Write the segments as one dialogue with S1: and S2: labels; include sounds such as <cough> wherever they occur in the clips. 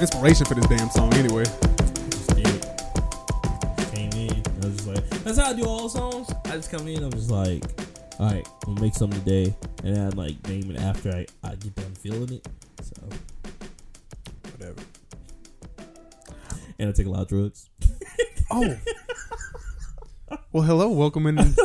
S1: inspiration for this damn song anyway.
S2: Just did it. Came in. I was just like, that's how I do all songs. I just come in. I'm just like, all right, we'll make something today, and then I like name it after I, I get done feeling it. So
S3: Whatever.
S2: and I take a lot of drugs. <laughs>
S1: Oh. well, hello, welcome and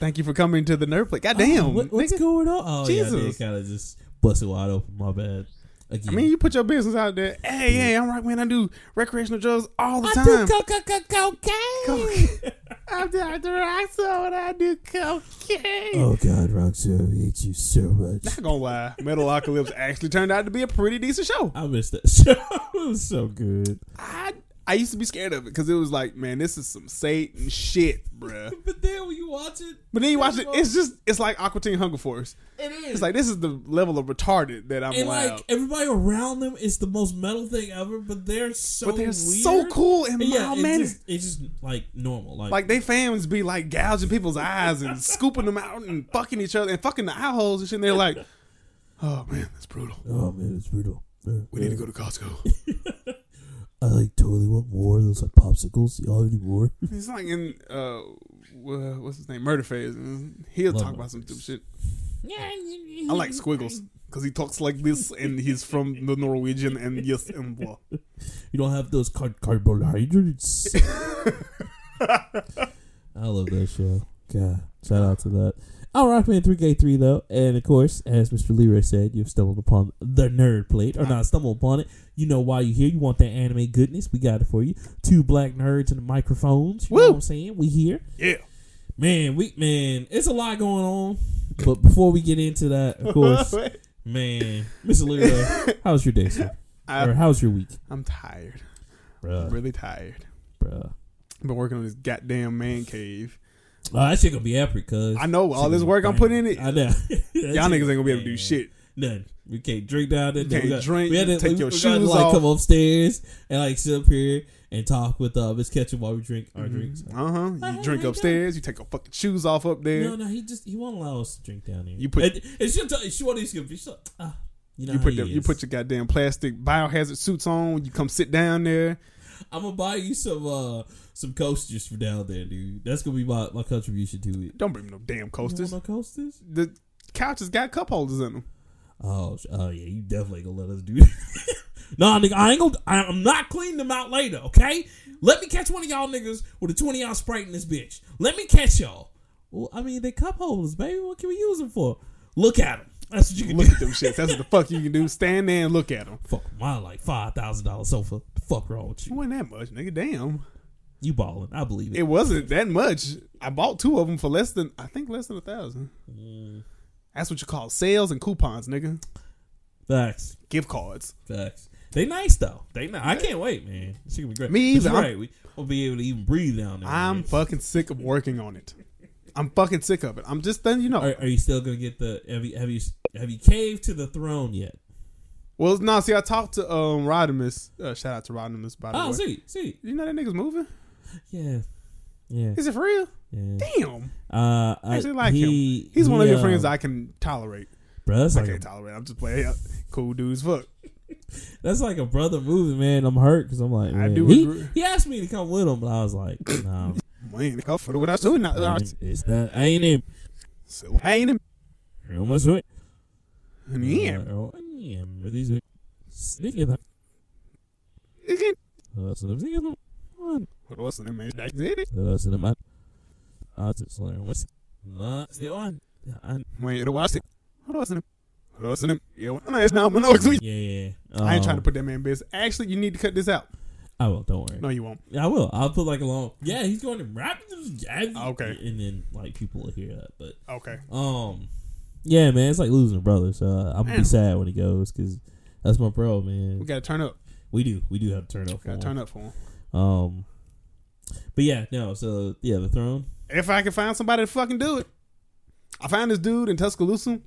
S1: thank you for coming to the Nerd Play. God damn,
S2: Oh, What, what's
S1: nigga.
S2: going on? Oh yeah, I
S1: Jesus.
S2: did kind of just bust it wide open. My bad. Again,
S1: I mean, you put your business out there. Hey, hey, I'm Rockman. I do recreational drugs all the
S2: I
S1: time.
S2: do co- co- co- cocaine.
S1: I'm Dr. Roxo and I do cocaine.
S2: <laughs> Oh God, Roxo, I hate you so much.
S1: Not gonna lie,
S2: <laughs>
S1: Metalocalypse actually turned out to be a pretty decent show.
S2: I missed that <laughs> show. it was so good.
S1: I I used to be scared of it because it was like, man, this is some Satan shit, bruh.
S2: But then when you watch it,
S1: But then you watch it, it's just it's like Aqua Teen Hunger Force.
S2: it is.
S1: It's like this is the level of retarded that I'm
S2: and
S1: allowed.
S2: like everybody around them is the most metal thing ever, but they're so
S1: but they're
S2: weird.
S1: so cool and
S2: And yeah,
S1: mild
S2: it's
S1: mannered.
S2: just, it's just like normal, like,
S1: like they fans be like gouging people's eyes and scooping them out and fucking each other and fucking the eye holes and shit. And they're like, oh man, that's brutal.
S2: oh man, it's brutal.
S1: We need to go to
S2: <laughs>
S1: Costco.
S2: I like totally want more of those like popsicles. Y'all need more.
S1: It's like in uh, wha- what's his name, Murder Phase. and He'll
S2: Love
S1: talk about some stupid shit. I like Squiggles because he talks like this and he's from the Norwegian and yes and blah.
S2: You don't have those car-
S1: <laughs>
S2: carbohydrates. I love that show. God, shout out to that. I'm Rockman 3K3 though, and of course, as Mr. Leroy said, you've stumbled upon the nerd plate, or not stumbled upon it. You know why you're here. You want that anime goodness? We got it for you. Two black nerds and microphones. You know
S1: Woo!
S2: what I'm saying? We here,
S1: Yeah.
S2: man. We man, it's a lot going on. But before we get into that, <laughs>
S1: <laughs>
S2: of course, man, Mr. Leroy, how's your day, sir? or
S1: I,
S2: how's your week,
S1: I'm tired. I'm
S2: bruh?
S1: really tired.
S2: Bruh.
S1: I've been working on this goddamn man cave.
S2: Oh, that shit gonna be epic, cuz.
S1: I know all this work I'm putting in it.
S2: I know.
S1: <laughs> Y'all niggas ain't gonna be able to do shit.
S2: None. We can't drink down there.
S1: You can't
S2: we got-
S1: drink,
S2: We had
S1: you
S2: to
S1: take
S2: we,
S1: your
S2: we
S1: shoes
S2: gotta, like
S1: off.
S2: come upstairs and like sit up here and talk with uh, Miss Ketchum while we drink our drinks.
S1: Uh huh. You
S2: Oh
S1: drink
S2: my
S1: upstairs. You take your fucking shoes off up there.
S2: No, no, he just he won't allow us to drink down here.
S1: You put-
S2: and, and she'll tell she won't even she's like, ah, you know
S1: you
S2: how
S1: put
S2: he
S1: the, you
S2: is.
S1: put your goddamn plastic biohazard suits on. You come sit down there.
S2: I'm gonna buy you some uh some coasters for down there, dude. That's gonna be my, my contribution to it. You
S1: Don't bring me no damn
S2: want
S1: coasters.
S2: no coasters?
S1: The couches got cup holders in them.
S2: Oh, sh- oh yeah, you definitely gonna let us do that. <laughs> nah, nigga, I ain't gonna. I, I'm not cleaning them out later, okay? Let me catch one of y'all niggas with a 20 ounce sprite in this bitch. Let me catch y'all. Well, I mean, they cup holders, baby. What can we use them for? Look at them. That's what you can
S1: Look
S2: do.
S1: at them shits. That's
S2: <laughs>
S1: what the fuck you can do. Stand there and look at them.
S2: Fuck my like five thousand dollar sofa. The fuck wrong with
S1: It
S2: you?
S1: wasn't that much, nigga. Damn,
S2: You balling? I believe it.
S1: it wasn't that much. I bought two of them for less than I think less than a thousand.
S2: Mm,
S1: That's what you call sales and coupons, nigga.
S2: facts,
S1: Gift cards.
S2: facts. They nice though. They nice. I can't wait, man. It's gonna be great.
S1: Me
S2: But
S1: either.
S2: you're
S1: I'm-
S2: Right, we, we'll be able to even breathe down there.
S1: I'm
S2: man.
S1: fucking sick of working on it. I'm fucking sick of it. I'm just letting you know.
S2: Are, are you still gonna get the? Have you have you have you caved to the throne yet?
S1: Well, no, see, I talked to um Rodimus. Uh, shout out to Rodimus, by the
S2: Oh,
S1: way.
S2: see, see,
S1: You know that nigga's moving?
S2: yeah, yeah,
S1: Is it for real?
S2: yeah.
S1: Damn.
S2: Uh, I
S1: I actually like
S2: he,
S1: him. He's one of
S2: he,
S1: your friends
S2: um,
S1: I can tolerate.
S2: bro, that's
S1: I
S2: like
S1: can't
S2: a,
S1: tolerate. I'm just playing. Cool dudes, fuck.
S2: that's like a brother movie, man. I'm hurt because I'm like,
S1: I
S2: man,
S1: do
S2: He,
S1: agree.
S2: he asked me to come with him, but I
S1: <coughs>
S2: was like, nah,
S1: Man, go for the what I do not. I
S2: man, it's not, I ain't him.
S1: still hate him.
S2: You must wait.
S1: And Yeah.
S2: Uh, oh, yeah, but he's a- sneaking up.
S1: Again.
S2: Uh, so I'm sneaking up. Uh,
S1: What was the man? That's it.
S2: so I'm- I just learned what's not the one. I-
S1: Man, it was it. What was it? What was it? Yeah, well, no, it's not. No, it's
S2: Yeah, yeah. yeah.
S1: I ain't
S2: Um,
S1: trying to put that man in business. Actually, you need to cut this out.
S2: I will. Don't worry.
S1: No, you won't.
S2: I will. I'll put like a long. Yeah, he's going to rap. I-
S1: Okay.
S2: And then like people will hear that, but
S1: Okay.
S2: um, yeah, man, it's like losing a brother. So uh, I'm gonna be
S1: Man.
S2: sad when he goes because that's my bro,
S1: We
S2: man.
S1: got to turn up.
S2: We do. We do have to turn up.
S1: Got to turn up for him.
S2: Um, but yeah, no. So yeah, the throne.
S1: If I can find somebody to fucking do it, I found this dude in Tuscaloosa.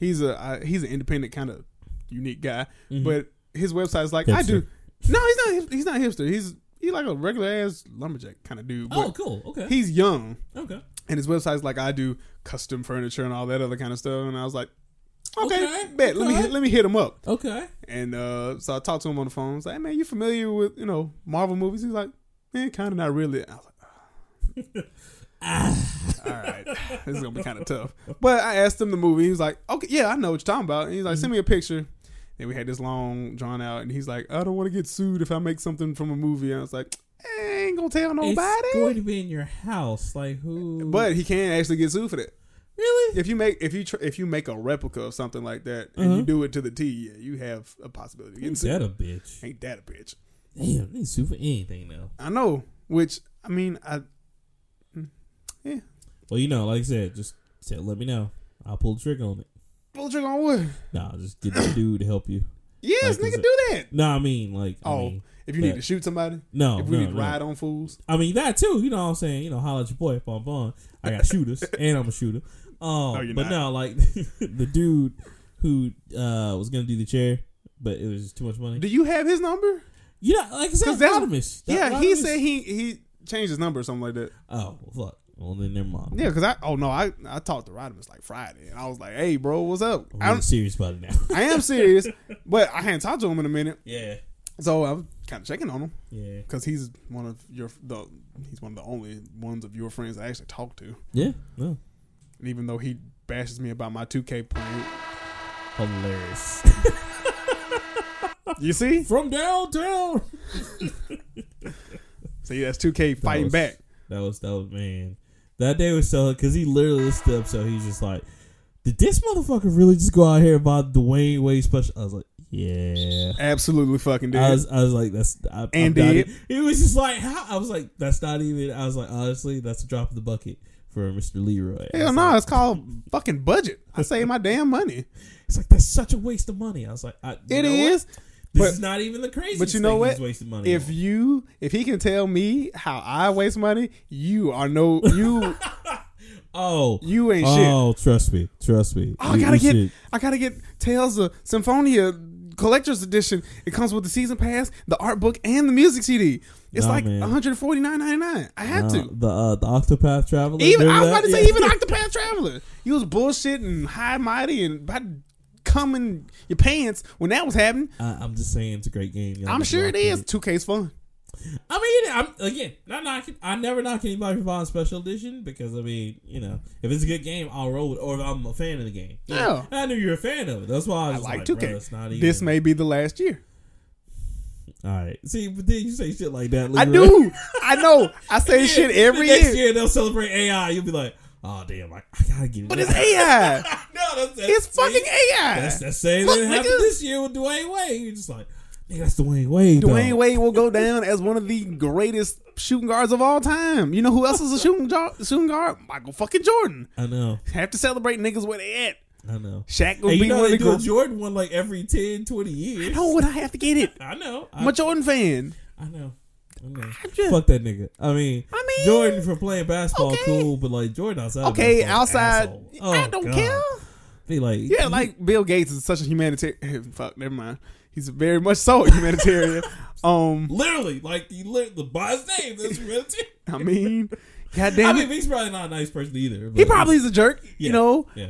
S1: He's a uh, he's an independent kind of unique guy,
S2: Mhm.
S1: but his website's like I do. No, he's not. He's not hipster. He's he's like a regular ass lumberjack kind of dude.
S2: oh,
S1: But
S2: cool. Okay.
S1: he's young,
S2: okay.
S1: and his website's like I do custom furniture and all that other kind of stuff. And I was like, Okay,
S2: Okay,
S1: bet. Let me
S2: okay.
S1: let me hit him up.
S2: Okay.
S1: And uh, so I talked to him on the phone. I was like, hey, man, you familiar with, you know, Marvel movies? He's like, man, kind of not really. I was like, all right, <laughs> this is going to be kind of tough. But I asked him the movie. He was like, okay, yeah, I know what you're talking about. And he's like, send me a picture. And we had this long drawn out. And he's like, I don't want to get sued if I make something from a movie. And I was like, I ain't going to tell nobody.
S2: It's going to be in your house. Like who?
S1: but he can actually get sued for that.
S2: really,
S1: If you make if you tr- if you make a replica of something like that and you
S2: Uh-huh.
S1: do it to the T, yeah, you have a possibility of getting
S2: ain't
S1: sued.
S2: that a bitch?
S1: Ain't that a bitch?
S2: Damn, they sue for anything now.
S1: I know. Which I mean, I
S2: Well, you know, like I said, just said, let me know. I'll pull the trigger on it.
S1: pull the trigger on wood.
S2: Nah, just get the dude to help you.
S1: Yes,
S2: Like, is
S1: nigga,
S2: it-
S1: do that.
S2: No, I mean, like, I
S1: Oh,
S2: mean,
S1: if you
S2: but-
S1: need to shoot somebody,
S2: no,
S1: if we
S2: no,
S1: need to
S2: no.
S1: ride on fools,
S2: I mean that too. You know what I'm saying? You know, holla at your boy if I'm fun. I got
S1: <laughs>
S2: shooters and I'm a shooter. Um,
S1: No, you're
S2: but
S1: not.
S2: now like <laughs> the dude who uh, was gonna do the chair, but it was just too much money.
S1: do you have his number?
S2: You know, like I said,
S1: 'Cause that's-
S2: anonymous. That
S1: yeah, he
S2: anonymous-
S1: said he he changed his number or something like that.
S2: Oh well, fuck. Well then, never mind.
S1: Yeah, because I oh no, I I talked to Rodimus like Friday, and I was like, hey, bro, what's up?
S2: I'm really
S1: I'm,
S2: serious about it now.
S1: I am serious, but I hadn't talked to him in a minute,
S2: yeah,
S1: so I was kind of checking on him
S2: yeah,
S1: because he's one of your the he's one of the only ones of your friends I actually talk to,
S2: yeah. No,
S1: and even though he bashes me about my 2K playing,
S2: hilarious.
S1: you see,
S2: From downtown.
S1: see that's 2K fighting
S2: was-
S1: back.
S2: That was that was man. That day was so because he literally listed up. So he's just like, did this motherfucker really just go out here about Dwayne Wade special? I was like, yeah.
S1: Absolutely fucking did.
S2: I was, I was like, that's I,
S1: And
S2: I'm not
S1: did.
S2: e- It was just like how I was like, that's not even. I was like, honestly, that's a drop of the bucket for Mr. Leroy. I
S1: Hell
S2: was
S1: no,
S2: like-
S1: it's called fucking budget. I save my damn money.
S2: It's like that's such a waste of money. I was like, I, you
S1: It
S2: know what?
S1: is.
S2: This
S1: but-
S2: is not even the craziest.
S1: but you know
S2: thing
S1: what?
S2: He's wasting money.
S1: If
S2: on.
S1: you if he can tell me how I waste money, you are no
S2: <laughs>
S1: you
S2: oh
S1: you ain't shit.
S2: oh, trust me, trust me.
S1: Oh, I
S2: You-
S1: gotta
S2: you
S1: get
S2: should-
S1: I gotta get Tales of Symphonia collector's edition. It comes with the season pass, the art book, and the music CD. It's
S2: Nah,
S1: like
S2: man.
S1: one hundred forty nine ninety nine. I had
S2: Uh,
S1: to.
S2: the uh, the Octopath Traveler.
S1: Even I was
S2: remember
S1: about
S2: that?
S1: to say
S2: Yeah. <laughs>
S1: even Octopath Traveler. You was bullshit and high mighty and about to come in your pants when that was happening.
S2: I, I'm just saying it's a great game. Y'all
S1: I'm
S2: just
S1: sure it
S2: rock
S1: is. Two K's fun.
S2: I mean, I'm again not knocking. I never knock anybody for buying special edition because I mean, you know, if it's a good game, I'll roll with. Or if I'm a fan of the game,
S1: Yeah.
S2: I knew you were a fan of it. That's why I was just
S1: like
S2: like,
S1: 2K.
S2: "Bruh, it's not even.
S1: This may be the last year.
S2: All right, see, but then you say shit like that.
S1: I
S2: later.
S1: <laughs> do. I know. I say
S2: <laughs> Then-
S1: shit every
S2: then next
S1: year.
S2: year. They'll celebrate AI. You'll be like, oh damn, I, I gotta get it.
S1: But it's AI.
S2: <laughs> no, that's, that's
S1: It's fucking
S2: That's
S1: AI.
S2: the same
S1: Look,
S2: thing that
S1: nigga.
S2: happened this year with Dwayne Wade. You're just like, nigga, that's Dwayne Wade.
S1: Dwayne
S2: dog.
S1: Wade will go down as one of the greatest shooting guards of all time. You know who else is a shooting jar- shooting guard? Michael fucking Jordan.
S2: I know,
S1: Have to celebrate niggas where they at.
S2: I know.
S1: Shaq will
S2: Hey,
S1: be
S2: you know
S1: one of
S2: they
S1: the
S2: do a
S1: greatest.
S2: Jordan one like every 10, 20 years.
S1: No, would I have to get it?
S2: I know. I,
S1: I'm a Jordan fan.
S2: I know. I know.
S1: I'm just-
S2: Fuck that nigga. I mean,
S1: I mean,
S2: Jordan for playing basketball,
S1: okay.
S2: cool, but like Jordan outside. of
S1: okay,
S2: basketball,
S1: outside,
S2: asshole.
S1: I
S2: Oh,
S1: don't
S2: God.
S1: care.
S2: Be like,
S1: Yeah, like Bill Gates is such a humanitarian. <laughs> Fuck, never mind. He's very much so a humanitarian.
S2: <laughs>
S1: um,
S2: literally, like you li- the boss name.
S1: <laughs>
S2: That's reality.
S1: I mean,
S2: I
S1: goddamn it,
S2: mean, he's probably not a nice person
S1: he
S2: either. but-
S1: probably is a jerk. You
S2: Yeah.
S1: know,
S2: yeah.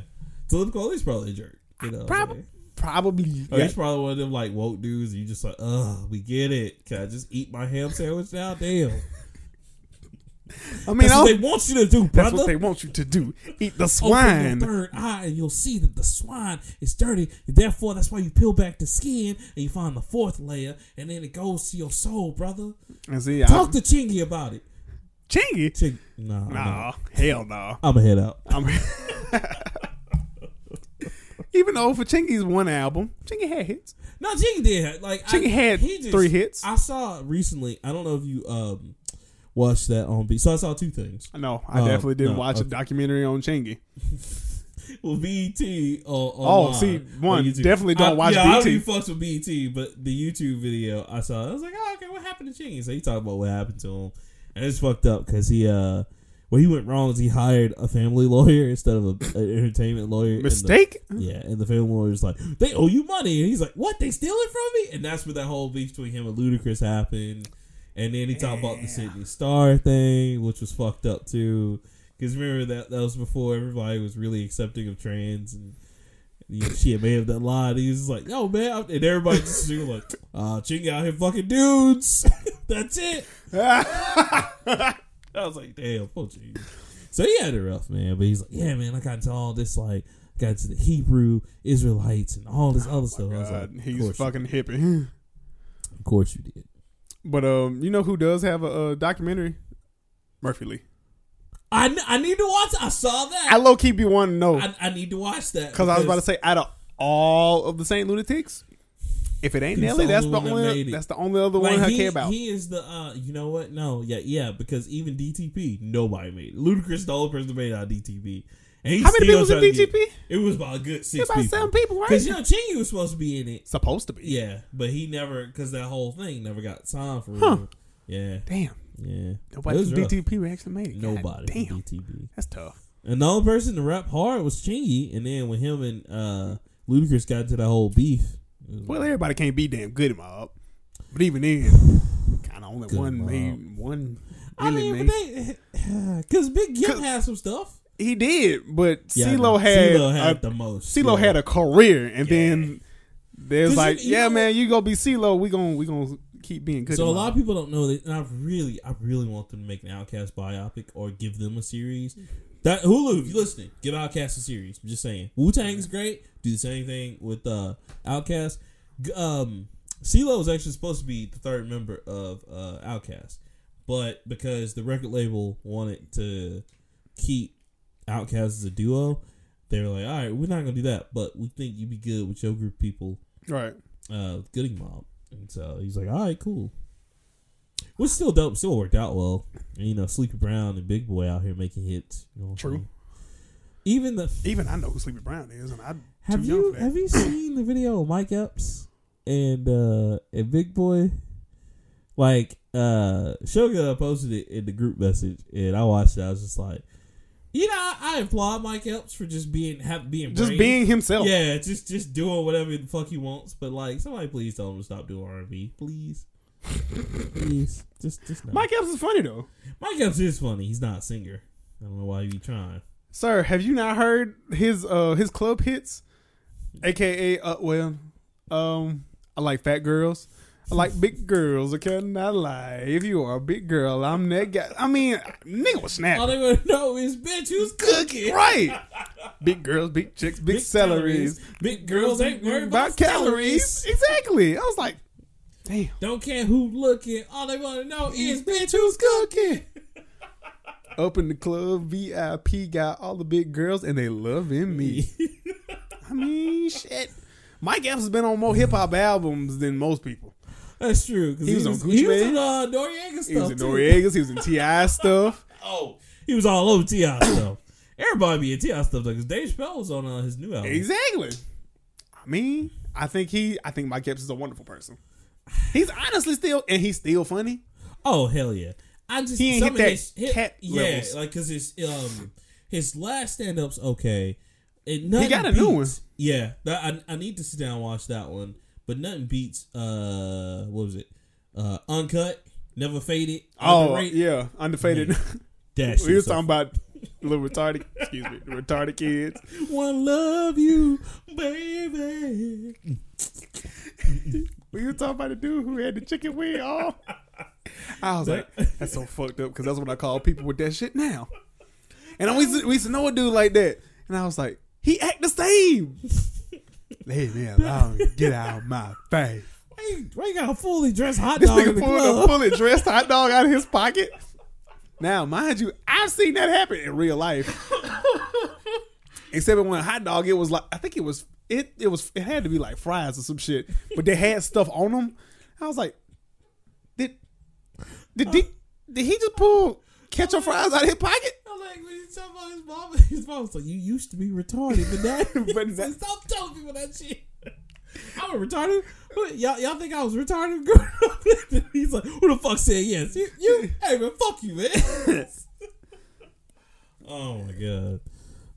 S2: Talib Kweli's probably a jerk. You know,
S1: Prob-
S2: like-
S1: probably.
S2: Or
S1: yeah.
S2: he's probably one of them like woke dudes. And you just like, ugh, we get it. Can I just eat my ham sandwich now?
S1: <laughs>
S2: Damn.
S1: I mean,
S2: That's
S1: I'll-
S2: what they want you to do,
S1: that's
S2: brother. Oh,
S1: what they want you to do: eat the
S2: Open
S1: swine.
S2: your third eye, and you'll see that the swine is dirty. Therefore, that's why you peel back the skin and you find the fourth layer, and then it goes to your soul, brother.
S1: <laughs> And see,
S2: Talk
S1: I'm
S2: to Chingy about it.
S1: chingy.
S2: Ching, nah, nah.
S1: Nah, hell no.
S2: I'm gonna head out.
S1: I'm <laughs> Even though for Chingy's one album, Chingy had hits.
S2: No, Chingy did have- like
S1: Chingy
S2: I,
S1: had
S2: he just-
S1: three hits.
S2: I saw recently. I don't know if you um watched that on B. So I saw two things.
S1: No, I
S2: Oh,
S1: definitely didn't
S2: no,
S1: watch a
S2: okay.
S1: documentary on Chingy.
S2: Well, BT. Uh,
S1: Oh, see, one, definitely don't
S2: I,
S1: watch E
S2: yeah, I don't
S1: BET.
S2: even fucks with BT, but the YouTube video I saw, I was like, oh, okay, what happened to Chingy? So he talked about what happened to him, and it's fucked up because he, uh, where he went wrong is he hired a family <laughs> lawyer instead of a, an entertainment lawyer. and the-
S1: Mistake?
S2: yeah, and the family lawyer's like, they owe you money, and he's like, what? They steal it from me? And that's where that whole beef between him and Ludacris happened. And then he talked about the Sydney Star thing, which was fucked up too. Because remember that that was before everybody was really accepting of trans and Yeah, shit may have done a lot. He's like, yo, man. I'm- And everybody just do like, uh, Ching out here fucking dudes. <laughs> That's
S1: <laughs>
S2: it. I was like, damn, oh, jeez. So he had it rough, man. But he's like, yeah, man, I got into all this, like, got into the Hebrew, Israelites, and all this other stuff. I was
S1: Oh God,
S2: like, of
S1: Uh, he's
S2: course, you-
S1: fucking hippie. <laughs>
S2: of course you did.
S1: But um, you know who does have a, uh documentary? Murphy Lee.
S2: I, kn- I need to watch. I saw
S1: I
S2: that.
S1: low key be wanting to know
S2: I, I need to watch that
S1: because I was about to say out of all of the Saint Lunatics, if it ain't
S2: He's
S1: Nelly,
S2: the
S1: that's
S2: only
S1: the
S2: one that
S1: only
S2: made it.
S1: that's the only other
S2: Like,
S1: one I
S2: he,
S1: care about.
S2: He is the uh you know what? No, yeah, yeah, because even DTP, nobody made it. Ludacris the only person who made it out of DTP. And he
S1: How many
S2: still
S1: people was in
S2: trying to get-
S1: DTP?
S2: It was about a good six
S1: It's about
S2: people.
S1: seven people, right?
S2: Because you know Chingy was supposed to be in it.
S1: Supposed to be.
S2: Yeah, but he never because that whole thing never got time for
S1: Huh.
S2: real. Yeah,
S1: Damn.
S2: yeah. It
S1: Nobody
S2: was
S1: from
S2: rough.
S1: DTP actually made it. God
S2: Nobody. from
S1: damn.
S2: DTP.
S1: That's tough.
S2: And the only person to rap hard was Chingy, and then when him and uh Ludacris got into that whole beef, it was
S1: Well,
S2: like,
S1: everybody can't be damn good in my up. But even then, kind of only
S2: Good
S1: one
S2: mob.
S1: made one.
S2: I
S1: Really
S2: mean,
S1: made.
S2: but they <sighs> because Big Gip
S1: Cause-
S2: had some stuff.
S1: He did, but
S2: Yeah, I
S1: CeeLo
S2: know.
S1: had
S2: CeeLo had
S1: a,
S2: the most.
S1: CeeLo
S2: yeah.
S1: had a career, and
S2: Yeah.
S1: then there's
S2: 'Cause
S1: like,
S2: you- you
S1: yeah,
S2: know-
S1: man, you go be CeeLo. We gon' we gonna keep being good.
S2: So a
S1: in my
S2: lot of
S1: op.
S2: people don't know that, and I really, I really want them to make an Outcast biopic or give them a series. That Hulu, if you're listening, give Outcast a series. I'm just saying, Wu Tang's great. Do the same thing with uh, Outcast. G- Um, CeeLo is actually supposed to be the third member of uh, Outcast, but because the record label wanted to keep Outcast as a duo, they were like, "All right, we're not gonna do that, but we think you'd be good with your group of people."
S1: right?
S2: uh, Gooding Mob. And so he's like, all right, cool. Which still dope, still worked out well. And, you know, Sleepy Brown and Big Boy out here making hits. You know what I'm
S1: True.
S2: saying? Even the
S1: Even I know who Sleepy Brown is, and I
S2: have
S1: too young
S2: you
S1: for that.
S2: have you seen the video of Mike Epps and uh and Big Boy? Like uh Sugar posted it in the group message and I watched it, I was just like you know, I, I applaud Mike Epps for just being have being
S1: just
S2: brave.
S1: being <laughs> himself.
S2: Yeah, just just doing whatever the fuck he wants. But like, somebody please tell him to stop doing R and B, please, please. Just just not.
S1: Mike Epps is funny though,
S2: Mike Epps is funny. He's not a singer. I don't know why you be trying.
S1: sir. Have you not heard his uh his club hits, aka uh, well, um, I like fat girls. I like big girls. I cannot lie. If you are a big girl, I'm that guy. I mean, nigga was snapping.
S2: All they want to know is bitch who's cooking.
S1: Right. big girls, big chicks, big, salaries.
S2: Big girls ain't worried about, calories.
S1: Exactly. I was like, damn.
S2: Don't care who looking. All they want to know is bitch who's cooking.
S1: Up in the club, VIP got all the big girls, and they loving
S2: <laughs>
S1: me. I mean, shit. Mike Epps has been on more hip hop albums than most people.
S2: That's true. 'cause
S1: He was on Gucci
S2: he was
S1: Mane.
S2: in uh, Noriega stuff.
S1: He was in
S2: too.
S1: Noriega's, he was in
S2: <laughs>
S1: Ti stuff.
S2: Oh, he was all over Ti stuff. Everybody be in Ti stuff because Dave Chappelle was on uh, his new album.
S1: Exactly. I mean, I think he, I think Mike Epps is a wonderful person. He's honestly still, and he's still funny.
S2: Oh hell yeah! I just
S1: He ain't
S2: some
S1: hit
S2: of
S1: that
S2: his,
S1: cat
S2: yeah,
S1: levels.
S2: like because his um his last stand up's okay. And nothing
S1: got a new one.
S2: beats- Yeah, that, I I need to sit down and watch that one, but nothing beats uh what was it? Uh, uncut, never faded.
S1: Oh,
S2: Underrated.
S1: yeah, undefeated. <laughs>
S2: That
S1: we
S2: shit
S1: was
S2: so-
S1: talking about little retarded, excuse me, retarded kids.
S2: one love you, baby.
S1: We were talking about the dude who had the chicken wing oh. off. I was like, that's so fucked up because that's what I call people with that shit now. And I, we used, to, we used to know a dude like that, and I was like, he act the <laughs> same. Leave me alone. Get out of my face.
S2: Why you, why you got a fully dressed hot
S1: This
S2: dog in
S1: nigga
S2: the
S1: pulled a
S2: club?
S1: bullet dressed hot dog out of his pocket. Now, mind you, I've seen that happen in real life. Except when hot dog, it was like I think it was it it was it had to be like fries or some shit, but they had stuff on them. I was like, did did he, did he just pull ketchup fries out of his pocket?
S2: I'm like, when you talk about his mom, his mom was like, "You used to be retarded,
S1: <laughs>
S2: but now,
S1: But
S2: but
S1: now-
S2: stop telling people that shit." <laughs> I'm a retarded. What, y'all, y'all think I was retarded growing <laughs> up? He's like, "Who the fuck said yes? You,
S1: <laughs>
S2: you, hey man, fuck you, man." <laughs> oh my god.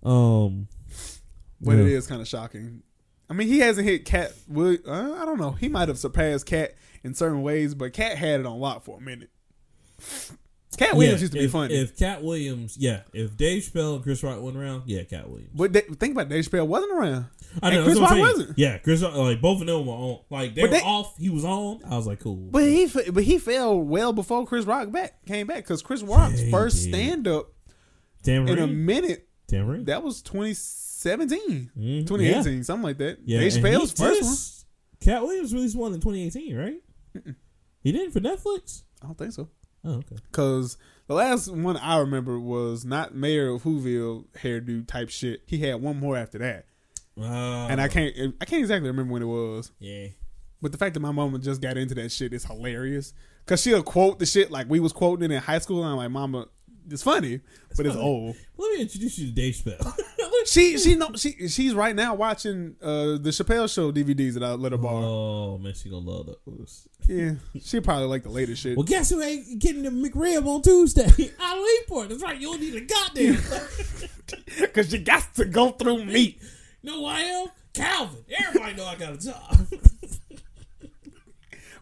S2: Um,
S1: But it
S2: Yeah.
S1: is kind of shocking. I mean, he hasn't hit Cat. Will uh, I don't know. He might have surpassed Cat in certain ways, but Cat had it on lock for a minute. Cat Williams
S2: yeah,
S1: used to be
S2: if-
S1: funny,
S2: If Cat Williams, yeah, if Dave Chappelle and Chris Rock went around, yeah, Cat Williams.
S1: but they, think about it, Dave Chappelle wasn't around.
S2: I
S1: And
S2: know. that's
S1: Chris
S2: what I'm
S1: Rock
S2: saying.
S1: wasn't.
S2: Yeah, Chris. Rock, Like both of them were on. Like they
S1: But
S2: were
S1: they-
S2: off. He was on. I was like, cool.
S1: But he f- but he fell well before Chris Rock back came back because Chris Rock's
S2: Yeah, he
S1: first
S2: did.
S1: stand up in a
S2: Tambourine.
S1: minute
S2: Tambourine.
S1: that was 2017,
S2: Mhm.
S1: 2018, something like that. Yeah, Dave
S2: and
S1: Chappelle's
S2: he
S1: first one.
S2: just- Cat Williams released one in 2018, right? He did for Netflix.
S1: I don't think so.
S2: Oh, okay.
S1: Cause the last one I remember was not Mayor of Whoville hairdo type shit. He had one more after that, and I can't I can't exactly remember when it was.
S2: Uh, yeah.
S1: But the fact that my mama just got into that shit is hilarious. Cause she'll quote the shit like we was quoting it in high school, and I'm like, Mama, it's funny, but it's
S2: funny.
S1: old.
S2: Let me introduce you to Dave Chappelle. <laughs>
S1: She she know she she's right now watching uh the Chappelle Show DVDs that I let her borrow.
S2: oh man, she gonna love those.
S1: Yeah, she probably like the latest shit.
S2: Well, guess who ain't getting the McRib on Tuesday? <laughs> Out of Leeport. That's right. You don't need a goddamn.
S1: Cause you got to go through meat.
S2: know who I am? Calvin. Everybody know I got
S1: <laughs>
S2: a job.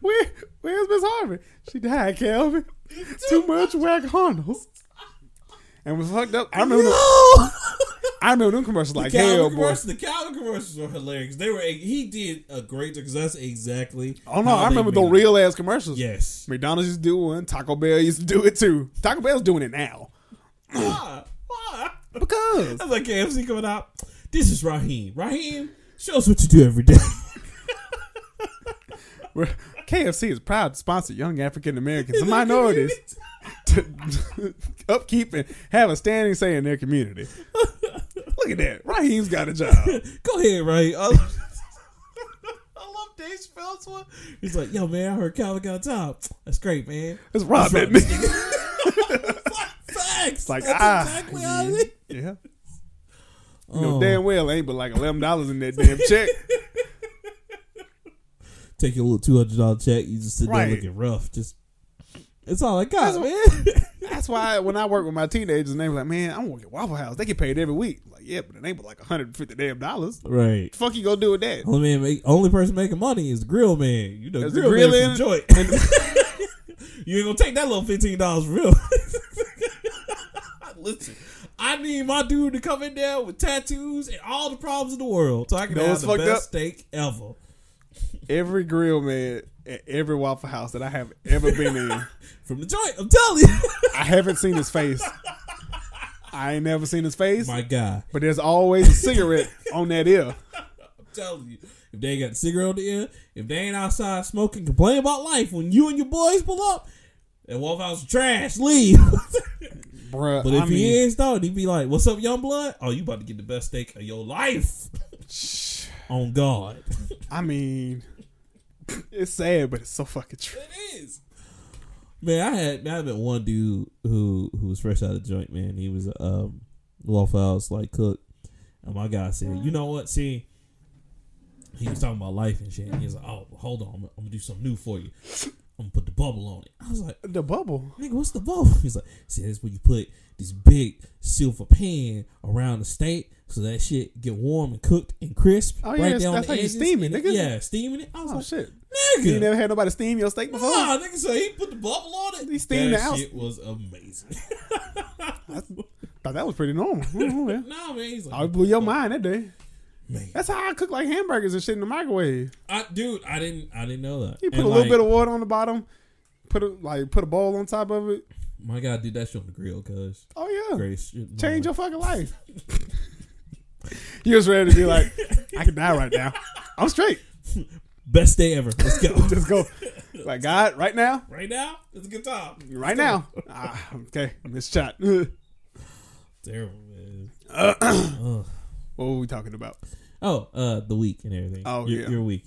S1: Where where's Miss Harvey? She died,
S2: <laughs>
S1: Calvin. Too much whack Hondos. And was fucked up. I remember them,
S2: <laughs> no.
S1: I remember them commercials like
S2: Calvin
S1: hell, boy.
S2: commercials, the Calvin commercials were hilarious. They were. He did a great because that's exactly.
S1: Oh no,
S2: how
S1: I
S2: they
S1: remember the
S2: made it.
S1: real ass commercials.
S2: Yes.
S1: McDonald's used to do one. Taco Bell used to do it too. Taco Bell's doing it now
S2: Why? Why?
S1: because
S2: I was like KFC coming out. This is Raheem. Raheem, show us what you do every day.
S1: <laughs> we're- KFC is proud to sponsor young African Americans
S2: <laughs>
S1: and minorities to <laughs> upkeep and have a standing say in their
S2: <laughs>
S1: community. Look at that, Raheem's got a job.
S2: Go ahead, Raheem. I love, I love Dave Spell's one. He's like, yo, man, I heard Calvin got a job. That's great, man.
S1: It's Rob
S2: That's
S1: at me.
S2: Facts. It's
S1: like,
S2: That's
S1: ah,
S2: exactly how it is.
S1: Yeah. You know
S2: Oh.
S1: damn well ain't but like eleven dollars in that damn check.
S2: Take your little two hundred dollar check. You just sit
S1: Right.
S2: there looking rough. Just it's all I got, man. <laughs>
S1: That's why when I work with my teenagers, and they were like, "Man, I'm working at Waffle House. They get paid every week." I'm like, yeah, but it ain't but like 150 damn dollars.
S2: right.
S1: The fuck you gonna do with that?
S2: Only man make, only person making money is the grill man. You know,
S1: That's the
S2: grill,
S1: grill
S2: man
S1: in-
S2: from joint. you ain't gonna take that little fifteen dollars for real. <laughs> Listen, I need my dude to come in there with tattoos and all the problems in the world, so I can
S1: You know
S2: have
S1: what's
S2: the
S1: fucked
S2: best
S1: up?
S2: steak ever.
S1: Every grill man at every Waffle House that I have ever been in,
S2: From the joint, I'm telling you, <laughs>
S1: I haven't seen his face. I ain't never seen his face,
S2: my guy,
S1: but there's always a cigarette on that ear.
S2: I'm telling you. If they ain't got the cigarette on the end, if they ain't outside smoking, complain about life. When you and your boys pull up, that Wolf House is trash. Leave. <laughs>
S1: Bruh,
S2: But
S1: I
S2: if
S1: mean,
S2: he is though, he'd be like, "What's up, young blood? Oh, you about to get the best steak of your life <laughs> on God."
S1: I mean, it's sad, but it's so fucking true.
S2: it is. Man, I had man, I met one dude who who was fresh out of the joint. Man, he was um Waffle House like cook, and my guy said, "You know what? See." He was talking about life and shit. And he was like, "Oh, hold on, I'm, gonna- I'm gonna do something new for you. I'm gonna put the bubble on it." I was like,
S1: The bubble.
S2: nigga, what's the bubble? <laughs> He's like, see, that's where you put this big silver pan around the steak so that shit get warm and cooked and crisp.
S1: Oh,
S2: right
S1: yeah,
S2: there on
S1: that's
S2: the
S1: how you
S2: edges.
S1: steam it, nigga.
S2: Yeah, steaming it. I was
S1: Oh
S2: like,
S1: shit! You
S2: nigga.
S1: never had nobody steam your steak before?
S2: Nah, nigga, so he put the bubble on it.
S1: He steamed
S2: that
S1: it out.
S2: shit was amazing.
S1: Thought that was pretty normal. Mhm, yeah.
S2: <laughs>
S1: <laughs>
S2: nah, man, he's like,
S1: I blew your mind that day.
S2: man,
S1: That's how I cook like hamburgers and shit in the microwave.
S2: I, dude, I didn't, I didn't know that.
S1: You put
S2: And,
S1: a little
S2: like,
S1: bit of water on the bottom, put a like put a bowl on top of it.
S2: My God, did that shit on the grill, cause
S1: Oh yeah,
S2: Grace, shit, my
S1: change your
S2: life.
S1: fucking life. <laughs> you was ready to be like, I can die right now. I'm straight.
S2: best day ever. Let's go.
S1: <laughs> Just go. Like God, right now,
S2: right now, it's a good time.
S1: right now. Ah, okay, missed shot. <laughs>
S2: Terrible,
S1: <clears throat>
S2: man.
S1: what were we talking about?
S2: Oh, uh, the week and everything.
S1: Oh,
S2: your,
S1: yeah.
S2: your
S1: <laughs>
S2: week.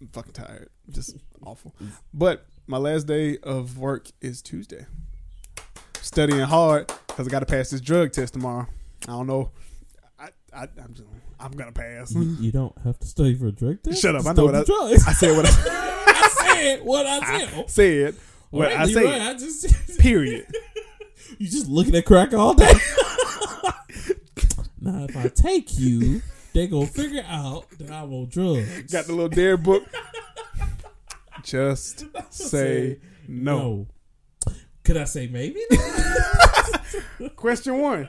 S1: I'm fucking tired. Just awful. But my last day of work is Tuesday. Studying hard because I got to pass this drug test tomorrow. I don't know. I, I, I'm, just, I'm gonna pass.
S2: You, you don't have to study for a drug test.
S1: Shut up,
S2: Just
S1: I know
S2: don't
S1: what
S2: do
S1: <laughs>
S2: drugs. <laughs>
S1: I said what I
S2: I said
S1: <laughs>
S2: what <laughs> I said.
S1: said. What
S2: Right,
S1: I
S2: Leroy,
S1: said.
S2: I just <laughs>
S1: Period.
S2: you just looking at crack
S1: <laughs>
S2: all day. now, if I take you, they gonna figure out that I'm on drugs.
S1: Got the little dare book. Just say no.
S2: Could I say maybe?
S1: Question one.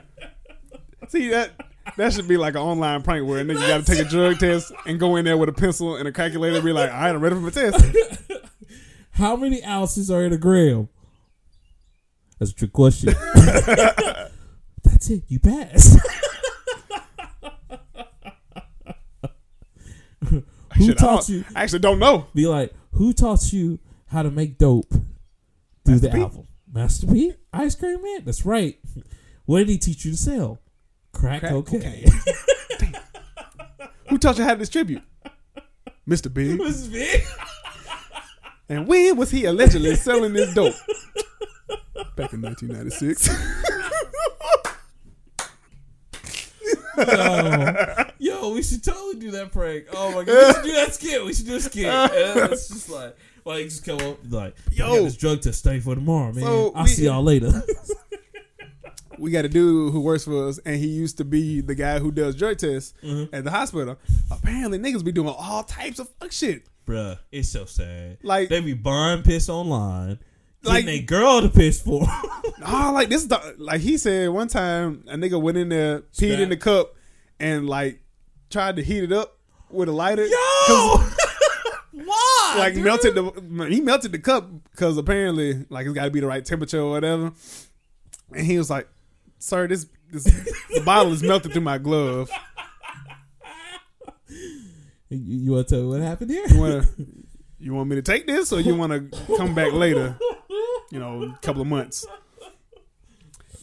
S1: See that That should be like an online prank where a nigga got to take a drug test and go in there with a pencil and a calculator and be like, I ain't ready for my test.
S2: How many ounces are in a gram? That's a
S1: <laughs>
S2: trick question. That's it. You pass. Who
S1: Shit, <laughs> I "Oh,
S2: taught
S1: don't-
S2: you?
S1: I actually don't know.
S2: Be like, who taught you how to make dope through the
S1: Master P.
S2: album? Master P, Ice Cream Man. That's right. <laughs> What did he teach you to sell? Crack,
S1: Crack
S2: cocaine.
S1: cocaine.
S2: <laughs>
S1: Who taught you how to distribute? Mr. Big.
S2: This is big.
S1: And when was he allegedly selling this dope? Back in 1996.
S2: Oh. Yo, we should totally do that prank. Oh my god, we should do that skit. We should do a skit. Uh, It's just like, like just come up like, yo,
S1: Yo.
S2: this drug test study for tomorrow, man.
S1: So,
S2: I'll
S1: we-
S2: see y'all later.
S1: <laughs>
S2: <laughs>
S1: we got a dude who works for us, and he used to be the guy who does drug tests at the hospital. Apparently, niggas be doing all types of fuck shit.
S2: Bruh, it's so sad.
S1: Like-
S2: they be buying piss online. Like
S1: Like-
S2: they girl to piss for. <laughs>
S1: Oh, like this, dog- like he said one time, a nigga went in there, peed in the cup, and like tried to heat it up with a lighter.
S2: Yo, <laughs> why?
S1: like
S2: dude?
S1: melted the he melted the cup because apparently like it's got to be the right temperature or whatever. And he was like, "Sir, this this the bottle is melted through my glove.
S2: You, you want to tell me what happened here?
S1: You want you want me to take this or you want to come back later? You know, a couple of months."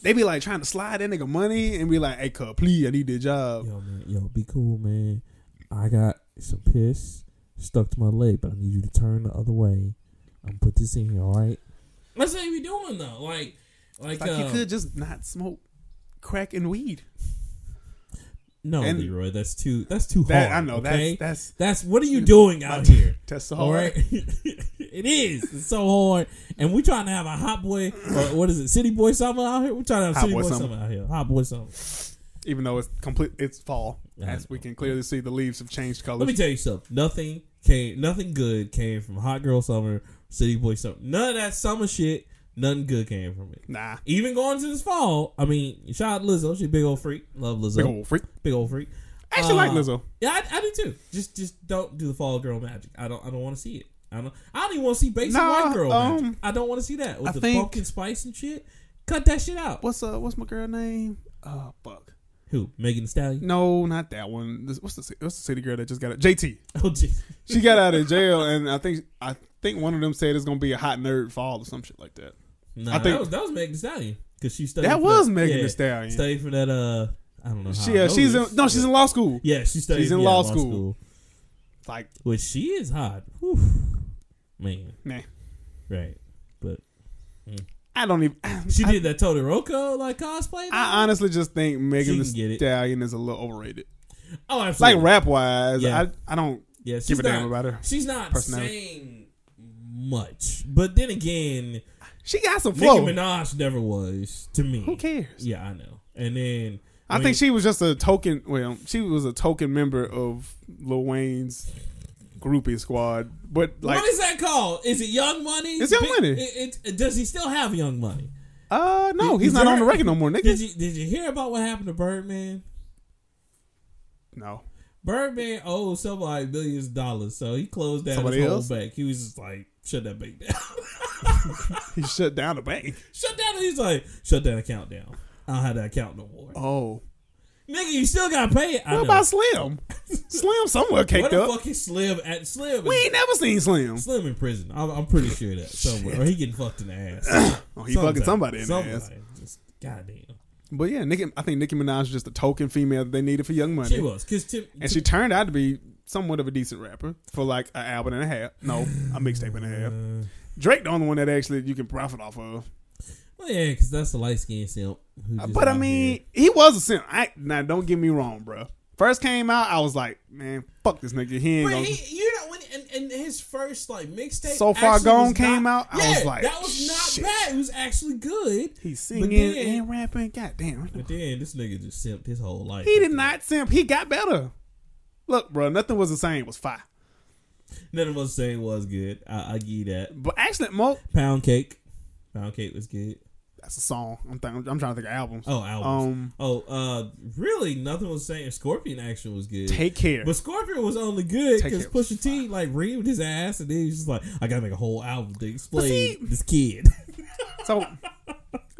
S1: They be like trying to slide that nigga money and be like, "Hey, cuz, please, I need the job."
S2: Yo, man, yo, be cool, man. I got some piss stuck to my leg, but I need you to turn the other way. I'm put this in here, all right? That's what they be doing though. Like, like,
S1: Like
S2: uh,
S1: you could just not smoke crack and weed.
S2: no,
S1: and-
S2: Leroy, that's too, that's too
S1: That I
S2: hard.
S1: know.
S2: okay? that's
S1: That's
S2: what are you doing out here?
S1: that's that's so
S2: All
S1: hard.
S2: right, <laughs> it is. It's so hard, and we trying to have a hot boy. Or what is it, city boy summer out here? We trying to have
S1: Hot
S2: city boy,
S1: boy
S2: summer.
S1: summer.
S2: out here. Hot boy summer.
S1: Even though it's complete, it's fall.
S2: I
S1: As we
S2: know.
S1: can clearly see, the leaves have changed colors.
S2: Let me tell you something. Nothing came. Nothing good came from Hot Girl Summer, City Boy Summer. None of that summer shit. Nothing good came from it.
S1: Nah.
S2: Even going to this fall. I mean, shout out Lizzo. She a big old freak. Love Lizzo.
S1: Big old freak.
S2: Big old freak.
S1: I actually like
S2: Uh,
S1: Lizzo.
S2: Yeah, I, I do too. Just just don't do the fall girl magic. I don't I don't want to see it. I don't I don't even want to see basic
S1: Nah,
S2: white girl magic.
S1: um,
S2: I don't want to see that with
S1: I
S2: the
S1: think-
S2: pumpkin spice and shit. Cut that shit out.
S1: What's uh what's my girl name? Uh fuck.
S2: Who? Megan Thee Stallion. <laughs>
S1: No, not that one. This, what's the ci- what's the city girl that just got out? JT.
S2: Oh jeez.
S1: She got out of jail and I think I think one of them said it's gonna be a hot nerd fall or some shit like that.
S2: Nah,
S1: I think-
S2: that was that was Megan Thee Stallion because she studied.
S1: That
S2: for
S1: was
S2: that-
S1: Megan
S2: yeah,
S1: Thee Stallion.
S2: Studied for that. Uh, I don't know. How
S1: she
S2: I
S1: uh,
S2: know
S1: she's in
S2: this.
S1: no, she's in law school.
S2: Yeah, she studied.
S1: She's in
S2: yeah,
S1: law school. Like,
S2: which she is hot. Whew. Man,
S1: man.
S2: right? But
S1: I don't even <clears throat>
S2: she
S1: I,
S2: did that Todoroko like cosplay.
S1: I honestly just think Megan
S2: can
S1: the
S2: get it.
S1: Stallion is a little overrated.
S2: oh,
S1: Like
S2: absolutely.
S1: rap wise,
S2: Yeah.
S1: I I don't
S2: yeah, she's
S1: give a
S2: not,
S1: damn about her.
S2: She's not
S1: personality.
S2: saying much, but then again,
S1: She got some
S2: Nicki
S1: flow.
S2: Minaj never was to me.
S1: Who cares?
S2: Yeah, I know. And then
S1: I
S2: when-
S1: think she was just a token. Well, she was a token member of Lil Wayne's groupie squad, but like,
S2: what is that called? Is it Young Money?
S1: It's Young
S2: Big-
S1: Money.
S2: It, it, does he still have Young Money?
S1: uh, no,
S2: Did-
S1: he's
S2: did
S1: not
S2: you
S1: on the
S2: hear-
S1: record no
S2: <laughs>
S1: more, nigga.
S2: Did you did you hear about what happened to Birdman?
S1: no,
S2: Birdman owed somebody billions of dollars, so he closed down
S1: Somebody
S2: his
S1: else?
S2: whole bank. He was just like, shut that bank down. <laughs>
S1: he shut down the bank.
S2: shut down he's like, shut that account down. I don't have that account no more.
S1: Oh,
S2: Nigga, you still got paid. I
S1: what
S2: know.
S1: about Slim? Slim somewhere
S2: what
S1: caked
S2: the
S1: up.
S2: fuck is Slim at Slim?
S1: We
S2: Is,
S1: ain't never seen Slim.
S2: Slim in prison. I'm, I'm pretty sure that somewhere, or he getting fucked in the ass.
S1: <coughs> Oh, he fucking somebody in the
S2: Somebody.
S1: ass.
S2: Just, goddamn,
S1: But yeah, Nicki, I think Nicki Minaj is just a token female that they needed for Young Money,
S2: she was because Tim.
S1: and she turned out to be somewhat of a decent rapper for like an album and a half. No, a mixtape and a half.
S2: Uh,
S1: Drake the only one that actually you can profit off of.
S2: well, yeah, because that's the light skinned simp. who just
S1: Uh, But I
S2: out
S1: mean, he was a simp. I now don't get me wrong, bro. First came out, I was like, man, fuck this nigga. He ain't
S2: But
S1: gonna.
S2: he, you know, when and, and his first like mixtape,
S1: So Far
S2: actually
S1: Gone
S2: was
S1: came
S2: not-
S1: out, I was like,
S2: that was not
S1: shit.
S2: bad. It was actually good.
S1: He's singing
S2: then-
S1: and rapping. God damn. what the-
S2: But then this nigga just simped his whole life.
S1: He did not simp. He got better. Look, bro, nothing was the same. It was fire.
S2: None of us saying was good. I, I give you that.
S1: But actually, Mo,
S2: Pound cake, pound cake was good.
S1: That's a song. I'm th- I'm trying to think of albums.
S2: Oh,
S1: Um,
S2: albums. oh, uh, really? Nothing was saying Scorpion actually was good.
S1: take care.
S2: But Scorpion was only good
S1: Take
S2: because
S1: Care was
S2: Pusha T like reamed his ass, and then he's just like, "I gotta make a whole album to explain
S1: see-
S2: this kid." <laughs>
S1: So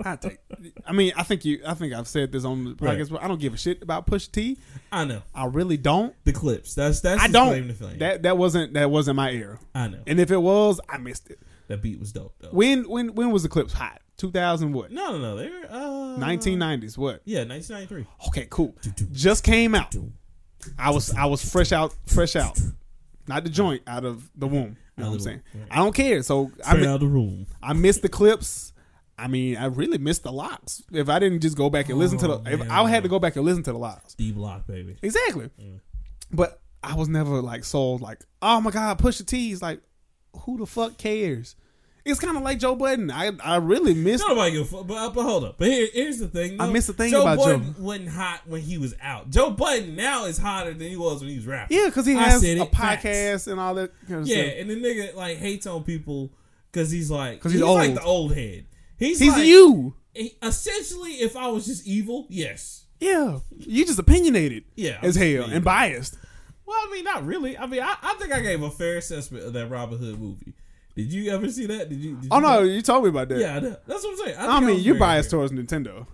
S1: I take. I mean, I think you. I think I've said this on the
S2: Right.
S1: podcast. But I don't give a shit about Push T.
S2: I know
S1: I really don't.
S2: the clips. That's that's
S1: I
S2: his claim to fame.
S1: don't. That that wasn't that wasn't my era.
S2: I know
S1: And if it was, I missed it.
S2: that beat was dope though.
S1: When when when was the clips hot? Two thousand what?
S2: no, no, no. They were uh,
S1: Nineteen nineties what?
S2: Yeah, nineteen ninety three.
S1: Okay, cool. Just came out. I was I was fresh out fresh out, not the joint out of the womb. You know what I'm saying? I don't care. So I
S2: Straight
S1: mi-
S2: out of the room.
S1: I missed the clips. I mean, I really missed the locks. If I didn't just go back and listen to
S2: Oh,
S1: the, if
S2: man.
S1: I had to go back and listen to the locks.
S2: D Block, baby.
S1: Exactly.
S2: Mm.
S1: But I was never like sold like, oh my god, Pusha T's like, who the fuck cares? It's kind of like Joe Budden. I I really missed.
S2: Don't nobody give a fuck. But, but hold up. But here, here's the thing.
S1: I
S2: though.
S1: miss the thing
S2: Joe
S1: about Joe.
S2: Budden wasn't hot when he was out. Joe Budden now is hotter than he was when he was rapping.
S1: Yeah, because he
S2: I
S1: has
S2: said
S1: a
S2: it. Facts.
S1: podcast and all that. Kind of
S2: Yeah,
S1: stuff.
S2: and the nigga like hates on people because he's like
S1: 'Cause
S2: he's,
S1: he's
S2: like
S1: old.
S2: the old head. He's
S1: he's
S2: like,
S1: you.
S2: he- essentially if I was just evil, yes.
S1: Yeah, you just opinionated.
S2: Yeah,
S1: as
S2: I'm
S1: hell
S2: just
S1: and biased.
S2: Well, I mean, not really. I mean, I, I think I gave a fair assessment of that Robin Hood movie. Did you ever see that? Did you? Did
S1: Oh
S2: you
S1: no, you told me about that.
S2: Yeah, I know. that's what I'm saying.
S1: I
S2: think
S1: mean,
S2: was
S1: you're
S2: very
S1: biased
S2: fair.
S1: towards Nintendo.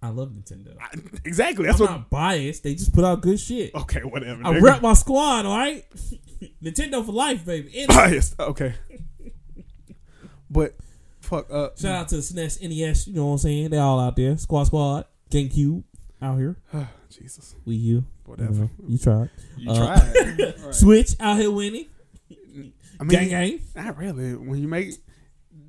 S2: I love Nintendo.
S1: I- exactly. That's
S2: I'm
S1: what.
S2: not biased. They just put out good shit.
S1: okay, whatever.
S2: I
S1: nigga.
S2: rep my squad. All right, <laughs> Nintendo for life, baby.
S1: <coughs>
S2: And
S1: biased. Okay. But fuck uh, up.
S2: shout out to the SNES, NES. You know what I'm saying? They all out there. Squad, squad, GameCube out here.
S1: <sighs> Jesus.
S2: Wii U. you
S1: Whatever.
S2: know, You tried.
S1: You
S2: Uh,
S1: tried. Right.
S2: Switch out here winning.
S1: I mean,
S2: Gang gang.
S1: not really. When you make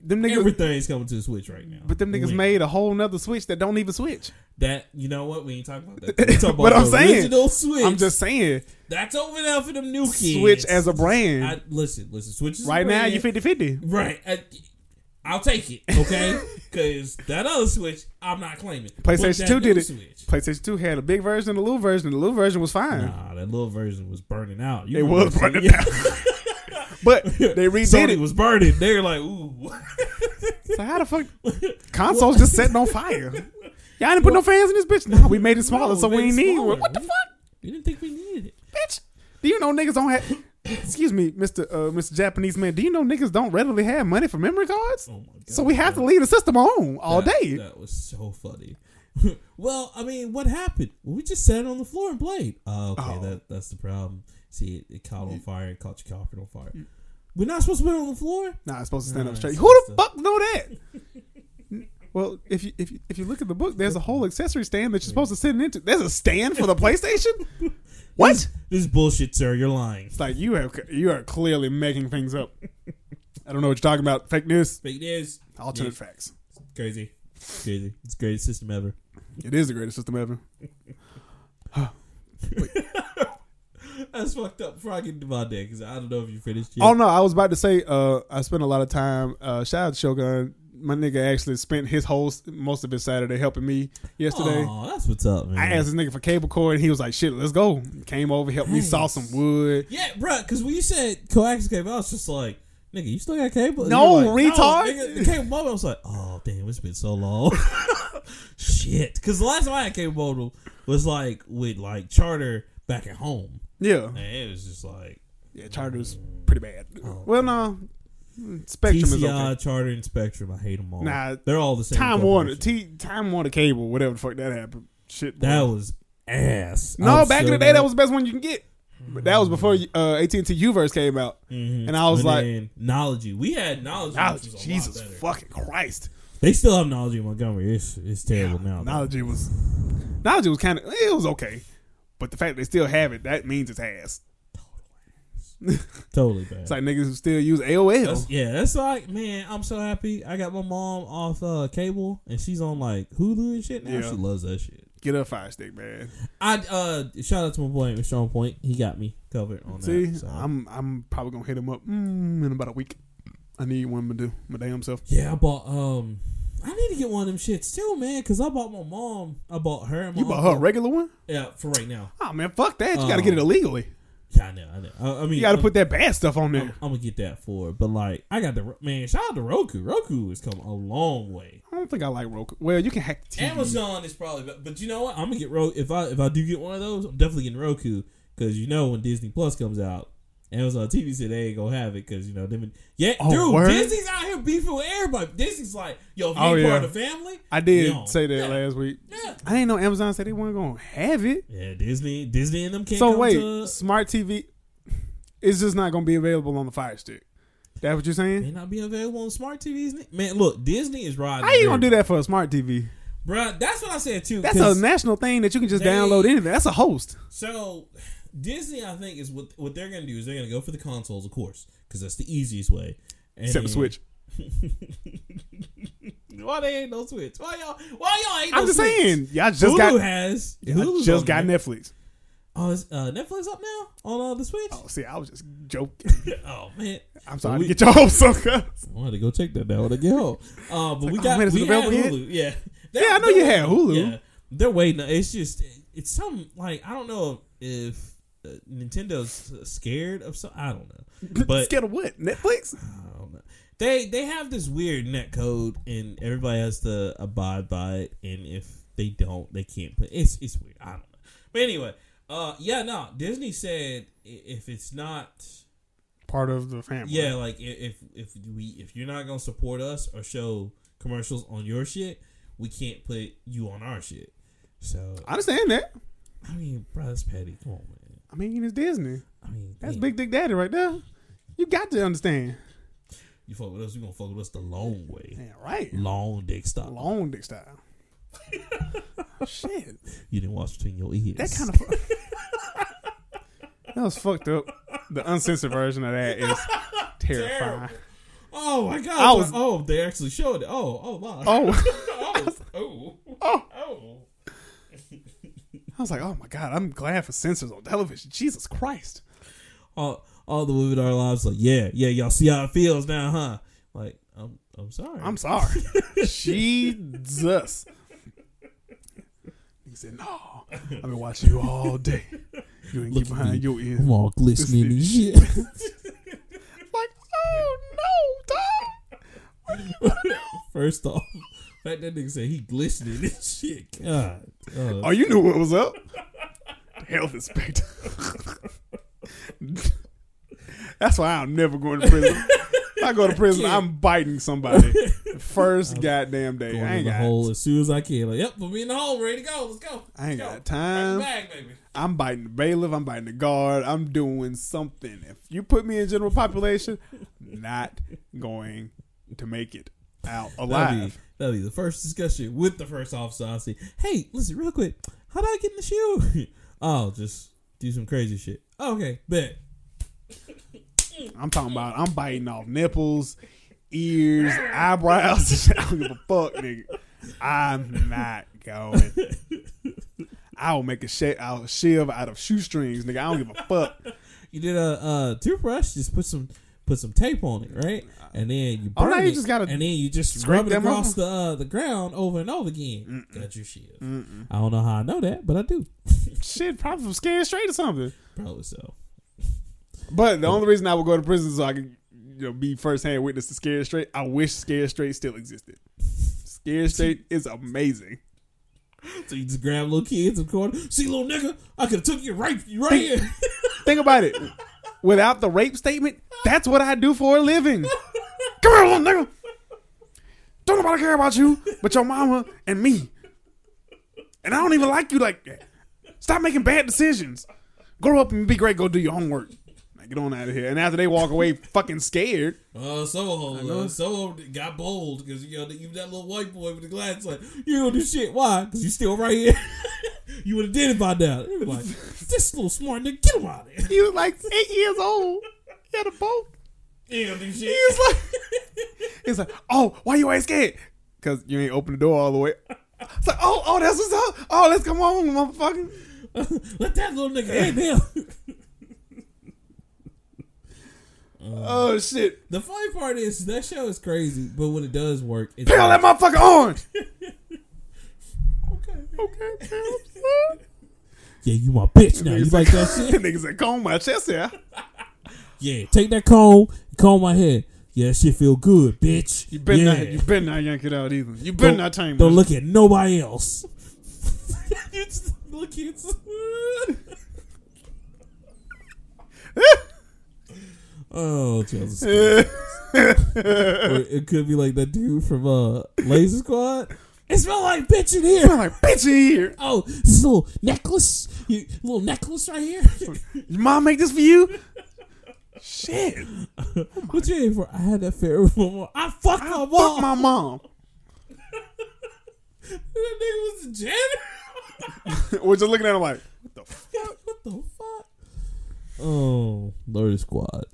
S1: them niggas,
S2: Everything's coming to the Switch right now.
S1: but them niggas
S2: Win.
S1: made a whole nother switch that don't even switch.
S2: that. You know what? We ain't talking
S1: <laughs>
S2: about that. We talking about
S1: But I'm
S2: the
S1: saying-
S2: original Switch.
S1: I'm just saying,
S2: that's over there for them new kids.
S1: switch as a brand.
S2: I, listen, listen. Switch is a
S1: right now,
S2: brand.
S1: you 50 50.
S2: Right. I, I'll take it,
S1: <laughs>
S2: okay? Because that other Switch, I'm not claiming. But
S1: PlayStation
S2: that
S1: 2 did
S2: new
S1: it.
S2: Switch,
S1: PlayStation 2 had a big version and a little version. The little version was fine.
S2: nah, that little version was burning out. You
S1: It
S2: remember
S1: was
S2: that shit?
S1: burning
S2: Yeah.
S1: out. <laughs> But they redid
S2: Sony
S1: it.
S2: was burning. They were like, ooh.
S1: So how the
S2: <laughs>
S1: fuck consoles just setting on fire? Y'all didn't put no fans in this bitch. No, we made it smaller,
S2: No,
S1: so
S2: we
S1: we
S2: made
S1: ain't
S2: it
S1: need
S2: smaller.
S1: one. What the fuck,
S2: we <laughs> didn't think we needed it.
S1: bitch? Do you know niggas don't have? Excuse me, Mister uh, Mister Japanese man. Do you know niggas don't readily have money for memory cards?
S2: Oh, my God.
S1: So we have to leave the system on all
S2: That-
S1: day.
S2: That was so funny. <laughs> well, I mean, what happened? Well, we just sat on the floor and played. Oh, okay, that that's the problem. See, it, it caught on fire and caught your carpet on fire. We're not supposed to put it on the floor.
S1: Nah, it's supposed to stand
S2: Nah,
S1: up straight.
S2: it's
S1: Who the
S2: supposed
S1: fuck
S2: to-
S1: know that? <laughs> Well, if you, if you if you look at the book, there's a whole accessory stand that you're supposed to sit into. There's a stand for the
S2: <laughs>
S1: PlayStation. What?
S2: This is bullshit, sir. You're lying.
S1: It's like you have you are clearly making things up. I don't know what you're talking about. Fake news,
S2: Fake news.
S1: alternate facts.
S2: Crazy. Crazy. It's the greatest system ever.
S1: It is the greatest system ever.
S2: <laughs> That's fucked up. Before I get to my day, because I don't know if you finished yet.
S1: Oh no, I was about to say. Uh, I spent a lot of time. Uh, shout out to Shogun. My nigga actually spent his whole most of his Saturday helping me yesterday.
S2: Aw, that's what's up, man.
S1: I asked this nigga for cable cord, and he was like, "Shit, let's go." Came over, helped me saw
S2: Nice.
S1: some wood.
S2: Yeah, bruh, because when you said coax cable, I was just like, nigga, you still got cable? And
S1: No,
S2: you were like,
S1: retard.
S2: nigga, the cable modem, I was like, oh, damn, it's been so long. <laughs> Shit. Because the last time I had cable modem was like with like charter back at home.
S1: Yeah,
S2: And it was just like
S1: yeah, Charter's pretty bad.
S2: Oh.
S1: Well, no, Spectrum is
S2: TCI,
S1: okay.
S2: charter, and spectrum. I hate them all.
S1: Nah,
S2: They're all the same.
S1: Time Warner, T
S2: corporation.
S1: Time Warner cable, whatever the fuck that happened. Shit, boy.
S2: That was ass.
S1: no, back in the day, that was the best one you can get. But that was before uh, AT and T Uverse came out, and I was like,
S2: Knowledge. We had knowledge.
S1: Knowledge,
S2: which Mm-hmm. was a lot
S1: Jesus
S2: better.
S1: fucking Christ.
S2: They still have knowledge in Montgomery. It's it's terrible now. though.
S1: Knowledge was knowledge was kind of it was okay, but the fact they still have it that means it's ass.
S2: Totally bad.
S1: It's like oh. niggas who still use AOL.
S2: That's- yeah, that's like man. I'm so happy. I got my mom off uh, cable, and she's on like Hulu and shit now.
S1: Yeah.
S2: She loves that shit.
S1: Get a fire stick, man.
S2: I uh shout out to my boy Mr. On Point. He got me covered on
S1: See,
S2: that. so.
S1: I'm I'm probably gonna hit him up mm, in about a week. I need one to do my damn self.
S2: Yeah, I bought um. I need to get one of them shits too, man. Cause I bought my mom. I bought her. And my
S1: You bought
S2: uncle.
S1: her a regular one?
S2: Yeah, for right now.
S1: Oh man, fuck that! You gotta get it illegally.
S2: Yeah, I know. I know. I, I mean,
S1: You gotta
S2: I'm-
S1: put that bad stuff on
S2: I'm
S1: there.
S2: gonna get that for. it. But like, I got the man. Shout out to Roku. Roku has come a long way.
S1: I don't don't think I like Roku. Well, you can hack TV.
S2: Amazon is probably, but, but you know what? I'm gonna get Roku if I if I do get one of those. I'm definitely getting Roku because you know when Disney Plus comes out, Amazon TV said they ain't gonna have it because you know them. Yeah,
S1: Oh,
S2: dude,
S1: word?
S2: Disney's out here beefing with everybody. Disney's like, yo, if you
S1: Oh,
S2: ain't part
S1: yeah.
S2: of the family,
S1: I did
S2: No.
S1: say that
S2: Yeah.
S1: last week.
S2: yeah,
S1: I didn't know Amazon said they weren't gonna have it.
S2: yeah, Disney, Disney and them can't.
S1: so
S2: come
S1: wait,
S2: to-
S1: smart TV, it's just not gonna be available on the Fire Stick. That what you're saying?
S2: may not be available on smart TVs. ni- Man, look, Disney is riding.
S1: How you gonna do that for a smart TV?
S2: bro? That's what I said too.
S1: That's a
S2: 'cause-
S1: national thing that you can just
S2: they-
S1: download anything. That's a host.
S2: So Disney, I think, is what what they're going to do is they're going to go for the consoles, of course, because that's the easiest way. And
S1: Except the Switch.
S2: why they ain't no Switch? Why y'all? Why y'all ain't?
S1: I'm
S2: no
S1: just
S2: Switch?
S1: saying, y'all just
S2: Hulu
S1: got
S2: has.
S1: y'all
S2: Hulu's
S1: just
S2: on
S1: got
S2: there.
S1: Netflix.
S2: Oh, is, uh, Netflix up now on uh, the Switch.
S1: Oh,
S2: <laughs> Oh,
S1: see, I was just
S2: <laughs>
S1: joking.
S2: man,
S1: I'm sorry
S2: we-
S1: to get your <laughs> hopes up. cuz.
S2: I wanted to go check that down when I get home. Uh, but we
S1: oh,
S2: got
S1: man, is it
S2: we have
S1: available yet?
S2: Hulu.
S1: <laughs>
S2: Yeah,
S1: Yeah, I know you had Hulu.
S2: Yeah, they're waiting. It's just it's some like I don't know if uh, Nintendo's scared of some. I don't
S1: <laughs>
S2: know, but
S1: Scared of what? Netflix?
S2: I don't know. They they have this weird net code and everybody has to abide by it and if they don't they can't put it's it's weird. I don't know. But anyway, uh yeah, no. Disney said i- if it's not
S1: Part of the family.
S2: yeah, like i- if if we if you're not going to support us or show commercials on your shit, we can't put you on our shit. So
S1: I understand that.
S2: I mean, bro, that's petty. Come on, man.
S1: I mean, it's Disney.
S2: I mean,
S1: That's
S2: damn,
S1: Big Dick Daddy right there. You got to understand.
S2: You fuck with us, you gonna fuck with us the long way,
S1: Yeah, right.
S2: long dick style.
S1: Long dick style. Shit.
S2: You didn't watch between your ears.
S1: That kind of. Fu- that was fucked up. The uncensored version of that is terrifying.
S2: Oh my god!
S1: I was-
S2: oh, they actually showed it. Oh, oh wow!
S1: <laughs> Oh,
S2: <laughs> oh, oh,
S1: oh.
S2: oh.
S1: I was like, oh my God, I'm glad for censors on television. Jesus Christ.
S2: All, all the women in our lives, like, yeah, yeah, y'all see how it feels now, huh? Like, I'm, I'm sorry.
S1: I'm sorry. <laughs> Jesus. He said, no, I've been watching you all day. You ain't
S2: Look
S1: get
S2: at me.
S1: behind your ear.
S2: I'm all
S1: <laughs>
S2: glistening and
S1: This
S2: shit. <laughs>
S1: Like, oh no, Tom.
S2: First off, <laughs> fact that nigga said he glistening and shit. God, uh,
S1: Oh, you knew what was up. Health inspector. <laughs> That's why I'm never going to prison. If I go to prison,
S2: Yeah.
S1: I'm biting somebody. First goddamn day.
S2: going
S1: I
S2: in
S1: ain't,
S2: the
S1: got,
S2: hole as soon as I can. Like, yep, put me in the hole, ready to go. Let's go.
S1: I ain't
S2: Yo,
S1: got time.
S2: Bag, baby.
S1: I'm biting the bailiff. I'm biting the guard. I'm doing something. If you put me in general population, not going to make it out
S2: That'll be,
S1: alive.
S2: that'll be the first discussion with the first officer. I say, hey, listen, real quick, how do I get in the shoe? <laughs> oh, just do some crazy shit. okay, bet.
S1: I'm talking about I'm biting off nipples, ears, eyebrows. <laughs> I don't give a fuck, nigga. I'm not going. I will make a shit out of shiv out of shoestrings, nigga. I don't give a fuck.
S2: You did a uh, toothbrush, just put some put some tape on it, right? And then you
S1: Oh,
S2: burn
S1: now you
S2: it,
S1: just gotta
S2: and then you just
S1: scrape
S2: rub it
S1: them
S2: across
S1: off?
S2: the uh, the ground over and over again. Got your shiv. I don't know how I know that, but I do. <laughs>
S1: Shit, probably from scared straight or something.
S2: Probably so.
S1: But the only reason I would go to prison is so I could you know, be firsthand witness to Scared Straight. I wish Scared Straight still existed. Scared Straight is amazing.
S2: So you just grab little kids and corner. See, little nigga, I could have took you right,
S1: <laughs>
S2: you right here.
S1: Think about it. Without the rape statement, that's what I do for a living. Come here, little nigga. Don't nobody care about you but your mama and me. And I don't even like you like that. Stop making bad decisions. Grow up and be great. Go do your homework. Now get on out of here. And after they walk away fucking scared,
S2: Uh, Soho, uh, Soho got bold because you know even that little white boy with the glasses like you don't do shit. Why? Because you still right here. <laughs> you would have did it by now. They were Like this little smart nigga, get him
S1: <laughs>
S2: out of here.
S1: he was like eight years old. He had a boat.
S2: You don't do shit.
S1: He's like, <laughs> he's like, oh, why you ain't scared? Cause you ain't open the door all the way. It's like, oh, oh, that's what's up. Oh, let's come on, motherfucker.
S2: Let that little nigga
S1: <laughs>
S2: in there.
S1: Oh shit,
S2: the funny part is that show is crazy, but when it does work, it's
S1: peel that
S2: like,
S1: motherfucker orange.
S2: <laughs> okay.
S1: Okay, peel him, <laughs> son.
S2: Yeah, you my bitch now. You
S1: Niggas <laughs>
S2: like that shit?
S1: Niggas in coma. Chest hair.
S2: Yeah, take that comb, comb my head. Yeah, that shit feel good, bitch.
S1: You better
S2: yeah.
S1: not. You better not yank it out either. You better
S2: Don't-
S1: not tame
S2: Don't
S1: it.
S2: look at nobody else. <laughs> you just look
S1: <laughs>
S2: at. oh, Chelsea. Squad. Or it could be like that dude from uh, Laser Squad. It smell like bitch in here.
S1: <laughs> I'm like, bitch, in here.
S2: Oh, this little necklace, you, little necklace right here. <laughs>
S1: Your mom make this for you? Shit.
S2: What's your name for? I had that fair with my mom. I fucked my mom.
S1: Fuck my mom.
S2: <laughs>
S1: <laughs>
S2: That nigga was a janitor.
S1: We're just looking at him like,
S2: what the fuck? Oh, Lord Squad,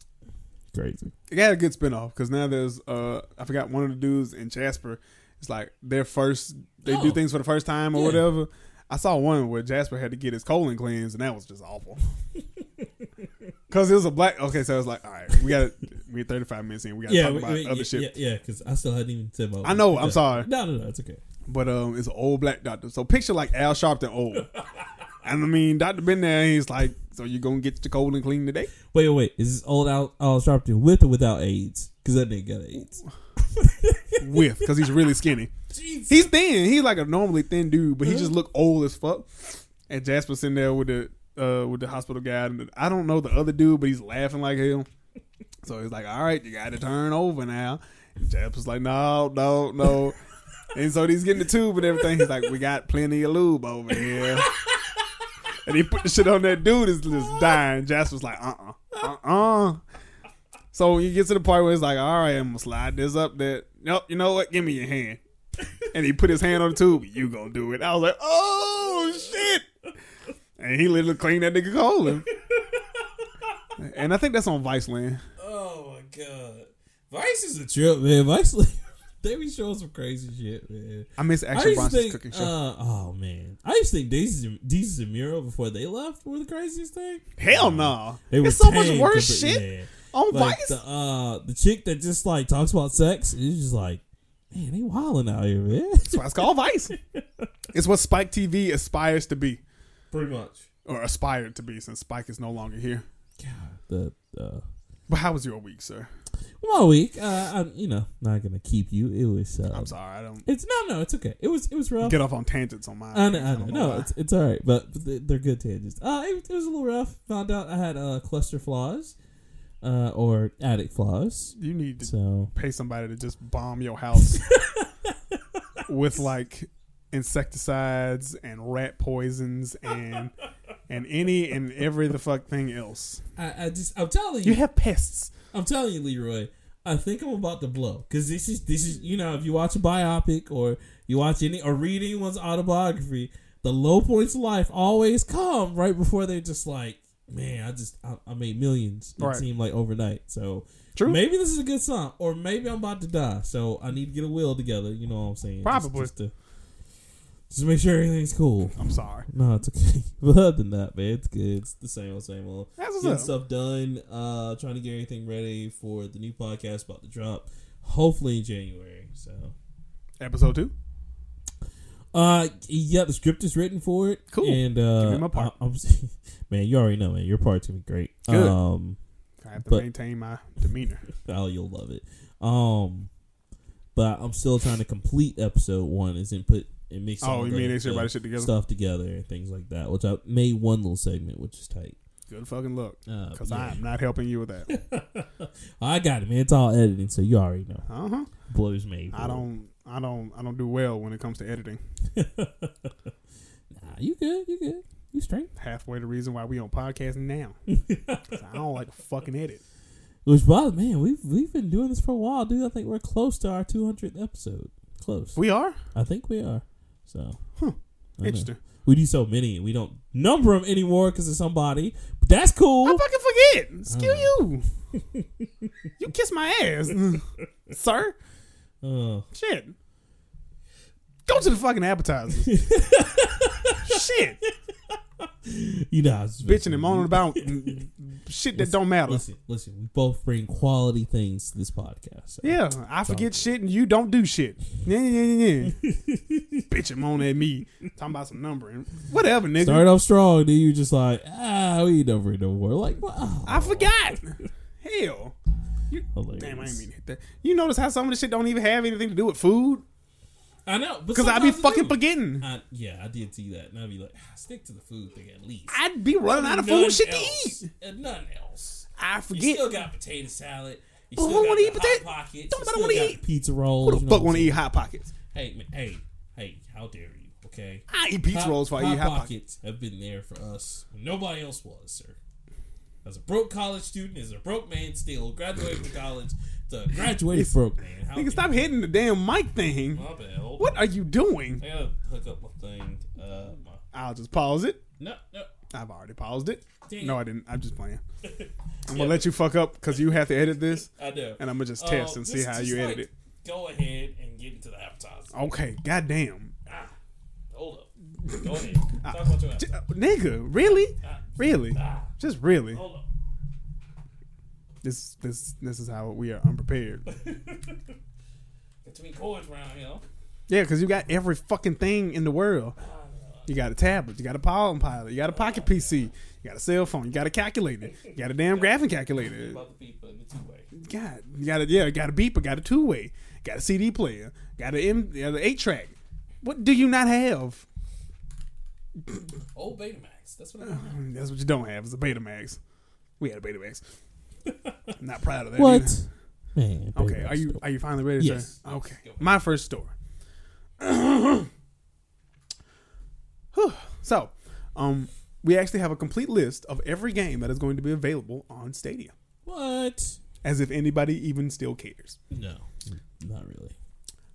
S2: crazy.
S1: it had a good spinoff because now there's uh I forgot one of the dudes in Jasper. It's like their first they
S2: Oh.
S1: do things for the first time or
S2: Yeah.
S1: whatever. I saw one where Jasper had to get his colon cleansed and that was just
S2: <laughs>
S1: awful. Cause it was a black okay, so I was like, all right, we got we thirty five minutes in, we gotta talk
S2: we-
S1: about
S2: we-
S1: other
S2: yeah,
S1: shit.
S2: Yeah, because I still hadn't even said my.
S1: I know, I'm
S2: Okay.
S1: sorry.
S2: No, no, no, it's okay.
S1: But um it's an old black doctor. So picture like Al Sharpton old. and I mean Doctor been there and he's like, So you gonna get your colon clean today?
S2: <laughs> Wait, wait, wait. Is this old Al, Al Sharpton with or without AIDS? Because that nigga got AIDS.
S1: With because he's really skinny.
S2: Jesus.
S1: He's thin. He's like a normally thin dude, but he just look old as fuck. And Jasper's in there with the uh, with the hospital guy, and I don't know the other dude, but he's laughing like hell. So he's like, "All right, you got to turn over now." And Jasper's like, "No, no, no." and so he's getting the tube and everything. He's like, "We got plenty of lube over here." and he put the shit on that dude is just dying. Jasper's like, "Uh, uh-uh, uh, So you get to the part where it's like, "All right, I'm gonna slide this up." That nope, you know what? Give me your hand and he put his hand on the tube. You gonna do it? I was like, oh shit! And he literally cleaned that nigga colon. And I think that's on Vice Land.
S2: Oh my god, Vice is a trip, man. Vice, like, <laughs> they be showing some crazy shit, man.
S1: I miss
S2: I
S1: Action
S2: used to
S1: Bronson's
S2: think,
S1: cooking show.
S2: uh, oh man, I used to think Daisy Daisy and Miro before they left were the craziest thing.
S1: Hell no!
S2: They were
S1: It's so much
S2: tame
S1: worse
S2: compared-
S1: shit
S2: yeah.
S1: on
S2: Like
S1: Vice.
S2: the uh, the chick that just like talks about sex is just like, man, they wilding out here, man.
S1: That's why it's called Vice. it's what Spike TV aspires to be,
S2: <laughs> Pretty much.
S1: or aspired to be, since Spike is no longer here.
S2: The uh,
S1: But how was your week, sir?
S2: my week, uh, I'm you know not gonna keep you. It was. Uh,
S1: I'm sorry, I don't
S2: It's no, no, it's okay. It was, it was rough.
S1: get off on tangents on my.
S2: I know, I know.
S1: don't
S2: No,
S1: why.
S2: it's, it's all right, but, but they- they're good tangents. Uh, it, it was a little rough. Found out I had uh, cluster flaws, uh, or attic flaws.
S1: you need to
S2: So
S1: pay somebody to just bomb your
S2: <laughs>
S1: house with like insecticides and rat poisons and and any and every the fuck thing else.
S2: I, I just, I'm telling
S1: You
S2: you,
S1: have pests.
S2: I'm telling you, Leroy. I think I'm about to blow because this is this is you know if you watch a biopic or you watch any or read anyone's autobiography, the low points of life always come right before they're just like, man, I just I, I made millions. It
S1: Right.
S2: seemed like overnight. So
S1: True.
S2: Maybe this is a good sign, or maybe I'm about to die, so I need to get a will together. You know what I'm saying? Just-
S1: Probably.
S2: Just, to, just to make sure everything's cool.
S1: I'm sorry.
S2: No, it's okay. <laughs> But other than that, man, it's good. It's the same old, same old.
S1: That's what's
S2: Getting
S1: up.
S2: stuff done. Uh, trying to get everything ready for the new podcast about to drop, hopefully in January. So,
S1: Episode two.
S2: uh, yeah, the script is written for it.
S1: Cool.
S2: And uh,
S1: Give me my part.
S2: I, am <laughs> man, you already know, man. Your part's gonna be great.
S1: Good.
S2: Um,
S1: I have to
S2: But-
S1: maintain my demeanor.
S2: Oh, you'll love it. Um, but I'm still trying to complete episode one. Is and put and mix.
S1: Oh,
S2: all
S1: you
S2: the-
S1: mean they should
S2: the
S1: everybody shit together?
S2: stuff together and things like that. Which I made one little segment, which is tight.
S1: Good fucking luck.
S2: Uh,
S1: Because I
S2: yeah.
S1: am not helping you with that.
S2: <laughs> I got it, man. It's all editing, so you already know.
S1: Uh huh.
S2: Blows made.
S1: I don't. I don't. I don't do well when it comes to editing.
S2: Nah, you good? You good? You straight?
S1: Halfway the reason why we on podcast
S2: <laughs>
S1: now. 'Cause I don't like to fucking edit.
S2: Which, bothers man, we've we've been doing this for a while, dude. I think we're close to our 200th episode. Close.
S1: We are
S2: I think we are. So.
S1: Huh.
S2: I know.
S1: interesting.
S2: We do so many, and we don't number them anymore because of somebody. But that's cool.
S1: I fucking forget. Skew you. <laughs> you kiss my ass, <laughs> sir.
S2: Oh,
S1: Shit. Go to the fucking appetizers. Shit.
S2: you know, I was
S1: Bitching and moaning about <laughs> shit that don't matter.
S2: Listen, listen. We both bring quality things to this podcast. so.
S1: Yeah, I forget shit and you don't do shit. Yeah, yeah, yeah, yeah. Bitch and moan at me. Talking about some numbering. Whatever, nigga.
S2: Start off strong, then you just like ah, we ain't over it no more. Like, wow.
S1: I forgot. Hell. You-
S2: Hilarious.
S1: Damn, I didn't mean to hit that. You notice how some of this shit don't even have anything to do with food?
S2: I know
S1: Because I'd be fucking forgetting.
S2: I, yeah, I did see that, and I'd be like, "Ah, stick to the food thing at least.
S1: I'd be running out of
S2: Nothing
S1: food shit
S2: else.
S1: to eat.
S2: Uh, nothing else.
S1: I
S2: You
S1: forget.
S2: still got potato salad. You
S1: But
S2: still
S1: who
S2: got
S1: wanna
S2: the
S1: eat
S2: Hot
S1: potato-
S2: Pockets.
S1: Don't
S2: you
S1: nobody
S2: still
S1: wanna
S2: got
S1: eat-
S2: the pizza rolls.
S1: Who
S2: you
S1: the
S2: know
S1: fuck
S2: what I'm
S1: want to eat Hot Pockets?
S2: saying? Hey, man, hey, hey! How dare you? Okay.
S1: I eat pizza
S2: Hot-
S1: rolls before I eat Hot Pockets.
S2: Pockets have been there for us. when Nobody else was, sir. As a broke college student, as a broke man, still graduated from college, to graduate broke man. How
S1: Nigga,
S2: dare-
S1: stop hitting the damn mic thing.
S2: My bad. Hold
S1: What
S2: on.
S1: are you doing?
S2: I gotta hook up my thing. Uh, my,
S1: I'll just pause it.
S2: no, no.
S1: I've already paused it.
S2: Damn.
S1: No, I didn't. I'm just
S2: <laughs>
S1: playing. I'm
S2: Yeah.
S1: gonna let you fuck up because you have to edit this,
S2: I do.
S1: and I'm gonna just test
S2: Uh,
S1: and see
S2: just-
S1: how
S2: just,
S1: you
S2: like,
S1: edit it.
S2: Go ahead and get into the appetizer.
S1: Okay, goddamn,
S2: Ah, hold up.
S1: <laughs>
S2: Go ahead. Talk about your
S1: J-
S2: appetizer.
S1: uh, nigga, really,
S2: Ah,
S1: really,
S2: ah,
S1: just really.
S2: hold up.
S1: This, this, this is how we are unprepared.
S2: Between chords around here.
S1: Yeah, because you got every fucking thing in the world. You got a tablet, you got a Palm Pilot, you got a pocket PC, you got a cell phone, you got a calculator, you got a damn graphing calculator.
S2: About the people in the two way.
S1: God, you got a yeah, you got a beeper, got a two way, got a CD player, got a M, got an eight track. What do you not have?
S2: Old Betamax. That's what I'm.
S1: That's what you don't have. It's a Betamax. We had a Betamax. <laughs> I'm not proud of that. either.
S2: <laughs> What? Man.
S1: Okay, are you are you finally ready? sir?
S2: Yes.
S1: Okay.
S2: Go.
S1: My first story. <coughs> Whew. so, um, we actually have a complete list of every game that is going to be available on Stadia,
S2: What?
S1: as if anybody even still cares.
S2: No, not really.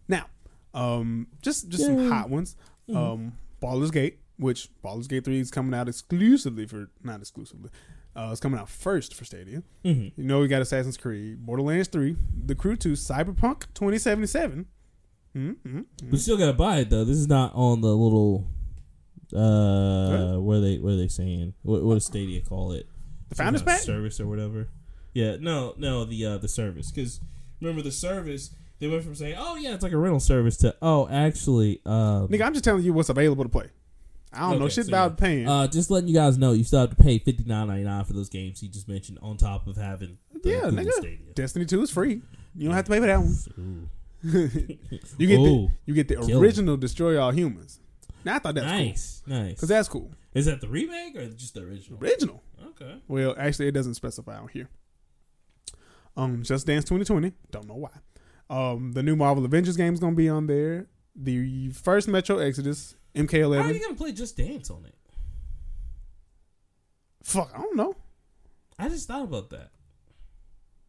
S1: Now, um, just just some
S2: Yay. Mm-hmm.
S1: hot ones. Um, Baldur's Gate, which Baldur's Gate Three is coming out exclusively for not exclusively, uh, it's coming out first for Stadia.
S2: Mm-hmm.
S1: You know we got Assassin's Creed, Borderlands Three, The Crew Two, Cyberpunk twenty seventy seven. Mm-hmm.
S2: We still gotta buy it though. This is not on the little. Uh, where they where they saying what what does Stadia call it?
S1: The
S2: Some
S1: Founders
S2: kind of
S1: Pack.
S2: service or whatever. Yeah, no, no, the uh, the service because remember the service they went from saying oh yeah it's like a rental service to oh actually um,
S1: Nigga, I'm just telling you what's available to play. I don't know
S2: Okay,
S1: shit
S2: so
S1: about
S2: yeah.
S1: paying.
S2: Uh, just letting you guys know, you still have to pay fifty nine ninety nine for those games he just mentioned, on top of having the
S1: yeah,
S2: Google
S1: nigga.
S2: Stadia.
S1: Destiny Two is free. You don't have to pay for that one.
S2: Ooh.
S1: You get the,
S2: Ooh,
S1: you get the
S2: Oh, kill 'em.
S1: original Destroy All Humans. Now I thought that was cool.
S2: nice, nice.
S1: Cause that's cool.
S2: Is that the remake or just the original?
S1: Original.
S2: Okay.
S1: Well, actually, it doesn't specify on here. Um, Just Dance 2020. Don't know why. Um, the new Marvel Avengers game is gonna be on there. The first Metro Exodus,
S2: How are
S1: MK11.
S2: you gonna play Just Dance on it?
S1: Fuck, I don't know.
S2: I just thought about that.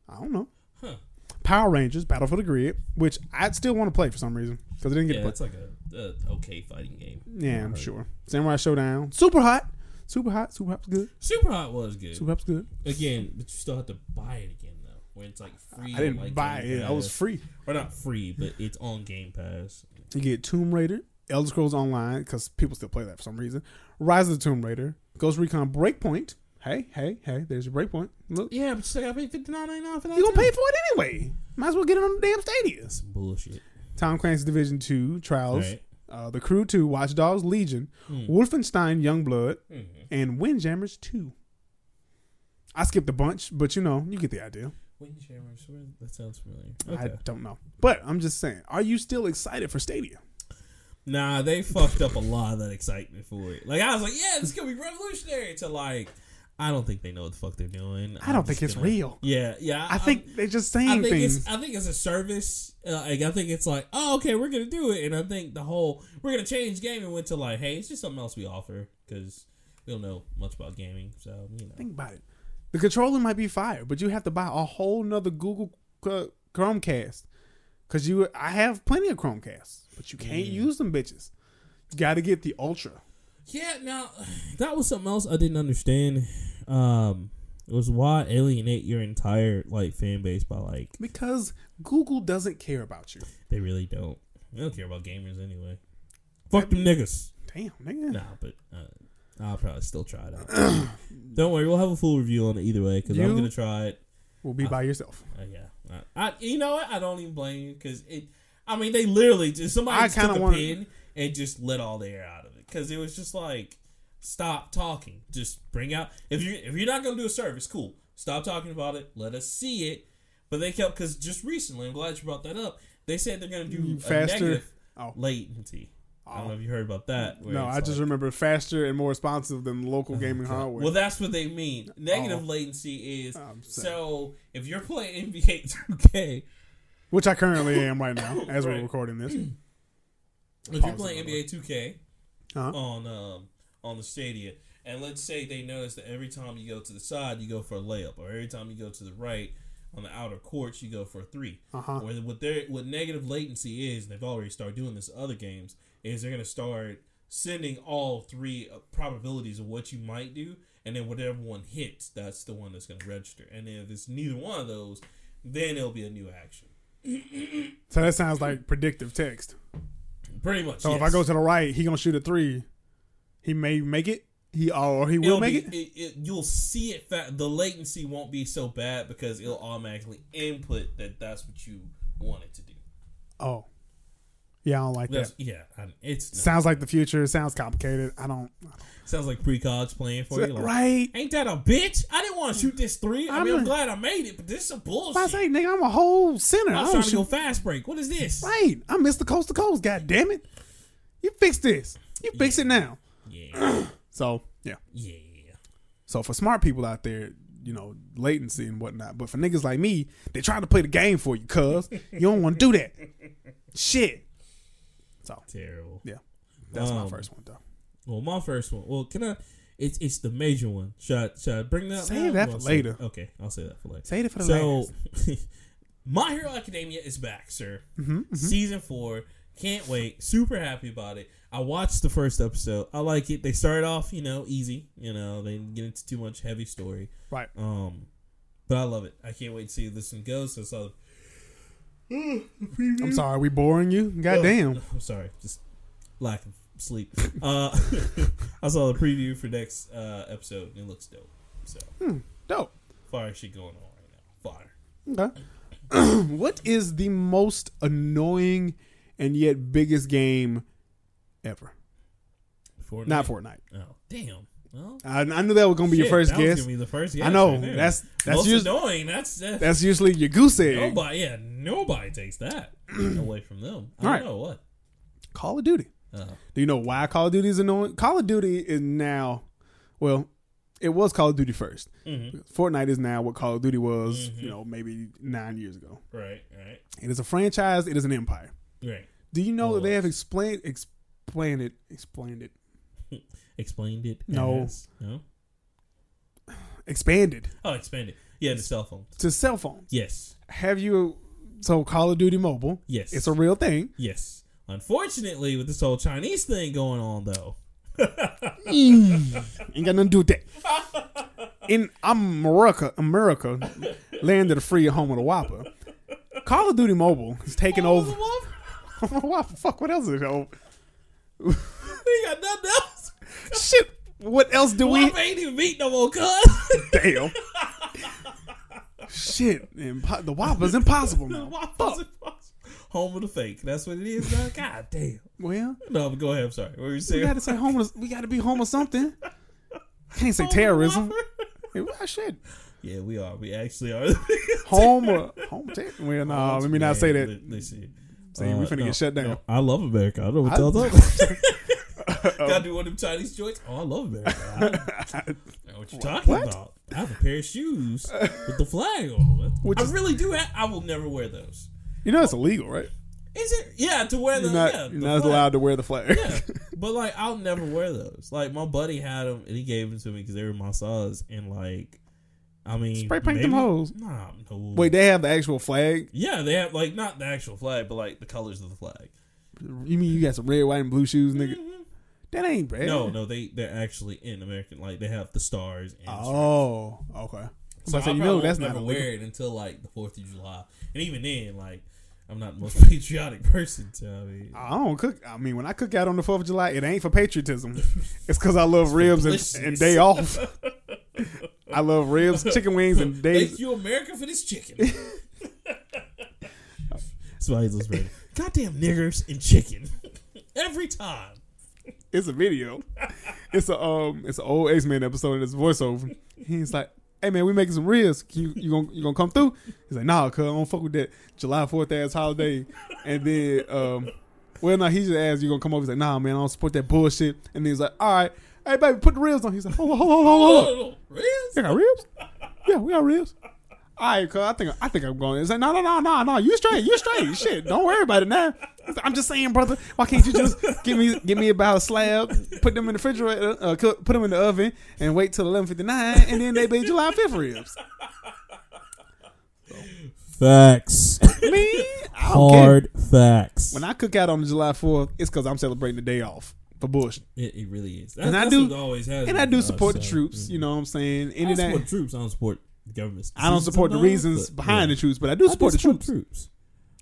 S1: I don't know.
S2: Huh?
S1: Power Rangers Battle for the Grid, which I still want to play for some reason because I didn't get
S2: Yeah,
S1: to play.
S2: it's like a, a okay fighting game.
S1: Yeah, I'm
S2: Alright.
S1: sure. Samurai Showdown, super hot, super hot, super hot's good,
S2: Super Hot was good
S1: super hot's good.
S2: again, but you still have to buy it again though, when it's like free.
S1: I didn't
S2: like
S1: buy
S2: Game
S1: it; I was
S2: Pass.
S1: free.
S2: or not free, but it's on Game Pass.
S1: You get Tomb Raider, Elder Scrolls Online, because people still play that for some reason. Rise of the Tomb Raider, Ghost Recon Breakpoint. Hey, hey, hey! There's your breakpoint. Look,
S2: Yeah, but you still gotta pay fifty nine ninety nine for that.
S1: you gonna pay for it anyway. Might as well get it on the damn stadiums.
S2: Some bullshit.
S1: Tom Clancy's Division Two, Trials,
S2: Right.
S1: uh, The Crew Two, Watch Dogs, Legion,
S2: Mm.
S1: Wolfenstein, Youngblood,
S2: hmm
S1: and Windjammers 2. I skipped a bunch, but you know, you get the idea.
S2: Windjammers, where- that sounds familiar. Okay.
S1: I don't know. But I'm just saying, are you still excited for Stadia?
S2: nah, they fucked up a lot of that excitement for it. Like I was like, yeah, this is gonna be revolutionary. To like, I don't think they know what the fuck they're doing.
S1: I
S2: I'm
S1: don't think
S2: just
S1: it's
S2: gonna-
S1: real.
S2: Yeah, yeah.
S1: I
S2: I'm-
S1: think they're just
S2: I
S1: saying
S2: think
S1: things.
S2: it's I think it's a service. Uh, like I think it's like, oh, okay, we're gonna do it, and I think the whole we're gonna change gaming went to like, hey, it's just something else we offer because we don't know much about gaming, so you know.
S1: Think about it. The controller might be fire, but you have to buy a whole nother Google uh, Chromecast. Cause you, I have plenty of Chromecasts, but you
S2: Mm.
S1: can't use them bitches. You got to get the Ultra.
S2: Yeah, now <sighs> that was something else I didn't understand. Um, it was why alienate your entire like fan base by like
S1: Because Google doesn't care about you.
S2: they really don't. They don't care about gamers anyway. Fuck them niggas.
S1: Damn, nigga.
S2: Nah, but uh, I'll probably still try it out.
S1: <clears throat>
S2: don't worry, we'll have a full review on it either way because I'm
S1: You-
S2: gonna try it.
S1: We'll be by yourself.
S2: Uh, yeah, I, I you know what? I don't even blame you because it. I mean, they literally just somebody
S1: I
S2: just took
S1: kinda
S2: a
S1: wanna-
S2: pen and just let all the air out of it because it was just like stop talking, just bring out if you if you're not gonna do a service, cool. Stop talking about it. Let us see it. But they kept because just recently, I'm glad you brought that up. They said they're gonna do
S1: You
S2: a
S1: Mm, faster?
S2: negative
S1: Oh.
S2: latency. I don't know if you heard about that. where
S1: No,
S2: it's
S1: I just
S2: like-
S1: remember faster and more responsive than local gaming hardware.
S2: Mm-hmm. Well, that's what they mean. Negative
S1: Oh.
S2: latency is
S1: I'm sorry.
S2: so if you're playing NBA 2K,
S1: which I currently am right
S2: <laughs>
S1: now as
S2: Right.
S1: we're recording
S2: <clears throat>
S1: this.
S2: if
S1: Pause
S2: you're
S1: it,
S2: playing
S1: by the
S2: NBA 2K
S1: Uh-huh.
S2: on um, on the Stadia, and let's say they notice that every time you go to the side, you go for a layup, or every time you go to the right on the outer courts, you go for a three.
S1: Uh-huh.
S2: Where what their what negative latency is, and they've already started doing this in other games, is they're gonna start sending all three uh, probabilities of what you might do, and then whatever one hits, that's the one that's gonna register. And if it's neither one of those, then it'll be a new action.
S1: So that sounds like predictive text.
S2: Pretty much.
S1: So if
S2: yes.
S1: I go to the right, he gonna shoot a three. He may make it. He oh, or he will
S2: It'll
S1: make it.
S2: be- it- it- You'll see it. Fa- the latency won't be so bad because it'll automatically input that that's what you want it to do.
S1: Oh, yeah, I don't like
S2: That's,
S1: that.
S2: yeah, I- it's
S1: Sounds like the future. Sounds complicated. I don't.
S2: sounds like precogs playing for you. Like,
S1: right?
S2: Ain't that a bitch? I didn't want to shoot this three. I
S1: I'm
S2: mean, I'm
S1: a-
S2: glad I made it, but this is some bullshit.
S1: I say, nigga, I'm a whole center.
S2: I
S1: I
S2: was
S1: don't
S2: trying to go
S1: shoot.
S2: fast break. What is this?
S1: Right? I missed the coast to coast. God damn it! You fix this. You fix it now.
S2: Yeah,
S1: So yeah.
S2: yeah.
S1: So for smart people out there, you know, latency and whatnot. But for niggas like me, they trying to play the game for you, cuz you don't want to do that. Shit. So
S2: Terrible.
S1: yeah, that's my
S2: Um,
S1: first one though.
S2: Well, my first one. Well, can I? It's it's the major one. Should I, should I bring that? up
S1: Save
S2: now?
S1: that
S2: Well,
S1: for
S2: say-
S1: later.
S2: Okay, I'll say that for later.
S1: Save it for the
S2: so, <laughs> My Hero Academia is back, sir.
S1: Mm-hmm,
S2: Season four. Can't wait. Super happy about it. I watched the first episode. I like it. They started off, you know, easy. You know, they didn't get into too much heavy story.
S1: Right.
S2: Um, but I love it. I can't wait to see where this one goes. Since I,
S1: I'm sorry, we boring you. Goddamn.
S2: I'm sorry, just lack of sleep. Uh, <laughs> I saw the preview for next uh, episode. And it looks dope. So
S1: Hmm. Dope.
S2: fire shit going on right now. Fire.
S1: Okay. <clears throat> what is the most annoying and yet biggest game ever?
S2: Fortnite.
S1: Not Fortnite.
S2: Oh damn. Well,
S1: I, I knew that was gonna be your
S2: shit,
S1: first
S2: that was
S1: guess.
S2: gonna be the first guess.
S1: I know
S2: right there.
S1: that's that's
S2: Most
S1: usually
S2: annoying. That's uh,
S1: that's usually your goose egg.
S2: nobody. Yeah, nobody
S1: <clears throat>
S2: takes that away from them. I don't
S1: Right.
S2: know what.
S1: Call of Duty.
S2: Uh,
S1: Do you know why Call of Duty is annoying? Call of Duty is now, well, it was Call of Duty 1st
S2: Mm-hmm.
S1: Fortnite is now what Call of Duty was, you know, maybe nine years ago.
S2: right, right,
S1: It is a franchise. It is an empire.
S2: right.
S1: Do you know that they
S2: Yes.
S1: have explained, explained it, explained it,
S2: Explained it.
S1: No.
S2: as- no.
S1: expanded
S2: Oh, expand it. Yeah, the cell phone.
S1: to cell phones?
S2: Yes,
S1: Have you? So Call of Duty Mobile,
S2: yes,
S1: it's a real thing.
S2: yes. Unfortunately, with this whole Chinese thing going on, though,
S1: Ain't got nothing to do with that.
S2: <laughs>
S1: In America, America, land of the free, home of the Whopper. Call of Duty Mobile is taking over. <laughs> Why the fuck? What else is oh,
S2: <laughs> we got nothing else.
S1: shit? What else do we?
S2: Whopper ain't even meat no more, cuz. <laughs>
S1: Damn. shit, impo- the Whopper's impossible now.
S2: Whopper's impossible. Home of the fake. That's what it is. Now.
S1: <laughs>
S2: God damn.
S1: Well,
S2: No, but go ahead. I'm sorry. What were you
S1: we
S2: saying?
S1: gotta say homeless. We gotta be home or something. Can't say terrorism.
S2: Whopper?
S1: Hey, well, shit,
S2: <laughs> Yeah, we are. We actually are. <laughs>
S1: home or home. Ter- well, no, Oh, let me not say that.
S2: Listen, Uh,
S1: See, we finna get shut down.
S2: I love America. I don't know what
S1: I- <laughs>
S2: y'all <laughs> talking about.
S1: Oh.
S2: Gotta do one of them Chinese joints. Oh, I
S1: <laughs>
S2: love America. I don't know what you talking
S1: What?
S2: about? I have a pair of shoes with the flag on.
S1: Which
S2: I
S1: is-
S2: really do. Have, I will never wear those.
S1: You know it's illegal, right?
S2: Is it? Yeah, to wear
S1: You're
S2: those.
S1: not,
S2: yeah,
S1: you're
S2: the
S1: not
S2: flag.
S1: allowed to wear the flag.
S2: Yeah, but like I'll never wear those. Like my buddy had them and he gave them to me because they were my size. And like, I mean,
S1: Spray paint them
S2: maybe-
S1: hoes.
S2: Nah, no.
S1: <laughs> Wait, they have the actual flag.
S2: Yeah, they have like not the actual flag, but like the colors of the flag.
S1: You mean you got some red, white, and blue shoes, nigga? That ain't bad.
S2: No, no, they they're actually in American. Like they have the stars. And
S1: Oh, okay.
S2: so
S1: So,
S2: I
S1: you
S2: probably
S1: know
S2: won't
S1: that's not
S2: never
S1: illegal.
S2: wear it until like the Fourth of July, and even then, like I'm not the most <laughs> patriotic person. So I mean,
S1: I don't cook. I mean, when I cook out on the Fourth of July, it ain't for
S2: <laughs>
S1: patriotism. it's because I love ribs and, and day off. <laughs> I love ribs, chicken wings,
S2: <laughs>
S1: and
S2: thank
S1: days.
S2: you, America, for
S1: <laughs>
S2: this chicken.
S1: <laughs>
S2: Somebody's listening. Goddamn niggers and chicken <laughs> every time.
S1: It's a video. It's a um. It's an old X Men episode. and It's voiceover. He's like, "Hey man, we making some ribs. Can you you gonna you gonna come through?" He's like, "Nah, cuz I don't fuck with that July Fourth ass holiday." And then, um, well, no, he just asked, "You gonna come over?" He's like, "Nah, man, I don't support that bullshit." And then he's like, "All right, hey baby, put the ribs on." He's like, "Hold on, hold on, hold on, hold on.
S2: Riz?
S1: They got ribs? Yeah, we got ribs." All right, cuz I think I think I'm going. He's like, "No, no, no, no, no. You straight, you straight. Shit, don't worry about it now." He's like, I'm just saying, brother. Why can't you just give me give me about a slab, put them in the refrigerator, uh, cook, put them in the oven, and wait till 11:59, and then they be July 5th ribs. <laughs>
S2: Facts.
S1: Me, I don't care.
S2: Hard facts.
S1: When I cook out on July 4th, it's because I'm celebrating the day off for bullshit.
S2: it, it really is. That,
S1: And I
S2: that's
S1: do-
S2: what it always has
S1: And
S2: been
S1: I do
S2: for us,
S1: support the
S2: so, mm.
S1: troops, you know what I'm saying?
S2: I
S1: Any
S2: don't
S1: of that.
S2: support troops. I don't support governments.
S1: I don't support the reasons behind the troops, but I do support the troops.
S2: troops.